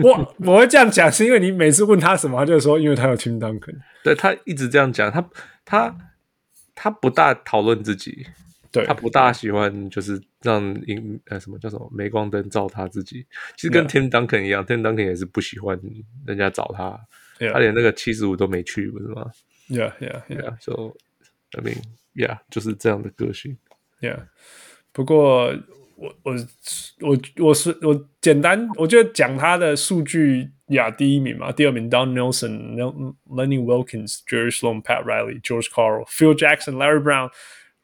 Speaker 3: 我我会这样讲，是因为你每次问他什么，他就说因为他有 Tim Duncan。
Speaker 5: 对他一直这样讲，他他他不大讨论自己，
Speaker 3: 对
Speaker 5: 他，不大喜欢就是让荧呃什么叫什么镁光灯照他自己，其实跟 Tim Duncan 一样，Tim Duncan 也是不喜欢人家找他，
Speaker 3: Yeah
Speaker 5: 他连那个七十五都没去，不是吗
Speaker 3: yeah yeah yeah
Speaker 5: ？Yeah，so I mean yeah，就是这样的个性。
Speaker 3: yeah。不过我我我我是我简单，我觉得讲他的数据呀，第一名嘛，第二名 Don Nelson、Lenny Wilkins、Jerry Sloan、Pat Riley、George Carl、Phil Jackson、Larry Brown。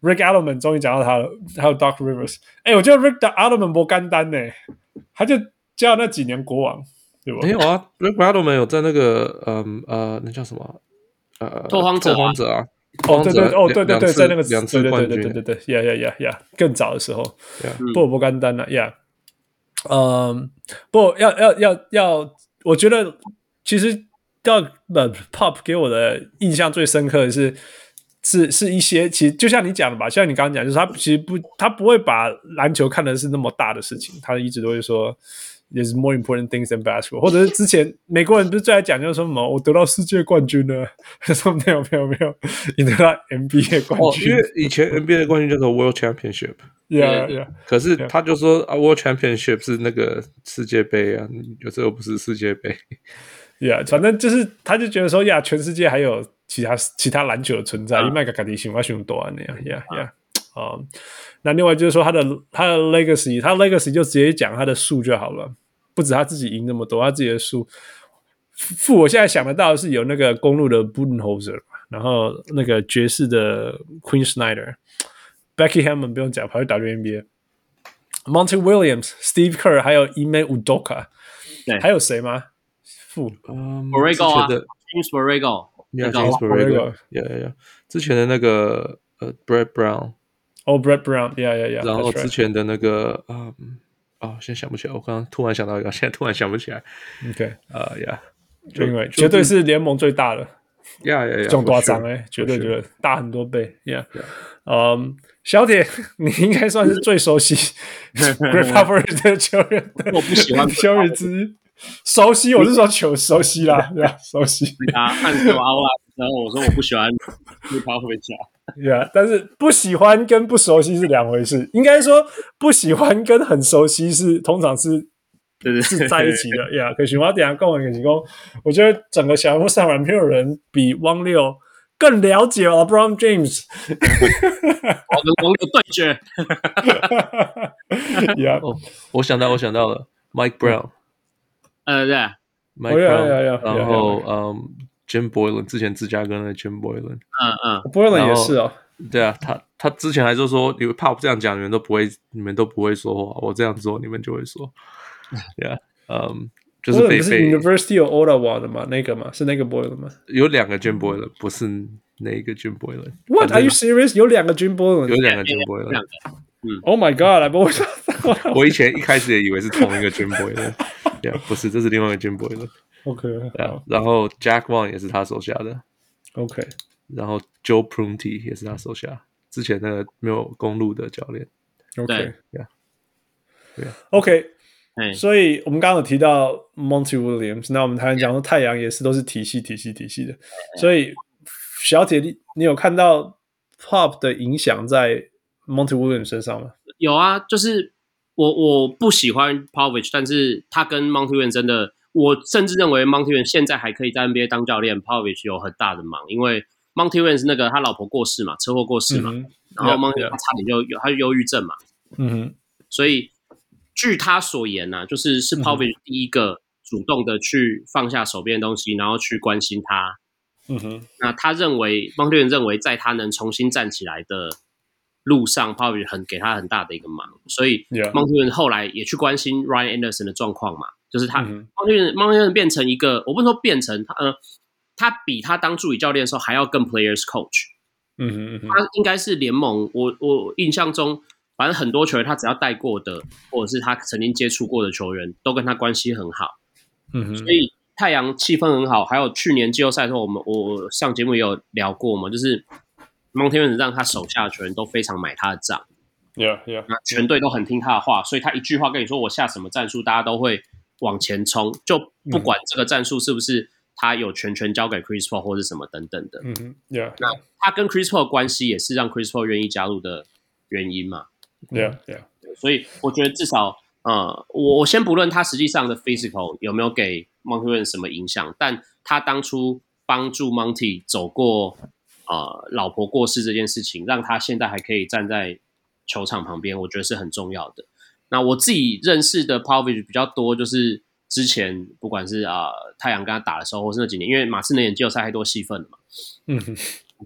Speaker 3: Rick Adelman 终于讲到他了，还有 Doc Rivers。哎、我觉得 Rick Adelman 不干单呢、他就叫那几年国王，对吧？
Speaker 5: 没有啊 r i c k r a d o m a n 有在那个嗯呃那叫什么呃
Speaker 4: 拓荒者啊
Speaker 5: 拓荒者啊，
Speaker 3: 哦，对对，
Speaker 5: 王者
Speaker 3: 哦，对对
Speaker 5: 两
Speaker 3: 对，
Speaker 5: 次
Speaker 3: 在那个
Speaker 5: 两次
Speaker 3: 对对
Speaker 5: 冠
Speaker 3: 对对
Speaker 5: 军
Speaker 3: 对对对，呀呀呀呀，更早的时候
Speaker 5: Yeah，
Speaker 3: 不过不干单了呀。嗯，不过要要要要，我觉得其实要呃 Pop 给我的印象最深刻的是。是是一些，其实就像你讲的吧，像你刚刚讲，就是他其实不，他不会把篮球看的是那么大的事情，他一直都会说，there's more important things than basketball，或者是之前美国人不是最爱讲就是说什么我得到世界冠军了， 他说没有没有没有， 你得到 NBA 冠
Speaker 5: 哦，因
Speaker 3: 军
Speaker 5: 为以前 NBA 的冠军叫做 World Championship，
Speaker 3: ，yeah yeah，
Speaker 5: 可是他就说啊 World Championship 是那个世界杯啊，有时候不是世界杯。
Speaker 3: Yeah，反正就是他就觉得说呀，全世界还有其他其他篮球的存在，因为麦克卡迪喜欢熊多安那样，Yeah Yeah。啊、那另外就是说他的他的 legacy，他 legacy 就直接讲他的数就好了，不止他自己赢那么多，他自己的数。负我现在想得到的是有那个公路的 Budenholzer，然后那个爵士的 Queen Snyder，Becky Hammond 不用讲，跑去 WNBA，Monty Williams，Steve Kerr，还有 Ime Udoka，
Speaker 4: 对
Speaker 3: 还有谁吗？负
Speaker 5: 嗯
Speaker 4: Borrego 啊
Speaker 5: 之前的
Speaker 4: James Borrego，那
Speaker 5: Yeah, James
Speaker 4: 个
Speaker 5: Borrego, yeah, yeah, yeah. 之前的那个呃，Brett Brown，
Speaker 3: 哦、b r e t Brown，yeah yeah yeah，
Speaker 5: 然后
Speaker 3: that's
Speaker 5: 之
Speaker 3: right.
Speaker 5: 前的那个啊，嗯哦，现在想不起来，我刚刚突然想到一个，现在突然想不起来，
Speaker 3: OK，
Speaker 5: 啊呀，
Speaker 3: 因为绝对是联盟最大的，
Speaker 5: 呀呀呀，
Speaker 3: 这种夸张
Speaker 5: 我去
Speaker 3: 哎，绝对
Speaker 5: 是
Speaker 3: 觉得大很多倍，yeah，嗯，小铁， 你应该算是最熟 悉 Great Popovich 的球员的，
Speaker 4: 我不 喜欢
Speaker 3: 球员之一。熟悉，我是说球熟悉 啦，对吧？熟悉
Speaker 4: 啊，汉斯阿瓦，然后我说我不喜欢绿袍回家，
Speaker 3: ，yeah。但是不喜欢跟不熟悉是两回事，应该说不喜欢跟很熟悉是通常是
Speaker 4: 对对
Speaker 3: 是在一起的 呀。可是我要等一下跟我跟你讲，我觉得整个小人物上完没有人比汪六更了解 LeBron James。
Speaker 4: 我跟网友对决，
Speaker 3: 呀，
Speaker 5: 哦，我想到，我想到了，Mike Brown，Mike
Speaker 4: 呃，对，
Speaker 3: yeah, yeah, yeah, yeah,
Speaker 5: Brown，然后嗯，Jim Boylan，之前芝加哥那个 Jim Boylan，
Speaker 4: 嗯嗯，
Speaker 3: 波
Speaker 5: 然
Speaker 3: 伦
Speaker 5: 后
Speaker 3: 也是哦。
Speaker 5: 对啊，他他之前还就说，你们怕我这样讲，你 们都不会，你们都不会说话，我这样做，你们就会说，对啊，嗯
Speaker 6: 就是
Speaker 3: 不
Speaker 6: 被
Speaker 3: 是
Speaker 6: 被
Speaker 3: University of Ottawa 的吗？那个吗？是那个 Boylan 吗
Speaker 6: 有两个 Jim Boylan，不是那个 Jim Boylan。
Speaker 3: ？What are you serious？有两个 Jim
Speaker 6: 有
Speaker 3: Boylan？Oh
Speaker 6: 两个 Jim
Speaker 4: 哎这
Speaker 6: Boylan，
Speaker 4: 两个
Speaker 3: my God！I b e l i e
Speaker 6: 我以前一开始也以为是同一个 Jim Boylan，yeah, 不是，这是另外一个 Jim Boylan。
Speaker 3: OK，
Speaker 6: Yeah,
Speaker 3: 好
Speaker 6: 然后 Jack Vaughn 也是他手下的，
Speaker 3: ，OK，
Speaker 6: 然后 Joe Prunty 也是他手下，之前那个没有公路的教练。
Speaker 3: OK，
Speaker 4: 对
Speaker 6: Yeah. Yeah.
Speaker 3: OK，
Speaker 4: 哎，
Speaker 3: 所以我们刚刚有提到 Monty Williams，那我们台湾讲说太阳也是都是体系、体系、体系的，所以小铁，你你有看到 Pop 的影响在 Monty Williams 身上吗？
Speaker 4: 有啊，就是我我不喜欢 Povich，但是他跟 Monty w i n 真的，我甚至认为 Monty w i n 现在还可以在 NBA 当教练，Povich 有很大的忙，因为 Monty w i n 那个他老婆过世嘛，车祸过世嘛，
Speaker 3: 嗯
Speaker 4: 然后
Speaker 3: Yeah,
Speaker 4: Monty
Speaker 3: yeah.
Speaker 4: 他差点就有他就忧郁症嘛，
Speaker 3: 哼，嗯哼，
Speaker 4: 所以据他所言呐、就是是
Speaker 3: 嗯
Speaker 4: Povich 第一个主动的去放下手边的东西，然后去关心他。
Speaker 3: 嗯哼，
Speaker 4: 那他认为 m o n t e 认为，在他能重新站起来的路上 p o v i 很给他很大的一个忙，所以
Speaker 3: Yeah.
Speaker 4: m o n t e 后来也去关心 Ryan Anderson 的状况嘛，就是他 m
Speaker 3: 嗯
Speaker 4: o n t e m o n t e 变成一个，我不是说变成他，呃，他比他当助理教练的时候还要更 players coach，
Speaker 3: 嗯哼，嗯哼，
Speaker 4: 他应该是联盟，我我印象中，反正很多球员他只要带过的，或者是他曾经接触过的球员，都跟他关系很好。
Speaker 3: 嗯哼
Speaker 4: 所，以太阳气氛很好。还有去年季后赛的时候，我们我我上节目也有聊过嘛，就是蒙天人让他手下的球员都非常买他的账，
Speaker 3: ，Yeah Yeah，
Speaker 4: 那全队都很听他的话，所以他一句话跟你说我下什么战术，大家都会往前冲，就不管这个战术是不是他有全权交给 Chris Paul 或是什么等等的。
Speaker 3: 嗯哼，Yeah
Speaker 4: 他跟 Chris Paul 的关系也是让 Chris Paul 愿意加入的原因嘛。
Speaker 3: Yeah Yeah，
Speaker 4: 所以我觉得至少，呃，我我先不论他实际上的 physical 有没有给 Monty w i n 什么影响，但他当初帮助 Monty 走过呃老婆过世这件事情，让他现在还可以站在球场旁边，我觉得是很重要的。那我自己认识的 Povich 比较多，就是之前不管是啊、呃太阳跟他打的时候，或是那几年，因为马刺那年季后赛太多戏份了嘛
Speaker 3: 嗯哼，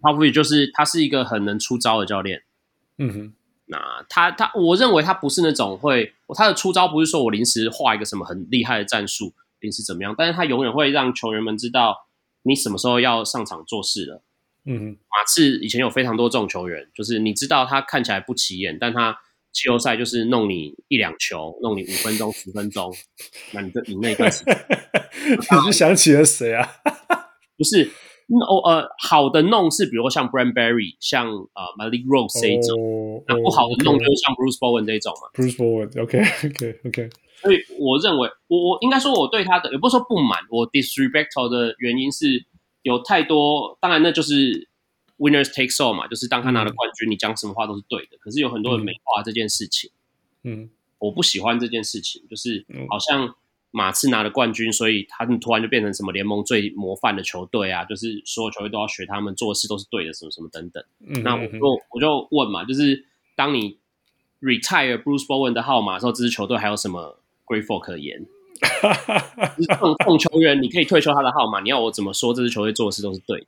Speaker 4: ，Povich 就是他是一个很能出招的教练。
Speaker 3: 嗯哼，
Speaker 4: 那他他，我认为他不是那种会他的出招不是说我临时画一个什么很厉害的战术，临时怎么样，但是他永远会让球员们知道你什么时候要上场做事了。
Speaker 3: 嗯哼，
Speaker 4: 马刺以前有非常多这种球员，就是你知道他看起来不起眼，但他季后赛就是弄你一两球，弄你五分钟、十分钟，那你就赢那一段时间。
Speaker 3: 你是想起了谁啊？
Speaker 4: 不是，嗯哦呃，好的弄是比如说像 Brand Berry、像呃 Malik Rose 这一种，
Speaker 3: 哦
Speaker 4: 那不好的弄
Speaker 3: ，OK
Speaker 4: 就是像 Bruce Bowen 这一种嘛。
Speaker 3: Bruce Bowen，OK，OK，OK，
Speaker 4: 所以我认为，我我应该说，我对他的也不是说不满，我 disrespectful 的原因是有太多，当然那就是 winners take all 嘛，就是当他拿了冠军，你讲什么话都是对的。可是有很多人美化这件事情，
Speaker 3: 嗯
Speaker 4: 我不喜欢这件事情，就是
Speaker 3: 嗯
Speaker 4: 好像马刺拿了冠军，所以他们突然就变成什么联盟最模范的球队啊，就是所有球队都要学他们，做事都是对的，什么什么等等。
Speaker 3: 嗯，
Speaker 4: 那我
Speaker 3: 嗯哼
Speaker 4: 就我就问嘛，就是当你 retire Bruce Bowen 的号码的时候，这支球队还有什么 grateful 可言？就是这种这种球员，你可以退休他的号码，你要我怎么说？这支球队做的事都是对的。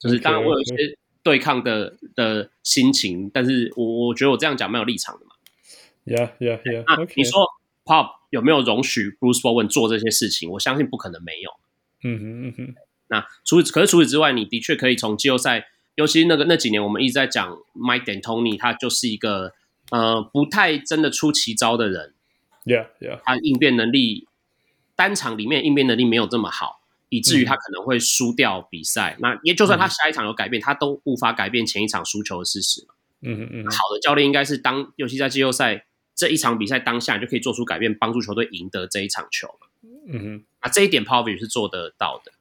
Speaker 4: 就是当然我有一些对抗的的心情，但是我我觉得我这样讲蛮有立场的嘛。
Speaker 3: Yeah Yeah Yeah，
Speaker 4: 那
Speaker 3: OK
Speaker 4: 你说 Pop 有没有容许 Bruce Bowen 做这些事情？我相信不可能没有。
Speaker 3: 嗯哼嗯哼，
Speaker 4: 那除此可是除此之外，你的确可以从季后赛，尤其那个那几年我们一直在讲 Mike D'Antoni，他就是一个呃不太真的出奇招的人，
Speaker 3: Yeah Yeah，
Speaker 4: 他应变能力单场里面应变能力没有这么好，以至于他可能会输掉比赛。那也就算他下一场有改变，他都无法改变前一场输球的事实嘛。
Speaker 3: 嗯哼嗯哼
Speaker 4: 好的教练应该是当，尤其在季后赛这一场比赛当下你就可以做出改变，帮助球队赢得这一场球嘛。
Speaker 3: 嗯
Speaker 4: 那这一点 Povich 是做得到的。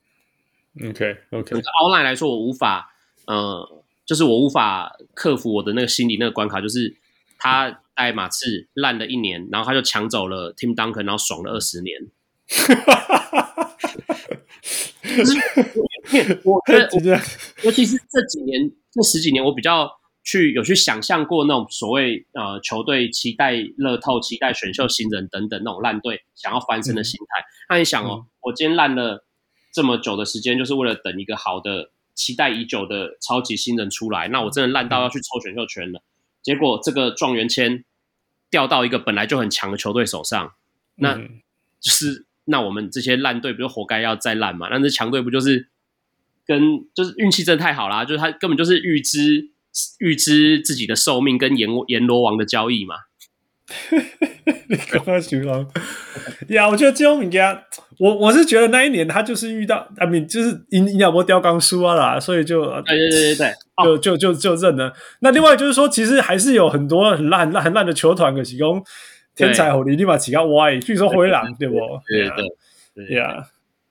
Speaker 3: 哼，OK OK，
Speaker 4: 整个 online 来说，我无法，呃，就是我无法克服我的那个心理那个关卡，就是他带马刺烂了一年，然后他就抢走了 Tim Duncan，然后爽了二十年。 就是我我觉得，
Speaker 3: 直接
Speaker 4: 尤其是这几年这十几年，我比较去有去想象过那种所谓呃球队期待乐透、期待选秀新人等等那种烂队想要翻身的心态。那你想哦，我今天烂了这么久的时间，就是为了等一个好的、期待已久的超级新人出来。那我真的烂到要去抽选秀权了，结果这个状元签掉到一个本来就很强的球队手上，那
Speaker 3: 嗯
Speaker 4: 就是那我们这些烂队不就活该要再烂嘛？那这强队不就是跟就是运气真的太好啦，就是他根本就是预知预知自己的寿命跟阎阎罗王的交易嘛。
Speaker 3: 你跟他形容。呀，啊我觉得姜敏家，我我是觉得那一年他就是遇到，I mean 就是赢赢了波雕钢输啊啦，所以就
Speaker 4: 对对 对对对，哦，
Speaker 3: 就就就就认了。那另外就是说，其实还是有很多很烂、很烂、很烂的球团，可是讲天才火力立马起个歪，据说灰狼对不？
Speaker 4: 对对对对。啊
Speaker 3: 呀，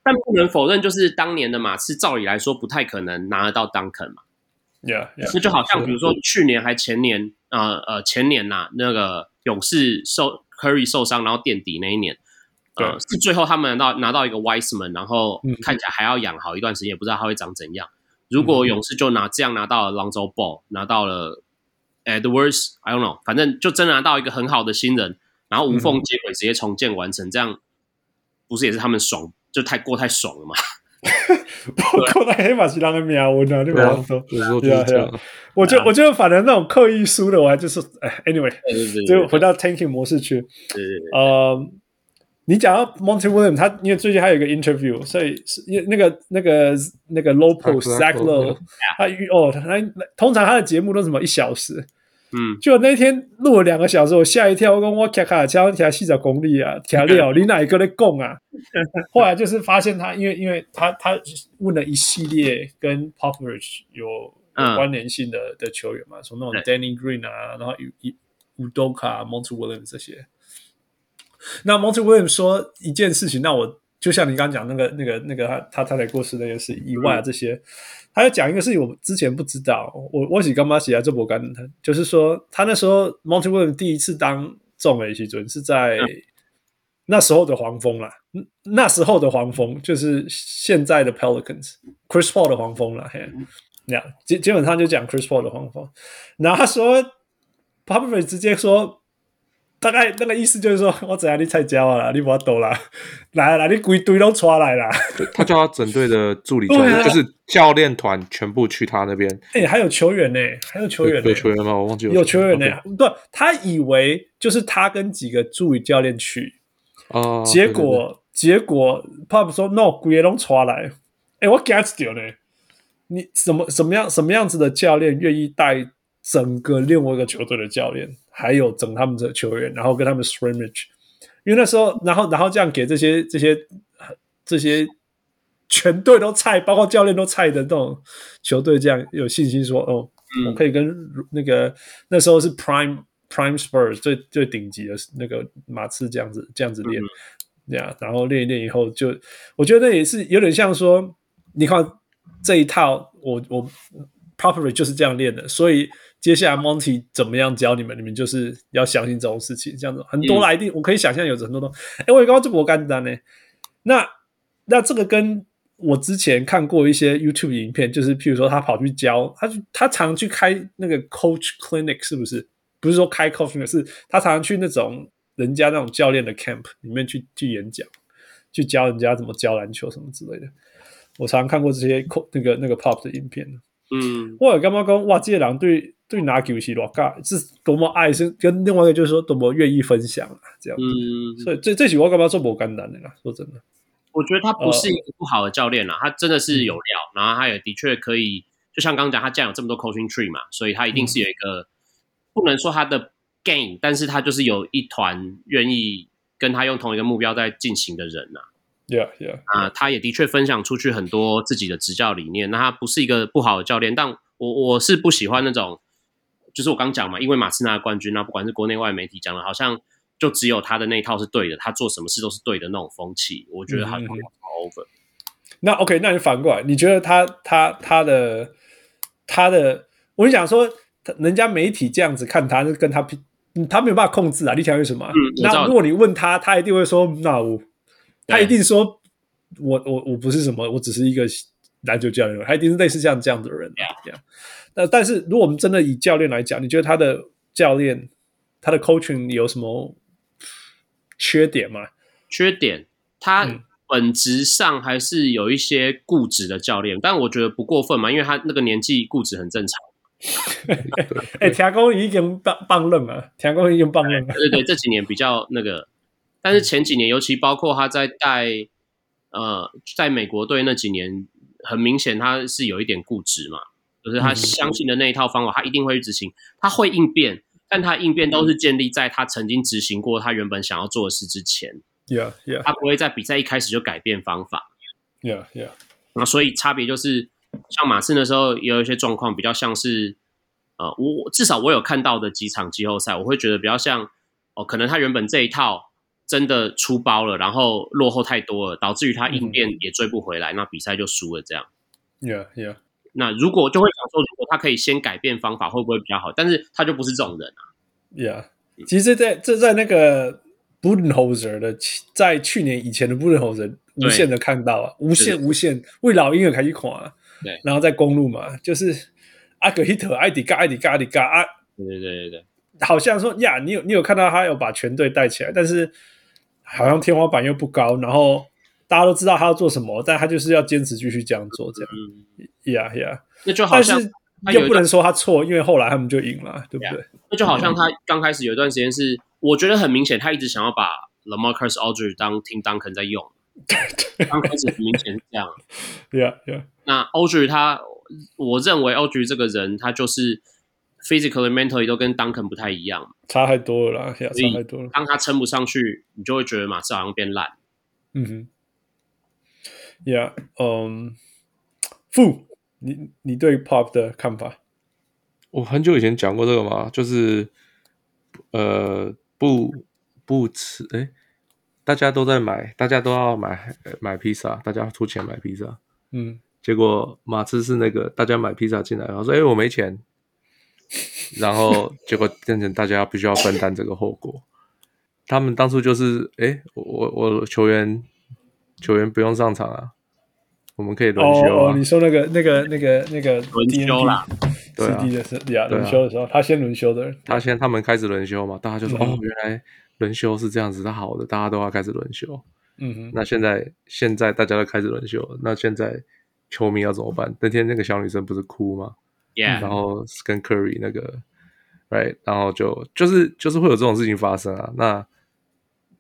Speaker 4: 但不能否认，就是当年的马刺，照理来说不太可能拿得到 Duncan 嘛。
Speaker 3: 呀呀，
Speaker 4: 那就好像比如说去年还前年，呃呃前年呐、那个勇士受 Curry 受伤，然后垫底那一年，呃，是最后他们拿到拿到一个 Wiseman，然后
Speaker 3: 嗯
Speaker 4: 看起来还要养好一段时间，也不知道他会长怎样。如果勇士就拿这样拿到了 Lonzo Ball，拿到了 Edwards，I don't know，反正就真的拿到一个很好的新人，然后无缝接轨，直接重建完成，这样不是也是他们爽，就太过太爽了嘛？
Speaker 3: 包括那黑马是让人秒我呢，对
Speaker 6: 对啊
Speaker 3: 吧？
Speaker 6: 有时候就是这
Speaker 3: 对啊
Speaker 6: 样。
Speaker 3: 我
Speaker 4: 啊
Speaker 3: 就我觉得反正那种刻意输的，我还就是哎，anyway，
Speaker 4: 对对对
Speaker 3: 就回到 tanking 模式去。
Speaker 4: 对对
Speaker 3: 呃，你讲到 Monty Williams，他因为最近还有一个 interview，所以是因为那个那个那个 low post
Speaker 6: Zach
Speaker 3: Zach
Speaker 6: Lowe，
Speaker 3: Low，他预哦，他他通常他的节目都是什么一小时，
Speaker 4: 嗯，
Speaker 3: 就那天录了两个小时，我吓一跳，我跟我卡卡敲条细找公里啊，条料你哪一个在供啊？后来就是发现他，因为因为他他问了一系列跟 Popovich 有有
Speaker 4: 嗯
Speaker 3: 关联性的、的球员嘛，从那种 Danny Green 啊，然后 U U Udoka、Monty Williams 这些。那 Monty Williams 说一件事情，那我就像你刚刚讲那个那个那个他他太太过世那件事以外啊，这些，他要讲一个事情，我之前不知道，我我是干嘛写啊这波干，就是说他那时候 Monty Williams 第一次当众委其准是在。那时候的黄蜂啦，嗯那时候的黄蜂就是现在的 Pelicans，Chris Paul 的黄蜂啦，嘿，那基基本上就讲 Chris Paul 的黄蜂。然后他说 p o p o v i c 直接说，大概那个意思就是说，我只要你菜椒啊啦，你不要抖啦，来啦，你鬼堆都抓来啦。
Speaker 6: 他叫他整队的助理教
Speaker 3: 对
Speaker 6: 练，
Speaker 3: 啊
Speaker 6: 就是教练团全部去他那边。
Speaker 3: 哎、还有球员呢、还有球员呢、
Speaker 6: 有球员吗？我忘记
Speaker 3: 有球员呢、
Speaker 6: OK
Speaker 3: 不，他以为就是他跟几个助理教练去，
Speaker 6: 啊，
Speaker 3: 结
Speaker 6: 对对对
Speaker 3: 果结果 Pop 说 No，鬼也拢传来，哎、我 get 掉呢。你什么什么样什么样子的教练愿意带整个另外一个球队的教练，还有整他们的球员，然后跟他们 scrimmage？因为那时候，然后然后这样给这些这些这些全队都菜，包括教练都菜的那种球队，这样有信心说哦，
Speaker 6: 嗯
Speaker 3: 我可以跟那个那时候是 Prime Prime Spurs 最最顶级的那个马刺这样子这样子
Speaker 6: 嗯
Speaker 3: 练，对啊，然后练一练以后就，我觉得那也是有点像说，你看这一套我我 Properly 就是这样练的，所以接下来 Monty 怎么样教你们，你们就是要相信这种事情，这样子很多啦，一定我可以想象有很多东哎、我也刚刚这么简单呢、那那这个跟我之前看过一些 YouTube 影片，就是譬如说他跑去教，他去他常去开那个 coach clinic，是不是？不是说开 coach clinic，是他常常去那种人家那种教练的 camp 里面去去演讲，去教人家怎么教篮球什么之类的。我常常看过这些 co 那个那个 pop 的影片。
Speaker 4: 嗯
Speaker 3: 我有干嘛讲哇，这些人对对拿球是多尬，啊是多么爱，是跟另外一个就是说多么愿意分享啊，这样。
Speaker 4: 嗯，
Speaker 3: 所以这这句我干嘛做不简单的啦？说真的。
Speaker 4: 我觉得他
Speaker 3: 呃
Speaker 4: 不是一个不好的教练啦，他真的是
Speaker 3: 嗯
Speaker 4: 有料，然后他也的确可以，就像刚刚讲，他既然有这么多 coaching tree 嘛，所以他一定
Speaker 3: 嗯
Speaker 4: 是有一个、不能说他的 gain，但是他就是有一团愿意跟他用同一个目标在进行的人呐、
Speaker 3: Yeah, yeah.
Speaker 4: 啊，他也的确分享出去很多自己的执教理念。那他不是一个不好的教练，但我我是不喜欢那种，就是我刚讲嘛，因为马刺拿了冠军，那不管是国内外媒体讲的，好像就只有他的那一套是对的，他做什么事都是对的那种风气，我觉得他
Speaker 3: 嗯嗯嗯
Speaker 4: over。
Speaker 3: 那 OK，那你反过来，你觉得他他他的他的，我就想说，他人家媒体这样子看他，是跟他比嗯他没有办法控制啊，你想为什么啊？
Speaker 4: 嗯我知
Speaker 3: 那
Speaker 4: 道
Speaker 3: 如果你问他，他一定会说那我，他一定说我我我不是什么，我只是一个篮球教练，他一定是类似这样这样的人、啊。这样，那但是如果我们真的以教练来讲，你觉得他的教练他的 coaching 有什么缺点吗？
Speaker 4: 缺点，他
Speaker 3: 嗯
Speaker 4: 本质上还是有一些固执的教练，但我觉得不过分嘛，因为他那个年纪固执很正常。
Speaker 3: 哎、欸，田宫已经棒棒愣了，田宫已经棒愣了。
Speaker 4: 对对对，这几年比较那个，但是前几年，尤其包括他在带呃在美国队那几年，很明显他是有一点固执嘛，就是他相信的那一套方法，他一定会去执行，他会应变，但他应变都是建立在他曾经执行过他原本想要做的事之前，
Speaker 3: Yeah, yeah,
Speaker 4: 他不会在比赛一开始就改变方法。
Speaker 3: yeah, yeah.
Speaker 4: 那所以差别就是，像马刺那时候也有一些状况，比较像是，呃，我我至少我有看到的几场季后赛，我会觉得比较像，哦，可能他原本这一套真的出包了，然后落后太多了，导致于他应变
Speaker 3: 嗯
Speaker 4: 也追不回来，那比赛就输了这样。
Speaker 3: Yeah, yeah.
Speaker 4: 那如果就会想说，如果他可以先改变方法，会不会比较好？但是他就不是这种人啊。
Speaker 3: Yeah，其
Speaker 4: 嗯
Speaker 3: 实在这在那个 Budenholzer 的去在去年以前的 Budenholzer 无限的看到啊，无限
Speaker 4: 是
Speaker 3: 无限为老鹰而开始看啊，
Speaker 4: 对
Speaker 3: 然后在公路嘛，就是阿格 hit 艾迪嘎艾迪嘎艾迪嘎啊，
Speaker 4: 对对对对对，
Speaker 3: 好像说呀，你有你有看到他有把全队带起来，但是好像天花板又不高，然后大家都知道他要做什么，但他就是要坚持继续这样做，这样
Speaker 4: 嗯，
Speaker 3: 呀呀，
Speaker 4: 那就好
Speaker 3: 但
Speaker 4: 像
Speaker 3: 是
Speaker 4: 他有
Speaker 3: 又
Speaker 4: 一
Speaker 3: 不
Speaker 4: 段
Speaker 3: 能说他错，因为后来他们就赢了，对不对？
Speaker 4: 那就
Speaker 3: 嗯
Speaker 4: 好像他刚开始有一段时间是，我觉得很明显，他一直想要把 Lamarcus Aldridge 当 Tim Duncan 在 用。刚开始很明显是这样。
Speaker 3: Yeah, yeah,
Speaker 4: 那 Aldridge 他，我认为 Aldridge 这个人，他就是 physically、mentally 都跟 Duncan 不太一样。
Speaker 3: 差太多了啦，yeah,
Speaker 4: 所以
Speaker 3: 差太多了。
Speaker 4: 当他撑不上去，你就会觉得马刺好像变烂。
Speaker 3: 嗯哼，Yeah，嗯，傅，你你对 Pop 的看法？
Speaker 5: 我很久以前讲过这个嘛，就是呃不不吃哎，大家都在买，大家都要买呃买披萨，大家出钱买披萨。
Speaker 3: 嗯，
Speaker 5: 结果马刺是那个大家买披萨进来，然后说哎我没钱，然后结果变成大家必须要分担这个后果。他们当初就是哎我我我球员球员不用上场啊，我们可以轮
Speaker 3: 哦
Speaker 5: 休啊。
Speaker 3: 哦，你说那个那个那个那个
Speaker 4: 轮休啦
Speaker 5: 对啊
Speaker 3: DNP，CD 的时候，Yeah，
Speaker 5: 对啊
Speaker 3: 轮休的时候，他先轮休的，
Speaker 5: 他先他们开始轮休嘛，大家就说、
Speaker 3: 嗯
Speaker 5: 哦，原来轮休是这样子，他好的，大家都要开始轮休。
Speaker 3: 嗯哼，
Speaker 5: 那现在现在大家都开始轮休，那现在球迷要怎么办？那天那个小女生不是哭吗？然
Speaker 4: Yeah，
Speaker 5: 后跟 Curry 那个，right，然后就就是就是会有这种事情发生啊。那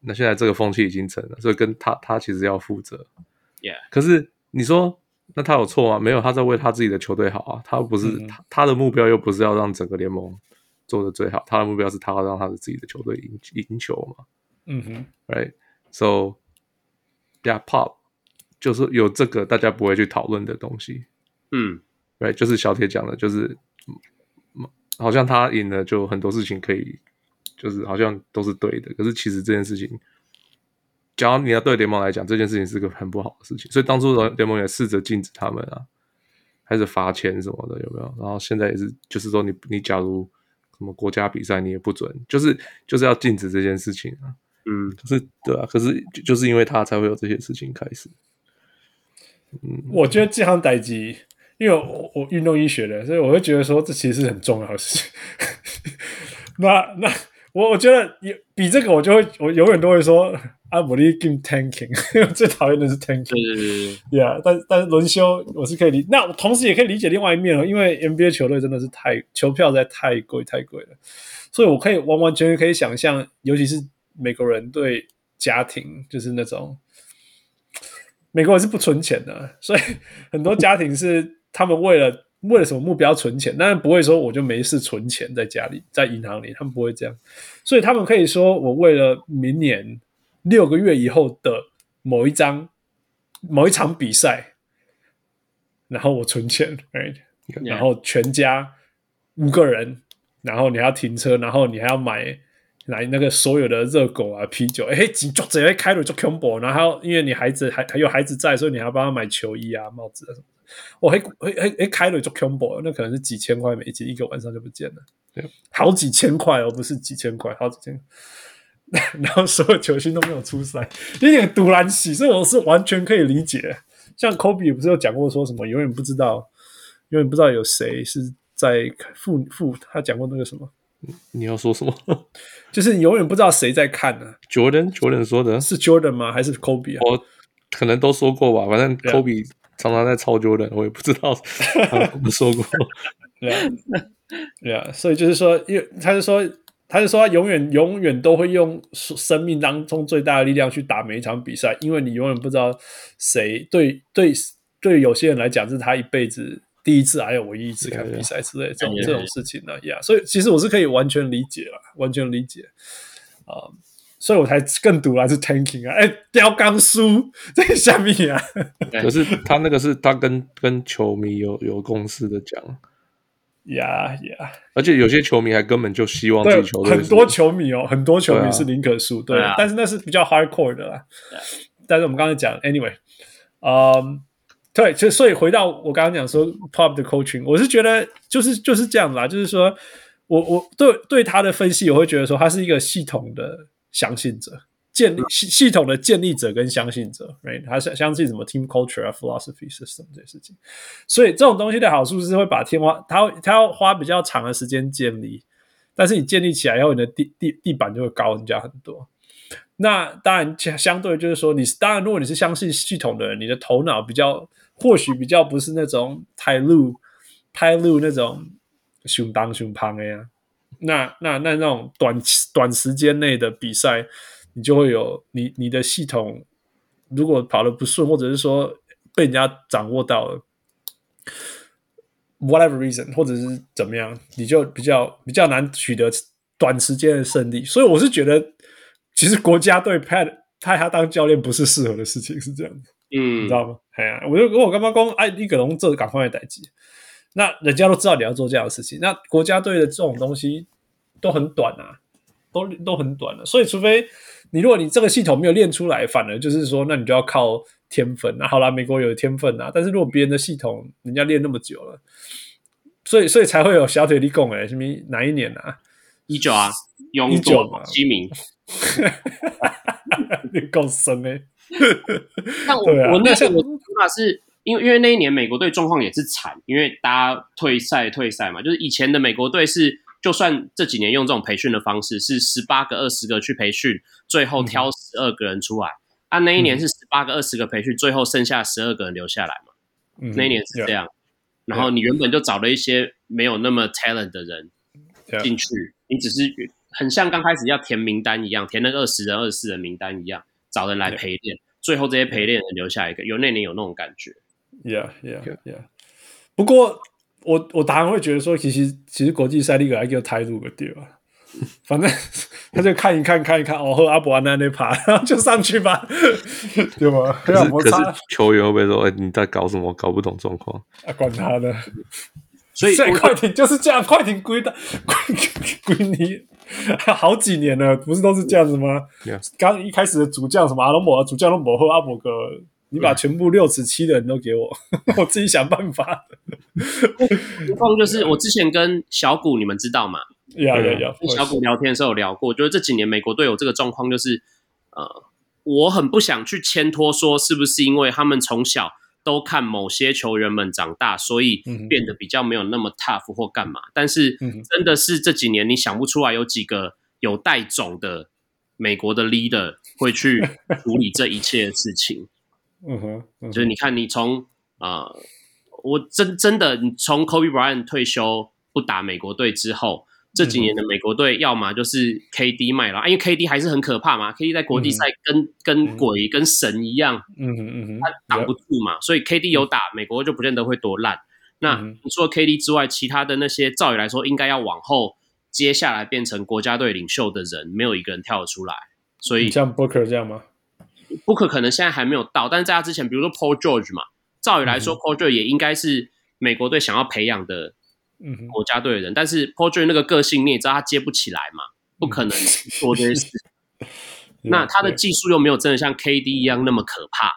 Speaker 5: 那现在这个风气已经成了，所以跟他他其实要负责。
Speaker 4: Yeah
Speaker 5: 可是你说那他有错吗？没有，他在为他自己的球队好啊。他不是、
Speaker 3: 嗯
Speaker 5: 他他的目标又不是要让整个联盟做的最好，他的目标是他要让他的自己的球队赢赢球嘛。
Speaker 3: 嗯哼，
Speaker 5: right? So yeah, pop 就是有这个大家不会去讨论的东西
Speaker 4: 嗯，
Speaker 5: ，right？就是小铁讲的，就是嗯好像他赢了，就很多事情可以，就是好像都是对的。可是其实这件事情，假如你要对联盟来讲，这件事情是个很不好的事情。所以当初联盟也试着禁止他们啊，开始罚钱什么的，有没有？然后现在也是，就是说你你假如什么国家比赛你也不准，就是就是要禁止这件事情啊。
Speaker 4: 嗯，
Speaker 5: 可是对啊，可是就就是因为他才会有这些事情开始。
Speaker 3: 我觉得这行代级，因为我我运动医学的，所以我会觉得说这其实是很重要的事情。 那那我我觉得有比这个，我就会我永远都会说啊，我的 game tanking，最 讨厌的是 tanking。
Speaker 4: 对对对对，
Speaker 3: Yeah，但但是轮休我是可以理，那我同时也可以理解另外一面了，哦因为 NBA 球队真的是太球票实在太贵太贵了，所以我可以完完全全可以想象，尤其是美国人对家庭就是那种美国人是不存钱的，所以很多家庭是他们为了为了什么目标存钱，但是不会说我就没事存钱在家里在银行里，他们不会这样，所以他们可以说我为了明年六个月以后的某一张某一场比赛，然后我存钱，right，
Speaker 4: Yeah
Speaker 3: 然后全家五个人，然后你还要停车，然后你还要买来那个所有的热狗啊、啤酒，哎，紧抓直接开了就 combo，然后因为你孩子还还有孩子在，所以你还要帮他买球衣啊、帽子啊什么的。我还还还开了就 combo，那可能是几千块美金，一个晚上就不见了
Speaker 5: Yep，
Speaker 3: 好几千块哦，不是几千块，好几千块。然后所有球星都没有出赛，有点独蓝洗，这我是完全可以理解。像 Kobe 也不是有讲过说什么永远不知道，永远不知道有谁是在负负，他讲过那个什么，
Speaker 5: 你要说什么
Speaker 3: 就是永远不知道谁在看呢、啊
Speaker 5: ？Jordan Jordan 说的，
Speaker 3: 是 Jordan 吗？还是 Kobe 啊？
Speaker 5: 我可能都说过吧，反正
Speaker 3: Yeah
Speaker 5: Kobe 常常在抄 Jordan，我也不知道 他有没有说过。
Speaker 3: 对啊，对啊，所以就是说，因为他是说他就说他永远永远都会用生命当中最大的力量去打每一场比赛，因为你永远不知道谁对对对有些人来讲是他一辈子第一次还有唯一一次看比赛之类的这种
Speaker 4: 对对
Speaker 3: 这种事情呢、呀、所以其实我是可以完全理解了，完全理解啊、所以我才更赌来是 tanking 啊，哎，雕刚输 在下面啊，
Speaker 6: 可是他那个是他跟跟球迷有有共识的讲，
Speaker 3: 呀呀，
Speaker 6: 而且有些球迷还根本就希望自
Speaker 3: 对啊
Speaker 6: 己球，队
Speaker 3: 很
Speaker 6: 是
Speaker 3: 多球迷哦，很多球
Speaker 6: 对
Speaker 3: 迷
Speaker 6: 啊
Speaker 3: 是宁可输，对,、
Speaker 4: 对啊
Speaker 3: 但是那是比较 hardcore 的啦。但是我们刚才讲，anyway，嗯，对，就所以回到我刚刚讲说 pop 的 coaching，我是觉得就是就是这样啦，就是说我我对对他的分析，我会觉得说他是一个系统的相信者。建立系系统的建立者跟相信者，right？他相相信什么 team culture 啊、philosophy system 这些事情，所以这种东西的好处是会把天花，它会它要花比较长的时间建立，但是你建立起来以后，你的地地地板就会高人家很多。那当然，相相对就是说，你是当然，如果你是相信系统的人，你的头脑比较或许比较不是那种太路太路那种熊当熊胖的呀。那那那那种短期短时间内的比赛，你就会有你你的系统如果跑得不顺，或者是说被人家掌握到了。whatever reason，或者是怎么样，你就比较比较难取得短时间的胜利。所以我是觉得，其实国家队派派他当教练不是适合的事情，是这样子，你
Speaker 4: 嗯
Speaker 3: 知，道吗？哎呀、我就跟我干妈讲，哎，你可能这赶快来逮鸡。那人家都知道你要做这样的事情，那国家队的这种东西都很短啊，都都很短了、所以除非你如果你这个系统没有练出来，反而就是说，那你就要靠天分。那好啦，美国有天分啊，但是如果别人的系统人家练那么久了，所以所以才会有小腿立功哎，什么哪一年啊？
Speaker 4: 一九啊，永
Speaker 3: 19
Speaker 4: 佐
Speaker 3: 嘛
Speaker 4: 基明。
Speaker 3: 你够深哎，
Speaker 4: 但我、
Speaker 3: 对啊
Speaker 4: 我那
Speaker 3: 那
Speaker 4: 时
Speaker 3: 像
Speaker 4: 候我的想法是因为因为那一年美国队状况也是惨，因为大家退赛退赛嘛，就是以前的美国队是就算这几年用这种培训的方式，是十八个二十个去培训，最
Speaker 3: 嗯
Speaker 4: 后挑十二个人出来。啊，那一年是十八个、二十个培训，最后剩下十二个人留下来嘛。
Speaker 3: 嗯
Speaker 4: 那一年是这样，然后你原本就找了一些没有那么 talent 的人
Speaker 3: Yeah.
Speaker 4: 进去，你只是很像刚开始要填名单一样，填那个二十人、二十四人名单一样，找人来
Speaker 3: Yeah.
Speaker 4: 陪练，最后这些陪练人留下一个，有那年有那种感觉，
Speaker 3: 嗯 Yeah, yeah, yeah. 不过我我当然会觉得说，其实其实国际赛那个还叫态度个对 吧？啊反正 他就看一看看一看，哦，和阿伯安娜那趴， 然后就上去吧， 对吧？
Speaker 6: 可
Speaker 3: 对啊，
Speaker 6: 是
Speaker 3: 摩
Speaker 6: 可
Speaker 3: 擦
Speaker 6: 是球员会不会说：“哎，你在搞什么？我搞不懂状况。
Speaker 3: 啊，管他的。
Speaker 4: 所以
Speaker 3: 所以
Speaker 4: 我
Speaker 3: 快艇就是这样，快艇归的 归归你 好几年了，不是都是这样子吗
Speaker 6: Yeah.？
Speaker 3: 刚一开始的主将什么阿龙博、主将龙博和阿伯哥，你把全部六尺七的人都给我， 我自己想办法。
Speaker 4: 情况就是我之前跟小谷你们知道嘛，
Speaker 3: 呀呀呀！
Speaker 4: 跟小谷聊天的时候有聊过，就是这几年美国队有这个状况，就是呃，我很不想去牵拖说是不是因为他们从小都看某些球员们长大，所以
Speaker 3: 嗯哼
Speaker 4: 变得比较没有那么 tough 或干嘛。但是
Speaker 3: 嗯哼
Speaker 4: 真的是这几年你想不出来有几个有带种的美国的 leader 会去处理这一切的事情。
Speaker 3: 嗯哼，嗯哼
Speaker 4: 就是你看，你从啊、呃我真真的，你从 Kobe Bryant 退休不打美国队之后，这
Speaker 3: 嗯
Speaker 4: 几年的美国队，要么就是 KD 卖了，啊因为 KD 还是很可怕嘛，KD 在国际赛跟、跟鬼跟神一样，
Speaker 3: 嗯哼嗯哼，
Speaker 4: 他挡不住嘛，所以 KD 有打，美国就不见得会多烂。那
Speaker 3: 嗯
Speaker 4: 除了 KD 之外，其他的那些照理来说应该要往后接下来变成国家队领袖的人，没有一个人跳得出来，所以
Speaker 3: 你像 Booker 这样吗？
Speaker 4: b o o 可能现在还没有到，但是在他之前，比如说 Paul George 嘛，照理来说、p a u l George 也应该是美国队想要培养的
Speaker 3: 嗯哼，
Speaker 4: 国家队的人，但是 Paul George 那个个性你也知道他接不起来嘛，不可能做这些 事。那他的
Speaker 3: 嗯对
Speaker 4: 技术又没有真的像 KD 一样那么可怕，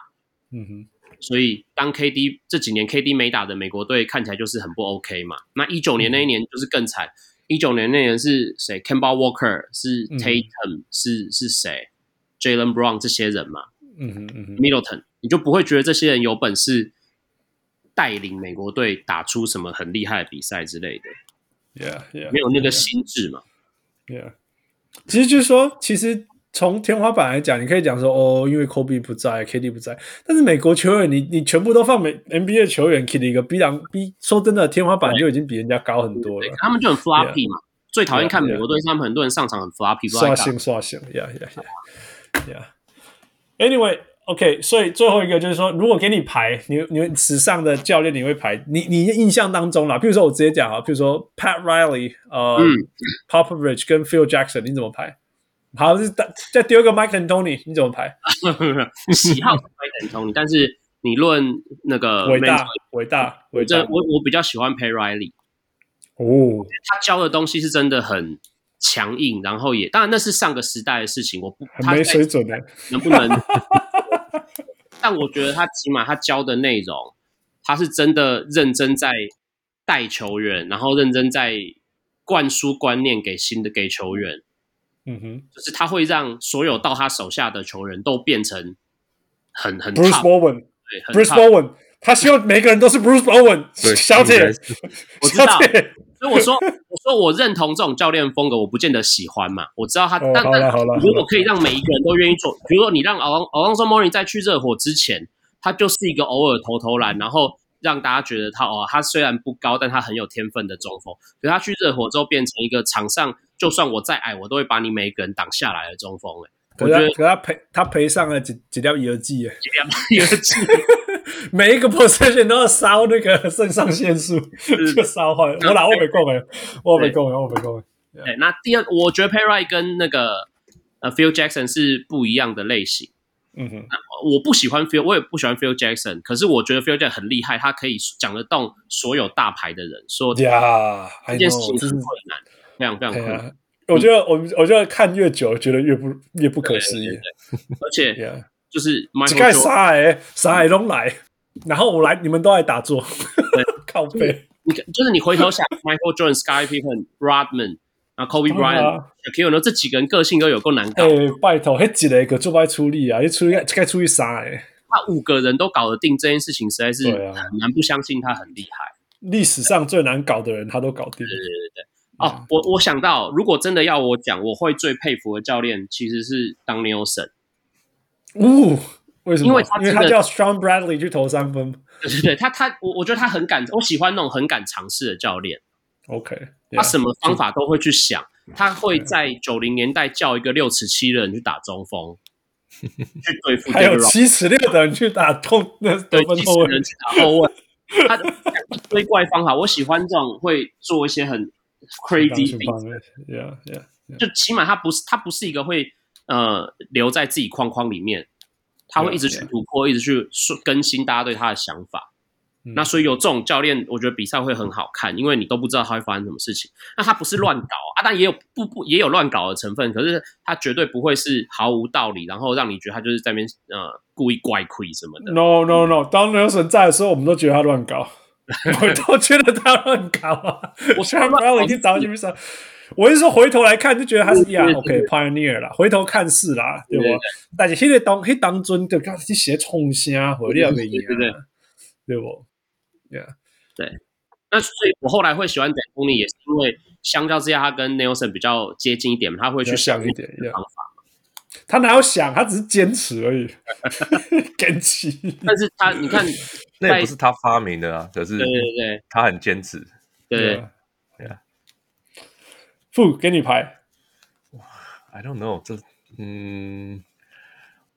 Speaker 3: 嗯哼，
Speaker 4: 所以当 KD 这几年 KD 没打的美国队看起来就是很不 OK 嘛。那一九年那一年就是更惨，一九年那年是谁？Kemba Walker 是
Speaker 3: 嗯
Speaker 4: Tatum、是是谁？Jalen Brown 这些人嘛。
Speaker 3: 嗯哼，嗯哼，
Speaker 4: Middleton，你就不会觉得这些人有本事带领美国队打出什么很厉害的比赛之类的，
Speaker 3: Yeah, yeah，
Speaker 4: 没有那个心智嘛。
Speaker 3: Yeah，其实就是说，其实从天花板来讲，你可以讲说哦，因为 Kobe 不在，KD 不在，但是美国球员你你全部都放美 NBA 球员 KD 一个 B 两 B，说真的，天花板就已经比人家高很多
Speaker 4: 对
Speaker 3: 了，。啊
Speaker 4: 他们就很 floppy 嘛最讨厌看
Speaker 3: Yeah,
Speaker 4: 美国队，是他们很多人上场很 floppy，不知道
Speaker 3: 啊刷
Speaker 4: 在干
Speaker 3: 新
Speaker 4: 嘛
Speaker 3: 刷新，yeah yeah yeah yeah。Anyway。OK，所以最后一个就是说，如果给你排，你你史上的教练你会排你你印象当中啦，譬如说我直接讲啊，譬如说 Pat Riley，呃、
Speaker 4: 嗯
Speaker 3: p o p o v i c h 跟 Phil Jackson，你怎么排？好，是再再丢一个 Mike and Tony，你怎么排？
Speaker 4: 喜好是 Mike and Tony，但是你论那个
Speaker 3: 伟
Speaker 4: mentor，
Speaker 3: 大，伟大，伟
Speaker 4: 呃我这
Speaker 3: 大！
Speaker 4: 我我比较喜欢 Pay Riley，
Speaker 3: 哦，
Speaker 4: 他教的东西是真的很强硬，然后也当然那是上个时代的事情，我不
Speaker 3: 很
Speaker 4: 他
Speaker 3: 没
Speaker 4: 在
Speaker 3: 水准的。
Speaker 4: 能不能？但我觉得他起码他教的内容，他是真的认真在带球员，然后认真在灌输观念给新的给球员，
Speaker 3: 嗯哼
Speaker 4: 就是他会让所有到他手下的球员都变成很很
Speaker 3: ，Bruce
Speaker 4: top，
Speaker 3: Bowen，Bruce
Speaker 4: 对很 top。
Speaker 3: Bowen，他希望每个人都是 Bruce Bowen，
Speaker 5: 对
Speaker 3: 小
Speaker 5: 应
Speaker 3: 铁
Speaker 5: 该，是
Speaker 4: 我知道
Speaker 3: 小铁。
Speaker 4: 所以我说，我说我认同这种教练风格，我不见得喜欢嘛。我知道他，
Speaker 3: 哦
Speaker 4: 但
Speaker 3: 好了
Speaker 4: 但
Speaker 3: 好了
Speaker 4: 如果可以让每一个人都愿意做，比如说你让 Alon Alonso Mourning 在去热火之前，他就是一个偶尔投投篮，然后让大家觉得他哦，他虽然不高，但他很有天分的中锋。可是他去热火之后，变成一个场上就算我再矮，我都会把你每一个人挡下来的中锋、欸。
Speaker 3: 可
Speaker 4: 我
Speaker 3: 是
Speaker 4: 觉
Speaker 3: 他
Speaker 4: 得
Speaker 3: 可是他赔他赔上了几几条游记耶，
Speaker 4: 有技
Speaker 3: 每一个 position 都要烧那个肾上腺素，就烧坏了。我哪我没讲哎，我没讲哎，我没讲哎。
Speaker 4: 对，欸那第二，我觉得 Perry 跟那个呃 Phil Jackson 是不一样的类型。
Speaker 3: 嗯哼，
Speaker 4: 我不喜欢 Phil，我也不喜欢 Phil Jackson，可是我觉得 Phil Jackson 很厉害，他可以讲得动所有大牌的人，所有
Speaker 3: 呀，
Speaker 4: 这件事情很困难，非常非常
Speaker 3: 哎
Speaker 4: 困难。
Speaker 3: 呀，我觉得我们我觉得看越久，觉得越不越不可思议。
Speaker 4: 而且
Speaker 3: Yeah，
Speaker 4: 就是
Speaker 3: 啊只盖
Speaker 4: Michael Jordan，
Speaker 3: 啥哎，啥哎都来，然后我来，你们都来打坐，靠背。
Speaker 4: 你看就是你回 头想 Michael Jordan、Sky Pippen、Rodman，然后 Kobe
Speaker 3: 当然
Speaker 4: Bryant、
Speaker 3: 啊
Speaker 4: Shaquille，O'Neal，这几个人个性都有够难
Speaker 3: 哎、
Speaker 4: 搞，
Speaker 3: 拜托，迄一个个做歹处理啊！迄处理该处理啥诶？
Speaker 4: 他五个人都搞得定这件事情，实在是
Speaker 3: 对啊
Speaker 4: 很难不相信他很厉害。
Speaker 3: 历史上最难搞的人，他都搞定。嗯
Speaker 4: 哦，我我想到，如果真的要我讲，我会最佩服的教练其实是当 Nelson，
Speaker 3: 呜、为什么？
Speaker 4: 因
Speaker 3: 因
Speaker 4: 为他真的
Speaker 3: 他叫 Strong Bradley 去投三分。
Speaker 4: 对对对，他他我我觉得他很敢，我喜欢那种很敢尝试的教练，
Speaker 3: OK，
Speaker 4: 他什么方法都会去想，
Speaker 3: 嗯
Speaker 4: 他会
Speaker 3: 啊
Speaker 4: 在九零年代叫一个六尺七的人去打 中锋，去对付
Speaker 3: 还有
Speaker 4: Derrick Rose，
Speaker 3: 七十六的人去打痛那得
Speaker 4: 啊对
Speaker 3: 分
Speaker 4: 七
Speaker 3: 后
Speaker 4: 十
Speaker 3: 卫。
Speaker 4: 人去打后卫，他推怪方法，我喜欢这种会做一些 很 crazy
Speaker 3: 去
Speaker 4: things
Speaker 3: 帮人 Yeah, yeah.
Speaker 4: 就起码他不是他不是一个会呃留在自己框框里面，他会
Speaker 3: Yeah,
Speaker 4: 一直去
Speaker 3: yeah.
Speaker 4: 突破，一直去说更新大家对他的想法。
Speaker 3: 嗯
Speaker 4: 那所以有这种教练，我觉得比赛会很好看，因为你都不知道他会发生什么事情。那他不是乱搞啊，但也有不不也有乱搞的成分，可是他绝对不会是毫无道理，然后让你觉得他就是在那边呃故意怪亏什么的。
Speaker 3: No, no, no。当 Nelson 在的时候，我们都觉得他乱 搞，我都觉得他乱搞啊。
Speaker 4: 我
Speaker 3: Strong Bradley 去打基本上，我是说回头来看就觉得他是
Speaker 4: 对
Speaker 3: 呀
Speaker 4: 对对
Speaker 3: OK pioneer 啦，回头看是啦，对不
Speaker 4: 对对对？
Speaker 3: 但是迄个当迄当阵就讲你写冲啥，火力也没赢
Speaker 4: 对对对
Speaker 3: 啊，对不？
Speaker 4: 那所以我后来会喜欢 d a n y 也是因为相较之下，他跟 Nelson 比较接近一点，他会
Speaker 3: 比较
Speaker 4: 去想
Speaker 3: 像一点
Speaker 4: 方法。
Speaker 3: 他哪有想，他只是坚持而已，坚持。
Speaker 4: 但是他，你看，
Speaker 5: 那也不是他发明的啊，可是
Speaker 4: 对对
Speaker 5: 他很坚持。
Speaker 4: 对
Speaker 3: 啊
Speaker 4: 对，
Speaker 5: Yeah
Speaker 3: 付给你牌，
Speaker 5: I don't know，这嗯，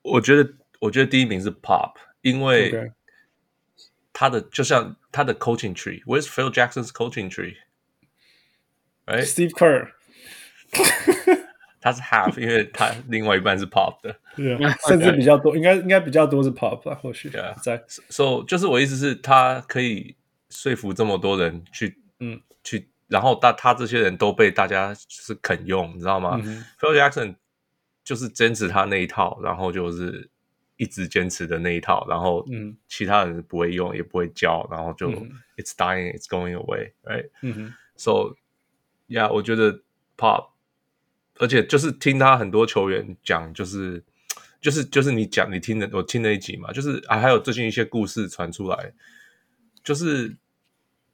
Speaker 5: 我觉得我觉得第一名是 Pop，因为
Speaker 3: OK
Speaker 5: 他的就像他的 coaching tree，Where's Phil Jackson's coaching tree？Right，
Speaker 3: Steve Kerr，
Speaker 5: 他是 half，因为 他另外一半是 Pop 的。
Speaker 3: 对啊，甚至比较多，应该应该比较多是 Pop 吧，或许
Speaker 5: Yeah
Speaker 3: 在
Speaker 5: So 就是我意思是，他可以说服这么多人去，
Speaker 3: 嗯，
Speaker 5: 去，然后大他这些人都被大家就是肯用，你知道吗、
Speaker 3: 嗯哼
Speaker 5: p h i l Jackson 就是坚持他那一套，然后就是一直坚持的那一套，然后
Speaker 3: 嗯
Speaker 5: 其他人不会用，也不会教，然后就、
Speaker 3: 嗯
Speaker 5: It's dying, it's going away, right?
Speaker 3: 嗯哼
Speaker 5: So yeah，我觉得 Pop，而且就是听他很多球员讲，就是就是就是你讲你听的，我听了一集嘛，就是啊，还有最近一些故事传出来，就是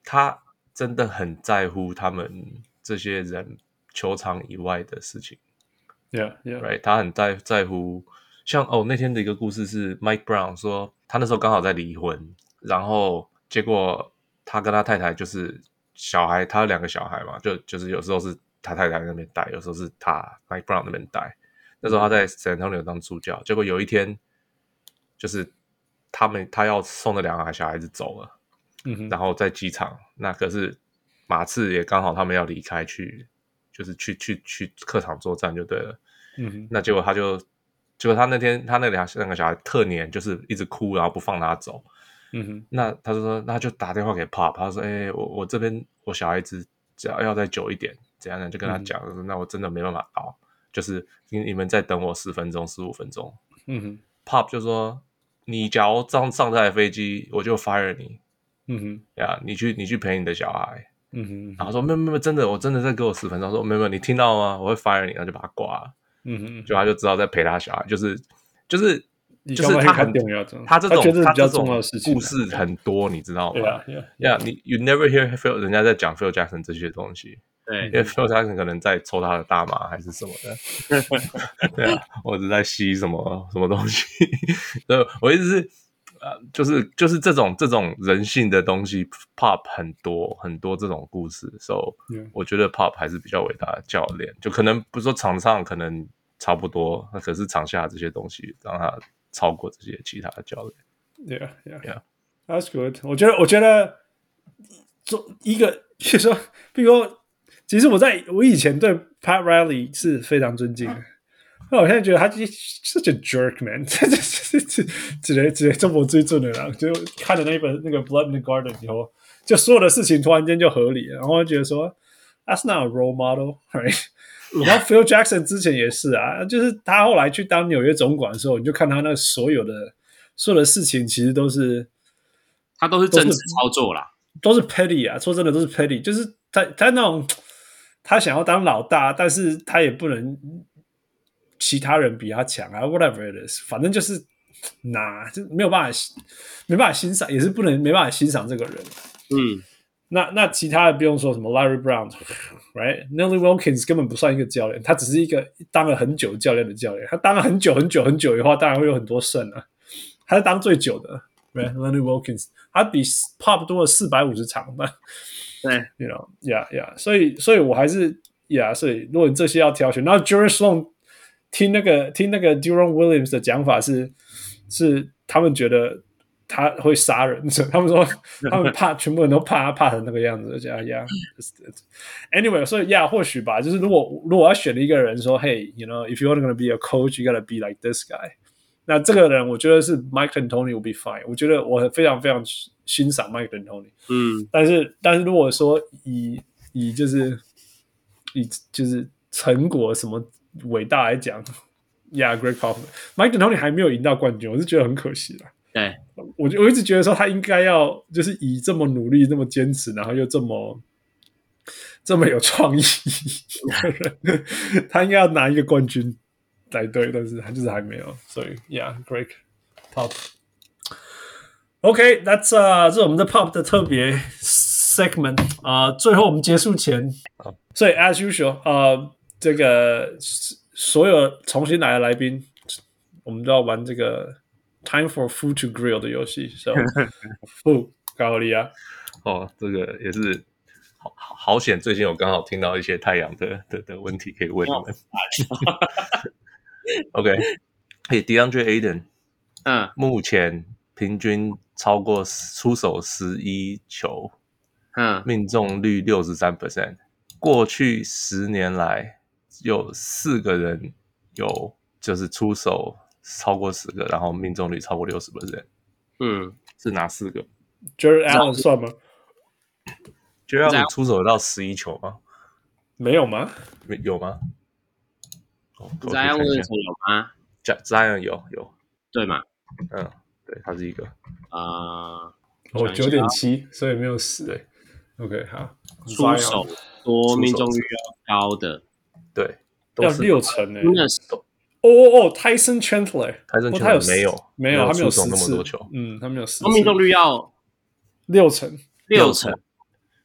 Speaker 5: 他真的很在乎他们这些人球场以外的事情。
Speaker 3: ，Yeah Yeah，
Speaker 5: right？他很在在乎，像哦那天的一个故事是 Mike Brown 说，他那时候刚好在离婚，然后结果他跟他太太就是小孩，他有两个小孩嘛，就就是有时候是他太太那边带，有时候是他 Mike Brown 那边带。那时候他在 San Antonio 当助教，结果有一天就是他们他要送那两个小孩子走了，
Speaker 3: 嗯哼，
Speaker 5: 然后在机场，那可是马刺也刚好他们要离开去，就是去去去客场作战就对了。
Speaker 3: 嗯哼，
Speaker 5: 那结果他就，结果他那天他那两那个小孩特年就是一直哭，然后不放他走。
Speaker 3: 嗯哼，
Speaker 5: 那他就说，那他就打电话给 Pop，他说，哎、我我这边我小孩子只要要再久一点，怎样呢？就跟他讲，就说那我真的没办法熬，就是你你们再等我十分钟十五分钟。
Speaker 3: 嗯哼，
Speaker 5: Pop 就说，你假如上上这台飞机，我就 fire 你
Speaker 3: 嗯哼，
Speaker 5: 呀，你去你去陪你的小孩。
Speaker 3: 嗯哼，
Speaker 5: 然后说没有没有，真的我真的再给我十分钟。说没有没有，你听到吗？我会 fire 你，然后就把他挂了。
Speaker 3: 嗯哼，
Speaker 5: 就他就知道在陪他小孩，就是就是
Speaker 3: 你
Speaker 5: 就是
Speaker 3: 想把
Speaker 5: 他
Speaker 3: 它看
Speaker 5: 很
Speaker 3: 重要这样
Speaker 5: 他这
Speaker 3: 他
Speaker 5: 种
Speaker 3: 觉得是
Speaker 5: 他
Speaker 3: 比较
Speaker 5: 这种
Speaker 3: 重要的事情啊
Speaker 5: 故事很多，你知道吗？
Speaker 3: 对啊，对啊，
Speaker 5: 呀，你 you never hear Phil 人家在讲 Phil Jackson 这些东西，
Speaker 4: 对
Speaker 5: 因为 Phil Jackson 可能在抽他的大麻还是什么的，对啊，或者在吸什么什么东西，对，我意思是。呃，就是就是这种这种人性的东西，Pop 很多很多这种故事，so
Speaker 3: Yeah.
Speaker 5: 我觉得 Pop 还是比较伟大的教练，就可能不是说场上可能差不多，那可是场下这些东西让他超过这些其他的教练。
Speaker 3: Yeah, yeah,
Speaker 5: Yeah.
Speaker 3: That's good. 我觉得，我觉得，做一个， 比如说，比如说，其实我在我以前对 Pat Riley 是非常尊敬的，那我现在觉得他就是 such a jerk man，这 这这这只能只能这么追准的啦。就看了那一本那个《Blood in the Garden》以后，就所有的事情突然间就合理了，然后就觉得说 That's not a role model, right？然后 Phil Jackson 之前也是啊，就是他后来去当纽约总管的时候，你就看他那个所有的所有的事情，其实都是
Speaker 4: 他都是政
Speaker 3: 都
Speaker 4: 治
Speaker 3: 是
Speaker 4: 操作啦。
Speaker 3: 都是 petty 啊，说真的都是 petty，就是他他那种他想要当老大，但是他也不能其他人比他强啊，whatever it is，反正就是拿就没有办法欣没办法欣赏，也是不能没办法欣赏这个人。
Speaker 4: 嗯，
Speaker 3: 那那其他的不用说什么 Larry Brown，right，Nelly Wilkins 根本不算一个教练，他只是一个当了很久教练的教练。他当了很久很久很久以后，当然会有很多胜啊。他是当最久的，right，Nelly Wilkins，他比 Pop 多了四百五十场吧。
Speaker 4: 对，
Speaker 3: you know, yeah, yeah. 所以，所以我还是 yeah，所以如果你这些要挑选，然后 j u r i s l o n 听那个听那个 Duron Williams 的讲法是，是他们觉得他会杀人，所以他们说他们怕全部人都怕他怕成那个样子，这样 yeah。Anyway，所以 yeah，或许吧，就是如果如果我要选一个人说，Hey，you know，if you're gonna be a coach，you gotta be like this guy。那这个人，我觉得是 Mike and Tony will be fine。我觉得我非常非常欣赏 Mike and Tony。
Speaker 4: 嗯，
Speaker 3: 但是但是如果说以以就是以就是成果什么伟大来讲，Yeah，Greg Popovich，Mike D'Antoni 还没有赢到冠军，我是觉得很可惜了。
Speaker 4: 对，
Speaker 3: 我就我一直觉得说他应该要就是以这么努力、这么坚持，然后又这么这么有创意的人， 他应该要拿一个冠军才对，但是他就是还没有，所以 Yeah，Greg Pop。OK，That's、啊，这是我们的 Pop 的特别 segment 啊、最后我们结束前，所以 as usual，呃，这个所有重新来的来宾，我们都要玩这个 Time for Food to Grill 的游戏。So，不，高利啊，
Speaker 5: 哦，这个也是好好好险！最近我刚好听到一些太阳的的的问题可以问你们。OK，嘿、d e a n d r e Aden
Speaker 4: 嗯，
Speaker 5: 目前平均超过10出手十一球，
Speaker 4: 嗯，
Speaker 5: 命中率六十三 percent。过去十年来有四个人有就是出手超过十个，然后命中率超过六十 percent，
Speaker 4: 嗯，
Speaker 5: 是哪四个
Speaker 3: j e r e Allen 算吗？
Speaker 5: 就让你出手得到十一球吗？
Speaker 3: 没有吗？
Speaker 5: 没有吗？哦，我去
Speaker 4: 在
Speaker 5: 看
Speaker 4: 问
Speaker 5: 一
Speaker 4: 的
Speaker 5: 下
Speaker 4: 时候有吗？
Speaker 5: Ja- Zion 有有，
Speaker 4: 对嘛？
Speaker 5: 嗯，对，他是一个
Speaker 4: 啊，
Speaker 3: 哦，
Speaker 4: 想
Speaker 3: 九
Speaker 4: 一下
Speaker 3: 点
Speaker 4: 啊
Speaker 3: 七，所以没有死。欸
Speaker 5: 对
Speaker 3: OK，好，
Speaker 4: 出手多、
Speaker 5: 出手
Speaker 4: 命中率要高的，
Speaker 5: 对，都
Speaker 3: 要
Speaker 5: 是
Speaker 3: 六成呢、欸
Speaker 4: 真的是
Speaker 3: 哦哦哦，Tyson Chandler，
Speaker 5: 台正
Speaker 3: 哦
Speaker 5: 球
Speaker 3: 他有
Speaker 5: 没
Speaker 3: 十
Speaker 5: 有
Speaker 3: 没有，他没有
Speaker 5: 出手
Speaker 3: 十
Speaker 5: 那么
Speaker 3: 次
Speaker 5: 多球，
Speaker 3: 嗯，他没有十次，
Speaker 4: 高命中率要
Speaker 3: 六成。
Speaker 4: 六成，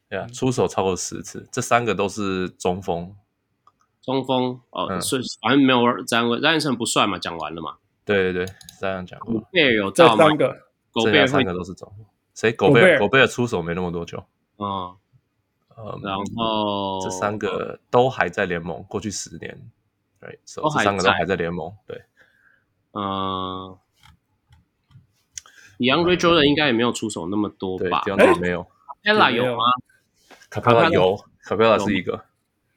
Speaker 5: 对啊，出手超过十次，这三个都是中锋，
Speaker 4: 中锋哦，
Speaker 5: 嗯
Speaker 4: 所以反正没有詹文詹文成不算嘛，讲完了嘛。
Speaker 5: 对对对，这样讲
Speaker 4: 狗
Speaker 5: 过，
Speaker 4: 贝尔有
Speaker 3: 这
Speaker 4: 到吗？
Speaker 3: 三个
Speaker 4: 狗
Speaker 5: 剩
Speaker 4: 贝
Speaker 5: 下
Speaker 4: 尔
Speaker 5: 三
Speaker 4: 会
Speaker 5: 个都是中锋，谁？狗
Speaker 3: 贝
Speaker 5: 贝
Speaker 3: 尔
Speaker 5: 尔，狗贝尔出手没那么多球，
Speaker 4: 哦，
Speaker 5: 呃，
Speaker 4: 然后
Speaker 5: 这三个都还在联盟，过去十年，对，so
Speaker 4: 都
Speaker 5: 这
Speaker 4: 还
Speaker 5: 三个都
Speaker 4: 在
Speaker 5: 还在联盟，对，
Speaker 4: 呃 y o u n g r a y Jordan 应该也没有出手那么多
Speaker 5: 对
Speaker 4: 吧
Speaker 5: d e o
Speaker 3: 哎
Speaker 5: n 没有
Speaker 4: ？Ella
Speaker 3: 没有
Speaker 4: 有吗？
Speaker 5: 卡佩拉
Speaker 4: Capella
Speaker 5: 有卡佩拉
Speaker 4: 有
Speaker 5: 是一个，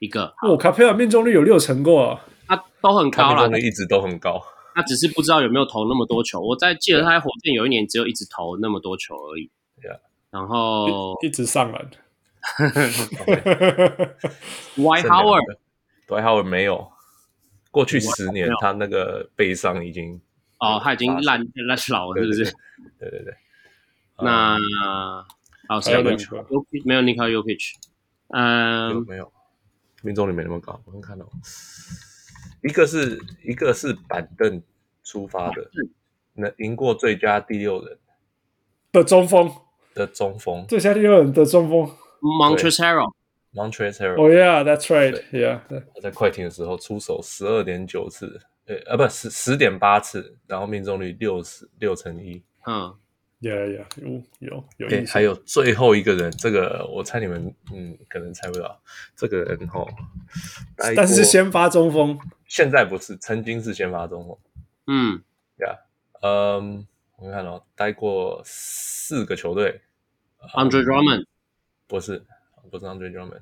Speaker 4: 一个，
Speaker 3: 我哦卡佩尔命中率有六成过，啊
Speaker 4: 他都很
Speaker 5: 他
Speaker 4: 高
Speaker 5: 命
Speaker 4: 了
Speaker 5: 中，率一直都很高，
Speaker 4: 他只是不知道有没有投那么多球。我在记得他在火箭有一年只有一直投那么多球而已。
Speaker 5: Yeah
Speaker 4: 然
Speaker 5: 哦
Speaker 4: 后
Speaker 3: 一直上 篮。
Speaker 4: Y
Speaker 3: 哎
Speaker 5: 剩两个
Speaker 4: Howard
Speaker 5: 对 Howard 没有，过去十年他那个悲伤已经，
Speaker 4: 哦，他已经
Speaker 5: 发生
Speaker 4: 烂烂老了，
Speaker 5: 对
Speaker 4: 是不是？
Speaker 5: 对对嗯对，
Speaker 4: 那哦，谁
Speaker 3: 还有
Speaker 4: 没
Speaker 3: 哪
Speaker 4: 有
Speaker 3: 一个
Speaker 4: 没有 n i k o y o k i c
Speaker 5: 有
Speaker 4: 嗯，
Speaker 5: 没有命中率没那么高，我刚看到一个是一个是板凳出发的，能赢过最佳第六人
Speaker 3: 的中锋，
Speaker 5: 的中锋
Speaker 3: 最下第六人的中锋。
Speaker 4: m o n t r e s e r o
Speaker 5: m o n t r e s e r
Speaker 3: Oh yeah, that's right. Yeah.
Speaker 5: 他在快艇的时候出手十二点九次，对，呃，不十十点八次，然后命中率六十六乘一。
Speaker 4: 嗯，
Speaker 3: Yeah, yeah. 有有有
Speaker 5: 对，
Speaker 3: 印象
Speaker 5: 还。有最后一个人，这个我猜你们嗯可能猜不到，这个人哈，待
Speaker 3: 但是是
Speaker 5: 过
Speaker 3: 先发中锋，
Speaker 5: 现在不是，曾经是先发中锋，
Speaker 4: 嗯，
Speaker 5: 嗯，我们看哦，待过四个球队，
Speaker 4: ，Andre Drummond，
Speaker 5: 不是不是 Andre Drummond，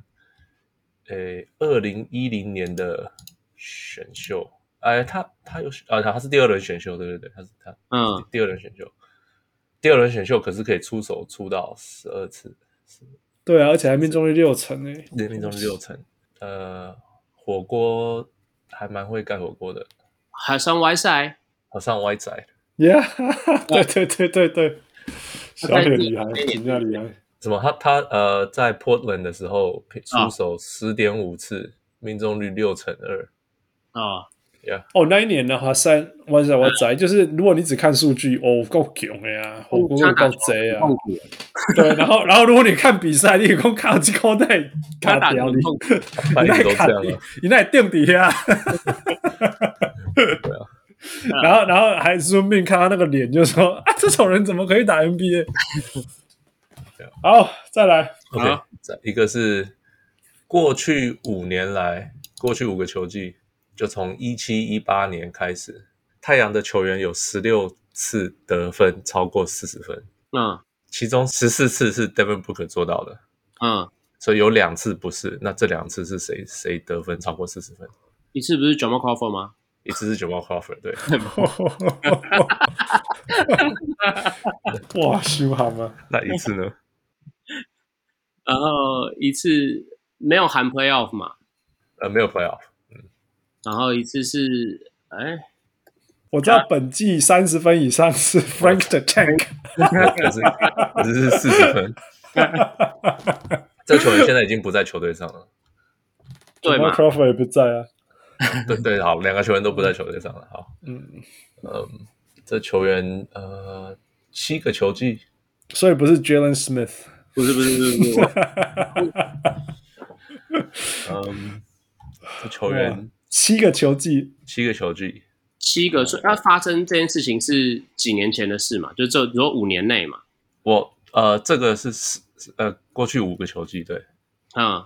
Speaker 5: 诶，二零一零年的选秀，哎，他他有啊，他是第二轮选秀，对对对，他是他
Speaker 4: 嗯
Speaker 5: 第二轮选秀，第二轮选秀可是可以出手出到十二次，
Speaker 3: 对啊，而且还命中率六成欸诶、
Speaker 5: 年命中率六成，呃，火锅还蛮会盖火锅的，
Speaker 4: 还算 Y 赛，
Speaker 5: 好像歪仔
Speaker 3: Yeah，对 对对对对，小
Speaker 4: 在
Speaker 3: 野
Speaker 4: 第
Speaker 3: 厉害，评价厉害。
Speaker 5: 什么他他呃在 Portland 的时候
Speaker 4: 啊
Speaker 5: 出手十点五次，命中率六成二，
Speaker 4: 哦，
Speaker 3: 哦，那一年的话，三哇塞哇
Speaker 5: 啊
Speaker 3: 塞，就是如果你只看数据，哦，够囧的呀，
Speaker 5: 哦
Speaker 3: 火锅
Speaker 4: 他打
Speaker 3: 够
Speaker 4: 球
Speaker 3: 贼啊
Speaker 4: 很，痛苦，
Speaker 3: 对，然后然后如果你看比赛，你光靠几口袋
Speaker 4: 他打
Speaker 3: 掉你
Speaker 4: 球很，痛苦，
Speaker 5: 半
Speaker 3: 你
Speaker 5: 年
Speaker 3: 那
Speaker 5: 都
Speaker 3: 卡
Speaker 5: 这样了
Speaker 3: 底。，你那垫底啊 下，
Speaker 4: 啊
Speaker 3: 然后然后还顺便看他那个脸，就说 啊，这种人怎么可以打 NBA？好，
Speaker 4: 啊
Speaker 3: 再来，
Speaker 5: OK，
Speaker 4: 好
Speaker 5: 再一个是过去五年来，过去五个球季，就从一七一八年开始，太阳的球员有十六次得分超过四十分，
Speaker 4: 嗯
Speaker 5: 其中十四次是 Devin Booker 做到的，
Speaker 4: 嗯，
Speaker 5: 所以有两次不是。那这两次是谁谁得分超过四十分？
Speaker 4: 一次不是 Jamal Crawford 吗？
Speaker 5: 一次是 Jamal Crawford，对，
Speaker 3: 哇，修好吗？
Speaker 5: 那一次呢？
Speaker 4: 然后一次没有含 Playoff 嘛，
Speaker 5: 呃，没有 playoff，
Speaker 4: 然后一次是哎，
Speaker 3: 我知道本季三十分以上是 Frank the Tank，
Speaker 4: 哎
Speaker 5: 可是 可是是四十分。这个球员现在已经不在球队上了。
Speaker 4: 对
Speaker 3: m a
Speaker 4: 嘛
Speaker 3: Crawford 也不在啊。
Speaker 5: 对对，好，两个球员都不在球队上了。好，
Speaker 3: 嗯，
Speaker 5: 嗯，这球员呃七个球季，
Speaker 3: 所以不是 Jalen Smith。
Speaker 4: 不是不是不是不是，
Speaker 5: 嗯，这球员
Speaker 3: 七个球季，
Speaker 5: 七个球季，
Speaker 4: 七个，所以它发生这件事情是几年前的事嘛，就这如果五年内嘛，
Speaker 5: 我呃这个是十呃过去五个球季，对，
Speaker 4: 嗯，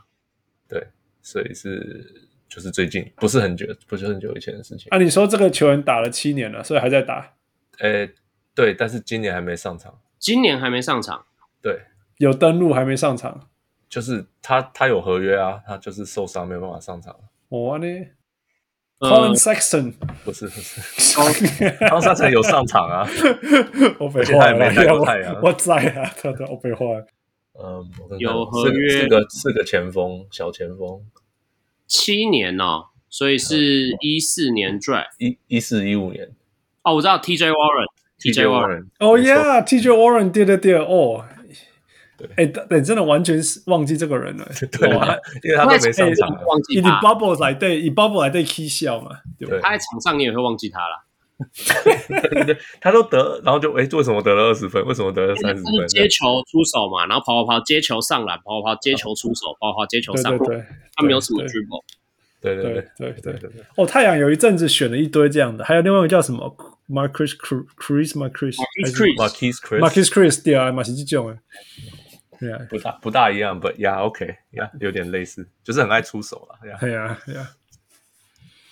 Speaker 5: 所以是就是最近，不是很久，不是很久以前的事情。
Speaker 3: 啊，你说这个球员打了七年了，所以还在打，
Speaker 5: 呃，对，但是今年还没上场，
Speaker 4: 今年还没上场，
Speaker 5: 对，
Speaker 3: 有登录还没上场。
Speaker 5: 就是他他有合约啊，他就是受伤没有办法上场，
Speaker 3: 我、哦、呢
Speaker 4: 呃
Speaker 3: ，Colin，Sexton，
Speaker 5: 不是不是，汤沙城有上场啊。
Speaker 3: 我被坏
Speaker 5: 而且他也没带过太
Speaker 3: 了
Speaker 5: 阳，
Speaker 3: 我我在啊，他的我被坏了。
Speaker 5: 嗯，我看看
Speaker 4: 有合
Speaker 5: 四个
Speaker 4: 约
Speaker 5: 四个四个前锋，小前锋，
Speaker 4: 七年哦，所以
Speaker 5: 嗯
Speaker 4: 是一四年 draft
Speaker 5: 一一四一五年
Speaker 4: 哦，我知道 TJ Warren，TJ Warren，
Speaker 5: Warren，
Speaker 3: 哦、
Speaker 5: 没
Speaker 3: y e
Speaker 5: 错
Speaker 3: a h t j Warren 对对对，哦
Speaker 5: 对，
Speaker 3: 哎，等真的完全是忘记这个人了，
Speaker 5: 对啊，因为他都没上场啊，
Speaker 4: 忘记
Speaker 3: 以
Speaker 4: 他，
Speaker 3: bubble 来对，以 bubble 来对 K 笑嘛，对吧
Speaker 5: 对？
Speaker 4: 他在场上你也会忘记他啦，
Speaker 5: 他都得，然后就哎，为什么得了二十分？为什么得了
Speaker 4: 他
Speaker 5: 三十
Speaker 4: 是
Speaker 5: 分？
Speaker 4: 接球出手嘛，然后跑跑跑接球上篮，跑跑跑接球出手，跑跑跑接球
Speaker 3: 对对
Speaker 4: 上篮，
Speaker 3: 对，
Speaker 4: 他没有什么
Speaker 3: 对
Speaker 4: dribble，
Speaker 5: 对对对
Speaker 3: 对对
Speaker 5: 对对对，
Speaker 3: 哦，太阳有一阵子选了一堆这样的，还有另外一个叫什么 Marcus Chris Chris Marcus
Speaker 4: Marquise Chris
Speaker 5: Marquis Chris，
Speaker 3: Marcus Chris 对啊，马是这种的。 Yeah.
Speaker 5: 不大不大一样，but yeah OK yeah 有点类似，就是很爱出手了。Yeah
Speaker 3: Yeah. Yeah.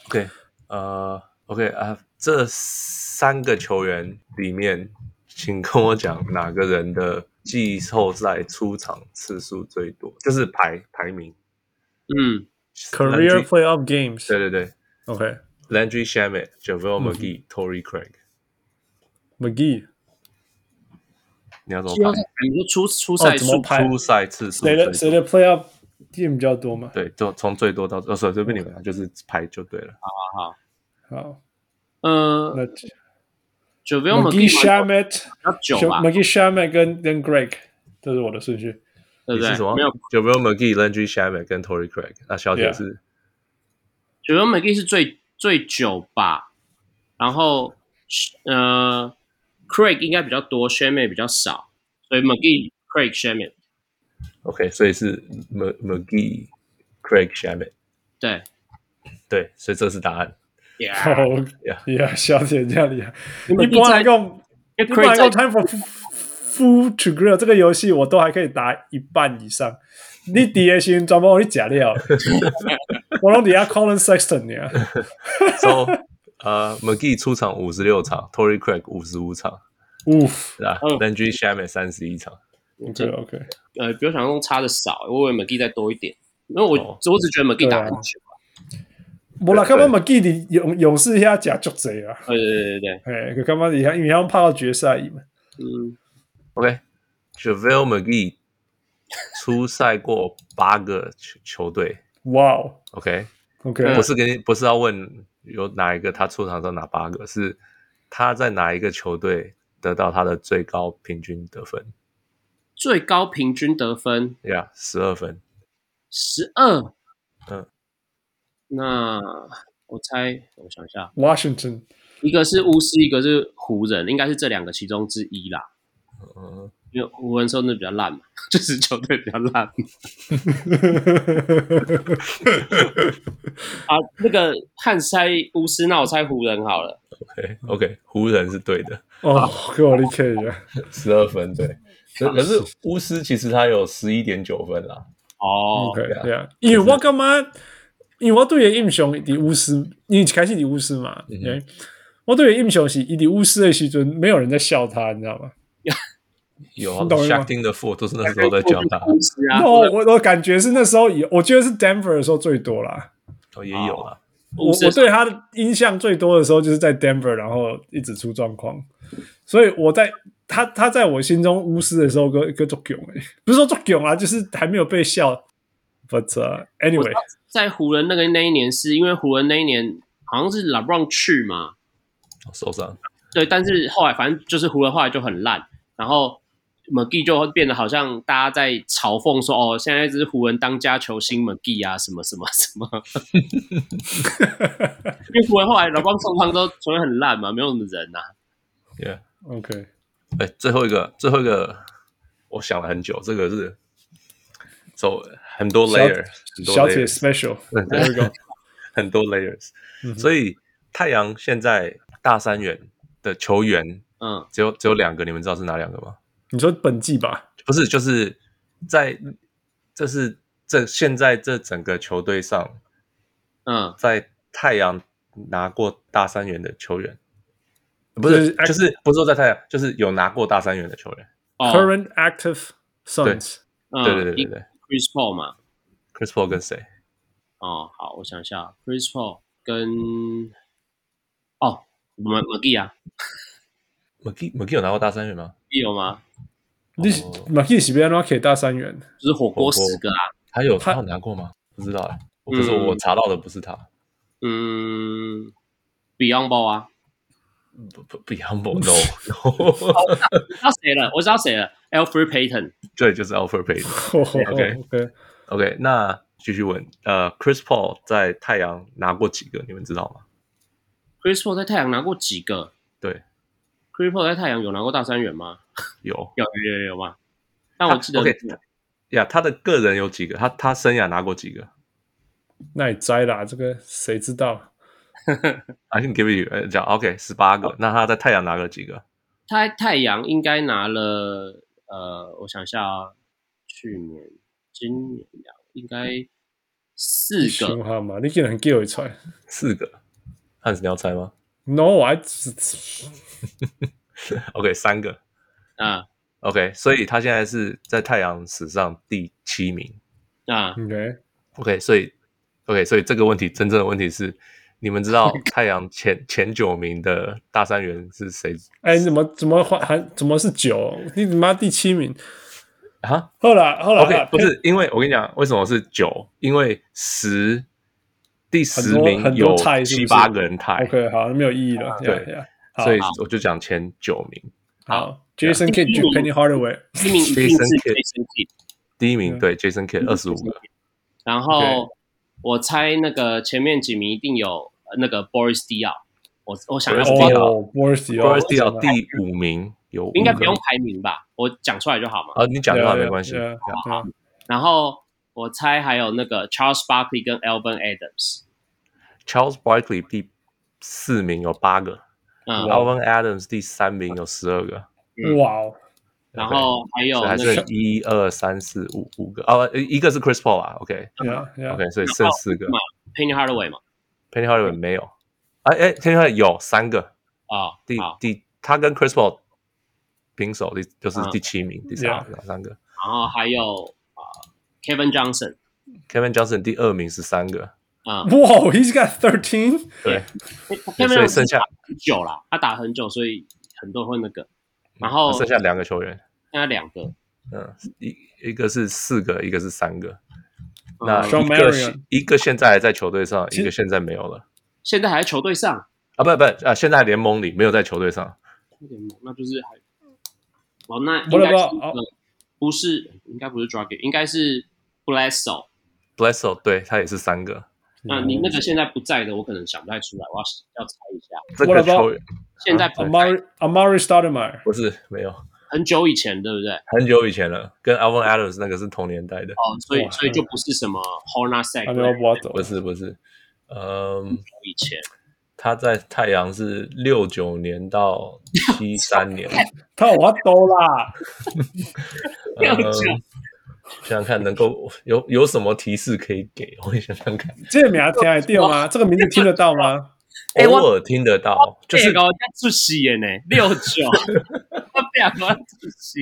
Speaker 5: OK 呃 OK 啊、这三个球员里面，请跟我讲哪个人的季后赛出场次数最多，就是排排名。
Speaker 4: 嗯，
Speaker 3: Career
Speaker 5: Landry-
Speaker 3: playoff games.
Speaker 5: 对对对
Speaker 3: Okay.
Speaker 5: ，Landry Shamet、Javale
Speaker 3: 嗯
Speaker 5: McGee、Tory Craig，
Speaker 3: McGee.
Speaker 5: 你要怎
Speaker 4: 季
Speaker 5: 么
Speaker 4: 后赛
Speaker 5: 排？
Speaker 4: 你说出出赛
Speaker 3: 哦怎么
Speaker 4: 数
Speaker 3: 排
Speaker 5: 出赛次数
Speaker 3: 谁
Speaker 5: 最
Speaker 3: 的
Speaker 5: 多？
Speaker 3: 谁的 playoff team 比较多嘛？
Speaker 5: 对，就从最多到呃，所以这边你们啊就是排就对了。
Speaker 3: 好，
Speaker 4: 呃
Speaker 3: 那
Speaker 4: ，Javale
Speaker 3: McGee
Speaker 4: McGee 蛮
Speaker 3: Shamet、
Speaker 4: 比较久吧，
Speaker 3: McGee Shamet 跟跟 Greg，这是我的顺序。
Speaker 4: 对不
Speaker 5: 你
Speaker 4: 对
Speaker 5: 是什么？？
Speaker 4: 没有
Speaker 5: j a v a l McGee、Landry Shamet 跟 Tory Craig。那小姐
Speaker 3: Yeah
Speaker 5: 是
Speaker 4: Javale McGee 是最最久吧，然后呃，Craig 应该比较多 s h a m e 比较少，所以 McGee、Craig、s h a m e
Speaker 5: OK，所以是 M McGee、Craig Shamet。
Speaker 4: 对
Speaker 5: 对，所以这是答案。
Speaker 3: 好
Speaker 4: ，Yeah，
Speaker 3: 呀，小姐这样厉害。一
Speaker 4: McGee
Speaker 3: 般
Speaker 4: 在
Speaker 3: 来用，
Speaker 4: 因为
Speaker 3: 一般来
Speaker 4: Craig 在
Speaker 3: 用 Time for Food to Grill 这个游戏，我都还可以答一半以上。你底下先专门我你假料，我拢底下 Colin Sexton 呢。
Speaker 5: So，呃，McGee 出场五十六场，Tory Craig 五十五场，
Speaker 3: Oof，
Speaker 5: 对吧
Speaker 4: 嗯
Speaker 5: ？Landry Shamet 三十一场。
Speaker 3: OK OK，
Speaker 4: 呃，比我想象中差的少，我以为 McGee 再多一点，因为我、
Speaker 5: 哦
Speaker 4: 我只觉得
Speaker 3: 对
Speaker 4: McGee
Speaker 3: 啊
Speaker 4: 打很久，
Speaker 3: 无啦，看嘛 McGee 的勇勇士遐假足济啊。
Speaker 4: 对对对对，
Speaker 3: 哎，佮感觉你看，因为他们拍到决赛嘛。
Speaker 4: 嗯，
Speaker 5: OK，Javale McGee 出赛过八个球球队。
Speaker 3: 哇哦
Speaker 5: OK，
Speaker 3: ，OK，
Speaker 5: 不是给你，不是要问有哪一个他出场到哪八个，是他在哪一个球队得到他的最高平均得分
Speaker 4: 最高平均得分
Speaker 5: 呀，十二分。
Speaker 4: 十二，
Speaker 5: 嗯，
Speaker 4: 那我猜，我想一下，
Speaker 3: Washington，
Speaker 4: 一个是巫师，一个是湖人，应该是这两个其中之一啦，
Speaker 5: 嗯，
Speaker 4: 因为湖人说那比较烂嘛， 就是球队比较烂啊。那个汉猜巫师，那我猜湖人好了，
Speaker 5: 对，OK，湖人是对的，
Speaker 3: 哦，给我理解一下。
Speaker 5: 十二分对。可可是巫师其实他有十一点九分啦，
Speaker 4: 哦
Speaker 3: OK，
Speaker 5: 啊
Speaker 3: 对啊，因为我感觉，因为我对伊印象伫巫师，因为开始伫巫师嘛，对我对伊印象是伊伫巫师的时阵，没有人在笑他，你知道吗？
Speaker 5: 有
Speaker 3: 你懂我意
Speaker 5: s
Speaker 3: 思
Speaker 5: h a
Speaker 3: 吗
Speaker 5: c k i n 的 Four 都是那时候在讲他，
Speaker 4: 巫师啊
Speaker 3: 然，后我我感觉是那时候也，我觉得是 Denver 的时候最多啦。
Speaker 5: 哦也有啦。
Speaker 3: 我
Speaker 4: 巫师
Speaker 3: 我对他的印象最多的时候就是在 Denver，然后一直出状况，所以我在他他在我心中巫师的时候跟跟作囧哎，不是说作囧啊，就是还没有被笑。But、uh, anyway，
Speaker 4: 在湖人那个那一年是因为湖人那一年好像是 LeBron 去嘛，
Speaker 5: 哦受伤，
Speaker 4: 对，但是后来反正就是湖人后来就很烂，然后 McGee 就变得好像大家在嘲讽说哦，现在这是湖人当家球星 McGee 啊，什么什么什么，因为湖人后来 LeBron 受伤之后球员很烂嘛，没有什么人呐、啊，
Speaker 5: yeah。
Speaker 3: OK，
Speaker 5: 哎，最后一个，最后一个，我想了很久，这个是走、so, 很多
Speaker 3: 小
Speaker 5: layer，很多
Speaker 3: 小铁
Speaker 5: layer，
Speaker 3: special，
Speaker 5: There we go. 很多 layers，、所
Speaker 3: 嗯
Speaker 5: 以太阳现在大三元的球员
Speaker 4: 嗯，
Speaker 5: 只有只有两个，你们知道是哪两个吗？
Speaker 3: 你说本季吧？
Speaker 5: 不是，就是在这是这现在这整个球队上，
Speaker 4: 嗯，
Speaker 5: 在太阳拿过大三元的球员，呃不是，哎
Speaker 3: 就是
Speaker 5: 就是不是说在太阳，就是有拿过大三元的球员。
Speaker 4: 哦
Speaker 3: Current active Suns，
Speaker 4: 嗯
Speaker 5: 对对对对
Speaker 4: 一
Speaker 5: 对
Speaker 4: ，Chris Paul 嘛，
Speaker 5: ，Chris Paul 跟谁？
Speaker 4: 哦，好，我想一下，Chris Paul 跟哦 M- McGee 啊
Speaker 5: ，McGee McGee 有拿过大三元吗？
Speaker 4: 有吗？
Speaker 3: 你是
Speaker 5: 哦
Speaker 3: 马基喜边拉可以大三元，
Speaker 4: 就是火
Speaker 5: 火锅
Speaker 4: 锅十个啊。
Speaker 5: 他有
Speaker 3: 他
Speaker 5: 他有拿过吗？不知道哎、可是我
Speaker 4: 嗯
Speaker 5: 查到的不是他，
Speaker 4: 嗯，Beyond 包啊，
Speaker 5: 不不不 Humble no no，
Speaker 4: 我知道谁了？我知道谁了，Alfred Payton。
Speaker 5: 对，就是 Alfred Payton。
Speaker 3: OK OK，
Speaker 5: OK，那继续问，呃，Chris Paul 在太阳拿过几个？你们知道吗？
Speaker 4: Chris Paul 在太阳拿过几个
Speaker 5: 对，
Speaker 4: ？Chris Paul 在太阳有拿过大三元吗？
Speaker 5: 有。
Speaker 4: 有有有有吗？但我记得
Speaker 5: OK 呀、他的个人有几个？他他生涯拿过几个
Speaker 3: 那你摘啦，这个谁知道？
Speaker 5: ？I can give you 呃讲 OK 十八个。那他在太阳拿了几个？
Speaker 4: 他在太阳应该拿了呃，我想一下啊，去年、今年两应该四
Speaker 3: 凶
Speaker 4: 个，
Speaker 3: 悍嘛，你竟然给我一踹
Speaker 5: 四个。汉斯，你要猜吗
Speaker 3: ？No，I
Speaker 5: ？OK，三个。
Speaker 4: 啊
Speaker 5: OK，所以他现在是在太阳史上第七名。
Speaker 4: 啊
Speaker 3: OK，
Speaker 5: OK，所以 OK，所以这个问题真正的问题是，你们 知道太阳前前九名的大三元是谁
Speaker 3: 哎，你怎么怎么还还怎么是九？你他妈第七名。
Speaker 5: 啊
Speaker 3: 后来后来后
Speaker 5: ？OK，
Speaker 3: 来
Speaker 5: 不是，因为我跟你讲，为什么是九？因为十第十
Speaker 3: 多
Speaker 5: 名
Speaker 3: 很多
Speaker 5: 有
Speaker 3: 菜是不是
Speaker 5: 七八个人抬，
Speaker 3: OK，好，那没有意义了。
Speaker 5: 对
Speaker 3: yeah, yeah 好
Speaker 5: 所以我就讲前九名。
Speaker 3: 好，Jason Kidd 去 Penny Hardaway，
Speaker 4: 第一 名一定是
Speaker 5: Jason Kidd
Speaker 4: Jason Kidd，
Speaker 5: 第一名
Speaker 3: 嗯
Speaker 5: 对 Jason Kidd 二十五个，
Speaker 4: 然后我猜那个前面几名一定有呃那个 Boris Diaw，我我想要
Speaker 5: Boris Diaw
Speaker 3: 哦 b o r i s
Speaker 5: b o r i s
Speaker 3: d
Speaker 5: d i a 第五名有五个，
Speaker 4: 应该不用排名吧，我讲出来就好嘛。
Speaker 5: 啊，你讲的话没关系。
Speaker 3: 对啊对啊对啊
Speaker 4: 然后我猜还有那个 Charles Barkley 跟 Alvin Adams，
Speaker 5: Charles Barkley 第四名有八个
Speaker 4: 嗯，
Speaker 5: ，Alvin Adams 第三名有十二个，
Speaker 4: 嗯
Speaker 3: 哇哦，
Speaker 4: 然后还有
Speaker 5: 所以还
Speaker 4: 那
Speaker 5: 剩
Speaker 4: 个
Speaker 5: 一二三四五五个哦，一一个是 Chris Paul 啊，OK
Speaker 3: 对啊对啊
Speaker 5: OK，所以剩四个
Speaker 4: 嗯嘛嗯 Penny Hardaway 嘛，
Speaker 5: ，Penny Hardaway 没有，哎哎，Penny Hardaway 有三个，
Speaker 4: 啊，
Speaker 5: 第
Speaker 4: 好，
Speaker 5: 第他跟 Chris Paul 平手，第就是
Speaker 4: 嗯
Speaker 5: 第七名，第三个三个
Speaker 4: 然后还有啊 Kevin Johnson，
Speaker 5: ，Kevin Johnson 第二名是三个，
Speaker 4: 啊
Speaker 3: 哇 ，He's got thirteen，
Speaker 5: 对，
Speaker 4: ，Kevin
Speaker 5: 所以
Speaker 4: Johnson
Speaker 5: 剩下
Speaker 4: 很久啦，他打很久，所以很多人会那个，然后
Speaker 5: 嗯啊剩下两个球员，
Speaker 4: 那两个，
Speaker 5: 嗯，一一个是四个，一个是三个。那
Speaker 4: 嗯
Speaker 3: Sean
Speaker 5: 一个
Speaker 3: Marion
Speaker 5: 一个现在还在球队上，
Speaker 3: 其实
Speaker 5: 一个现在没有了
Speaker 4: 现在还在球队上，
Speaker 5: 啊，不不啊，现在联盟里没有在球队上。
Speaker 4: 有点猛那就是还哦，那
Speaker 3: 不
Speaker 4: 应
Speaker 3: 了
Speaker 4: 该是
Speaker 3: 不了
Speaker 4: 一个不是，应该不是 Drug，应该是 Blesso。
Speaker 5: Blesso 对他也是三个，
Speaker 4: 那
Speaker 5: 嗯
Speaker 4: 你那个现在不在的，我可能想不太出来，我要要猜一下。
Speaker 5: 这
Speaker 3: What
Speaker 5: 个
Speaker 3: about-
Speaker 5: 球员
Speaker 4: 现在不在，
Speaker 3: Amari Amari Stoudemire，
Speaker 5: 不是没有
Speaker 4: 很久以前，对不哦对？
Speaker 5: 很久以前了，跟 Alvin Adams 那个是同年代的，
Speaker 4: 哦，所以
Speaker 3: 嗯哇
Speaker 4: 所以就不是什么
Speaker 5: 哎
Speaker 4: Hornacek
Speaker 3: 还没有挖走
Speaker 5: 不，是不是，嗯，
Speaker 4: 以前
Speaker 5: 他在太阳是六九年到七三 年，
Speaker 3: 他有挖走啦，
Speaker 4: 六
Speaker 5: 嗯
Speaker 4: 九，
Speaker 5: 想想看能够有有什么提示可以给，我也想想看，
Speaker 3: 这个名字听得到吗？ 这个名字听得到吗？
Speaker 4: 哎我
Speaker 5: 偶尔听得到，
Speaker 3: 哎
Speaker 5: 就是
Speaker 4: 高在出席耶呢，六九，他两个出席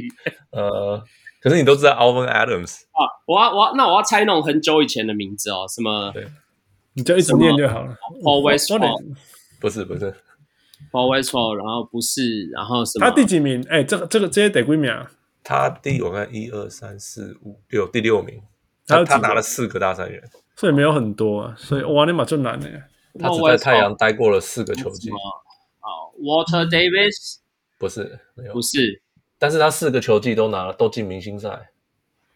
Speaker 5: 呃，可是你都知道 Alvin Adams，
Speaker 4: 啊！我要我要那我要猜那种很久以前的名字哦，什么
Speaker 5: 对，
Speaker 3: 你就一直念就好了。
Speaker 4: Paul Westphal、
Speaker 5: 不是不是，
Speaker 4: Paul Westphal，然后不是，然后什么
Speaker 3: 他第几名？哎，这个这个这些得归名啊？
Speaker 5: 他第我看一二三四五六第六名，
Speaker 3: 他
Speaker 5: 他
Speaker 3: 有
Speaker 5: 他
Speaker 3: 几个
Speaker 5: 拿了四个大三元，
Speaker 3: 所以没有很多啊，所以哇，你马就难了。
Speaker 5: 他
Speaker 4: Paul
Speaker 5: 只在太
Speaker 4: Westphal，
Speaker 5: 阳待过了四个球季
Speaker 4: 什，么哦 Walter Davis
Speaker 5: 不是没有
Speaker 4: 不，是，
Speaker 5: 但是他四个球季都拿了，都进明星赛，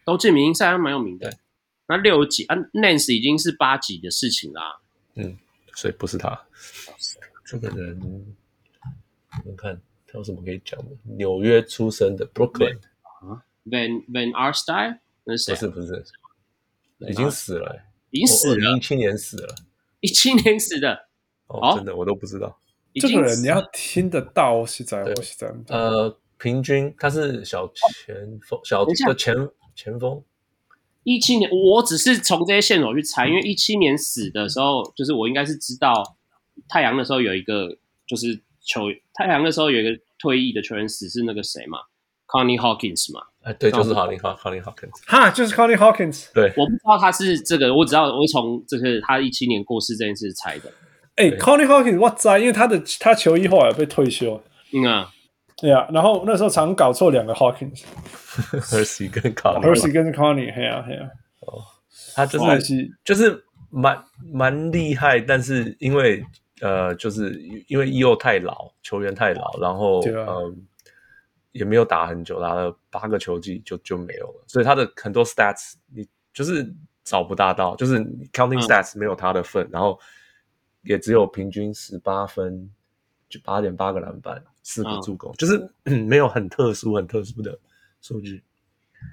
Speaker 4: 都进明星赛还蛮有名的
Speaker 5: 对。
Speaker 4: 那六级啊，Nance 已经是八级的事情啦。
Speaker 5: 所以不是他。这个人，我们看他有什么可以讲的？纽约出生的 Brooklyn，
Speaker 4: Van Van Arstyle 那是谁
Speaker 5: 不
Speaker 4: 啊？
Speaker 5: 是不是，已经死了、欸，
Speaker 4: 已经死了，
Speaker 5: 一七年死了，
Speaker 4: 一七年死的，
Speaker 5: 哦，
Speaker 4: 哦
Speaker 5: 真的我都不知道。
Speaker 4: 已
Speaker 3: 这
Speaker 4: 经
Speaker 3: 个
Speaker 4: 死
Speaker 3: 人你
Speaker 4: 了
Speaker 3: 要听得到，我实在
Speaker 5: 对
Speaker 3: 我实在不知道
Speaker 5: 呃，平均他是小前锋，小
Speaker 4: 等一下
Speaker 5: 的前前锋，
Speaker 4: 一七年，我只是从这些线索去猜，因为一七年死的时候，就是我应该是知道太阳的时候有一个就是球太阳的时候有一个退役的球员死是那个谁嘛，Connie Hawkins 嘛，
Speaker 5: 哎，对，
Speaker 4: 那我
Speaker 5: 就是哈林哈哈林哈肯斯，
Speaker 3: 哈，就是 Connie Hawkins。
Speaker 4: 我不知道他是这个，我只知道我从这个他一七年过世这件事猜的。
Speaker 3: 哎
Speaker 5: 对
Speaker 3: ，Connie Hawkins，我知道，因为他的他球衣后来被退休，
Speaker 4: 嗯啊，
Speaker 3: 对呀，然后那时候常搞错两个 Hawkins，Hersey
Speaker 5: 赫西跟卡林哈，
Speaker 3: 跟 Connie，嘿呀嘿呀，
Speaker 5: 他就
Speaker 3: 就是是
Speaker 5: 就是蛮蛮厉害，但是因为呃，就是因为伊欧太老，球员太老，然后
Speaker 3: 对啊
Speaker 5: 呃也没有打很久，打了八个球季就就没有了，所以他的很多 stats 你就是找不大到，就是 counting
Speaker 4: 嗯
Speaker 5: stats 没有他的份，然后也只有平均十八分，就八点八个篮板，四个
Speaker 4: 嗯
Speaker 5: 助攻，就是没有很特殊很特殊的数据。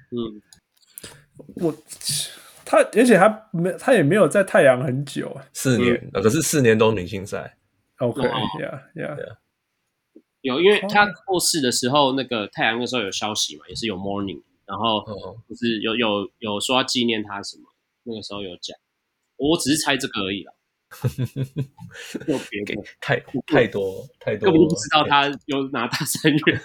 Speaker 4: 嗯，
Speaker 3: 我他，而且他没他也没有在太阳很久啊。
Speaker 5: 四
Speaker 4: 嗯
Speaker 5: 年，呃可是四年都明星赛，
Speaker 3: OK，
Speaker 4: 哦
Speaker 3: 呀呀，
Speaker 4: 有，因为他过世的时候，那个太阳的时候有消息嘛，也是有 morning，然
Speaker 5: 嗯
Speaker 4: 后
Speaker 6: 哦
Speaker 4: 就是有有有说要纪念他什么，那个时候有讲，我只是猜这个而已啦，没有别的，
Speaker 5: 太太多太多，
Speaker 4: 根本就不知道他有拿大三元，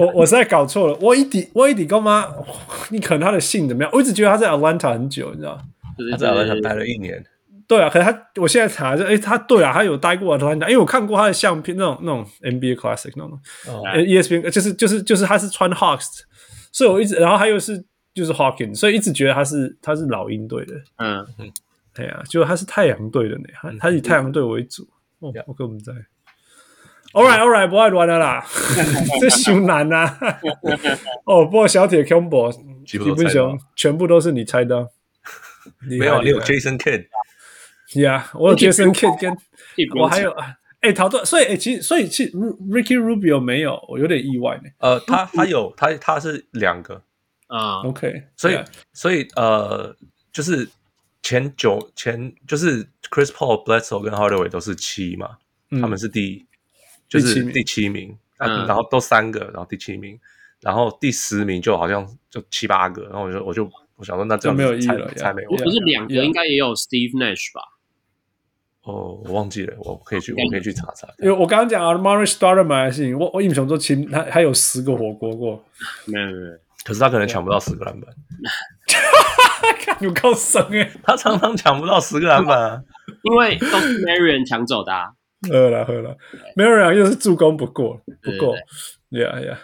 Speaker 3: 我我实在搞错了，我一底我一底干妈，哇你可能他的姓怎么样？我一直觉得他在 Atlanta 很久，你知道吗？
Speaker 4: 就是
Speaker 5: 他在阿兰达待了一年，
Speaker 3: 对啊，可是他我现在查就，哎，他对啊，他有待过 Atlanta，因为我看过他的相片，那种那种 NBA Classic 那种、
Speaker 5: 哦
Speaker 3: 呃 ESPN，就是就是就是他是穿 Hawks，所以我一直，然后他又是就是 Hawkins，所以一直觉得他是他是老鹰队的，
Speaker 4: 嗯，
Speaker 3: 哎呀、结果他是太阳队的呢，他他以太阳队为主，哦，我根本不在。All right, all right，不爱玩了啦，这熊难呐、啊。哦，不过小铁 combo
Speaker 5: 基
Speaker 3: 基
Speaker 5: 本都
Speaker 3: 本
Speaker 5: 猜到
Speaker 3: 熊全部都是你猜啊 到，没
Speaker 5: 没有，你有 Jason Kidd，
Speaker 3: Yeah，我有 Jason Kidd 跟
Speaker 4: 也不用
Speaker 3: 我还有哎、陶段，所以哎、其实所以其实 Ricky Rubio 没有，我有点意外呢。
Speaker 5: 呃， 他他有他他是两个，
Speaker 4: 啊，嗯
Speaker 3: OK，
Speaker 5: 所以
Speaker 3: yeah，
Speaker 5: 所以呃，就是前九前就是 Chris Paul、Bledsoe 跟 Hardaway 都是七嘛，
Speaker 3: 嗯
Speaker 5: 他们是第就
Speaker 3: 第七
Speaker 5: 是
Speaker 3: 名
Speaker 5: 第七名，
Speaker 4: 嗯
Speaker 5: 啊然后都三个，然后第七名，然后第十名就好像就七八个，然后我就我就我想说那这样
Speaker 3: 就没有
Speaker 5: 子
Speaker 3: 意义
Speaker 5: 猜
Speaker 3: 了呀
Speaker 5: 猜没
Speaker 4: 我
Speaker 5: 完
Speaker 4: 不是两个
Speaker 3: Yeah
Speaker 4: 应该也有 Steve Nash 吧？
Speaker 5: 哦，我忘记了，我可以去
Speaker 4: 对
Speaker 5: 我可以去查查，
Speaker 3: 因为我刚刚讲啊 m a r i s t a r m a 的事情，我我英雄说其实他他有十个火锅过，
Speaker 4: 没有没有没有，
Speaker 5: 可是他可能抢不到十个篮板，
Speaker 3: 看有够深哎、
Speaker 5: 他常常抢不到十个篮板啊，
Speaker 4: 因为都是 Marion 抢走的啊，
Speaker 3: 喝了喝了，没有人又是助攻不过不过，Yeah Yeah。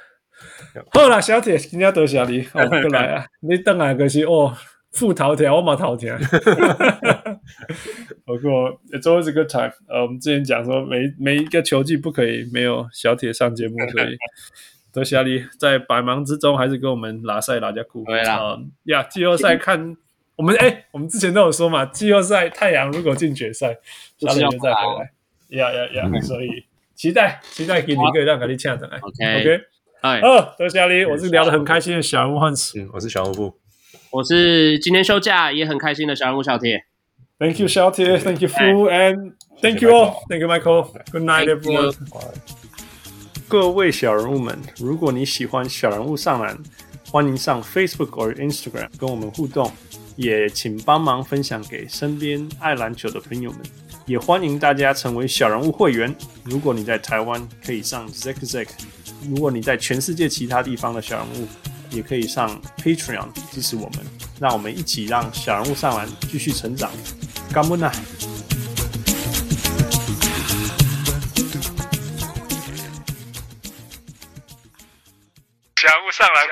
Speaker 3: 好啦，小铁，今天多谢你， 好，过来啊！你等下可是哦，副头条我嘛头 条。不过，it's always a good time。呃，我们之前讲说每每一个球季不可以没有小铁上节目，所以多谢你在百忙之中还是跟我们拉塞拉加库。
Speaker 4: 对啦
Speaker 3: 呃呀，季后赛看我们哎，我们之前都有说嘛，季后赛太阳如果进决赛，
Speaker 4: 就
Speaker 3: 下
Speaker 4: 是要
Speaker 3: 个决赛回来。呀呀呀！所以期待期待，给你一个让给你请上来。
Speaker 4: ，OK
Speaker 3: 啊 OK，
Speaker 4: 哎，
Speaker 3: 哦，多谢你，我是聊得很开心的小人物汉斯。
Speaker 5: 嗯，我是小红夫。
Speaker 4: 我是今天休假也很开心的小人物小铁
Speaker 3: Thank you, Shouty. Thank you, Fu, and thank you all. Thank you, Michael. Good night,
Speaker 4: Thank you.
Speaker 3: everyone. 各位小人物们，如果你喜欢小人物上篮，欢迎上 Facebook 或 Instagram 跟我们互动，也请帮忙分享给身边爱篮球的朋友们。也欢迎大家成为小人物会员。如果你在台湾，可以上 z a k z a k 如果你在全世界其他地方的小人物，也可以上 Patreon 支持我们。让我们一起让小人物上篮继续成长。干不奶。
Speaker 1: 小人物上篮。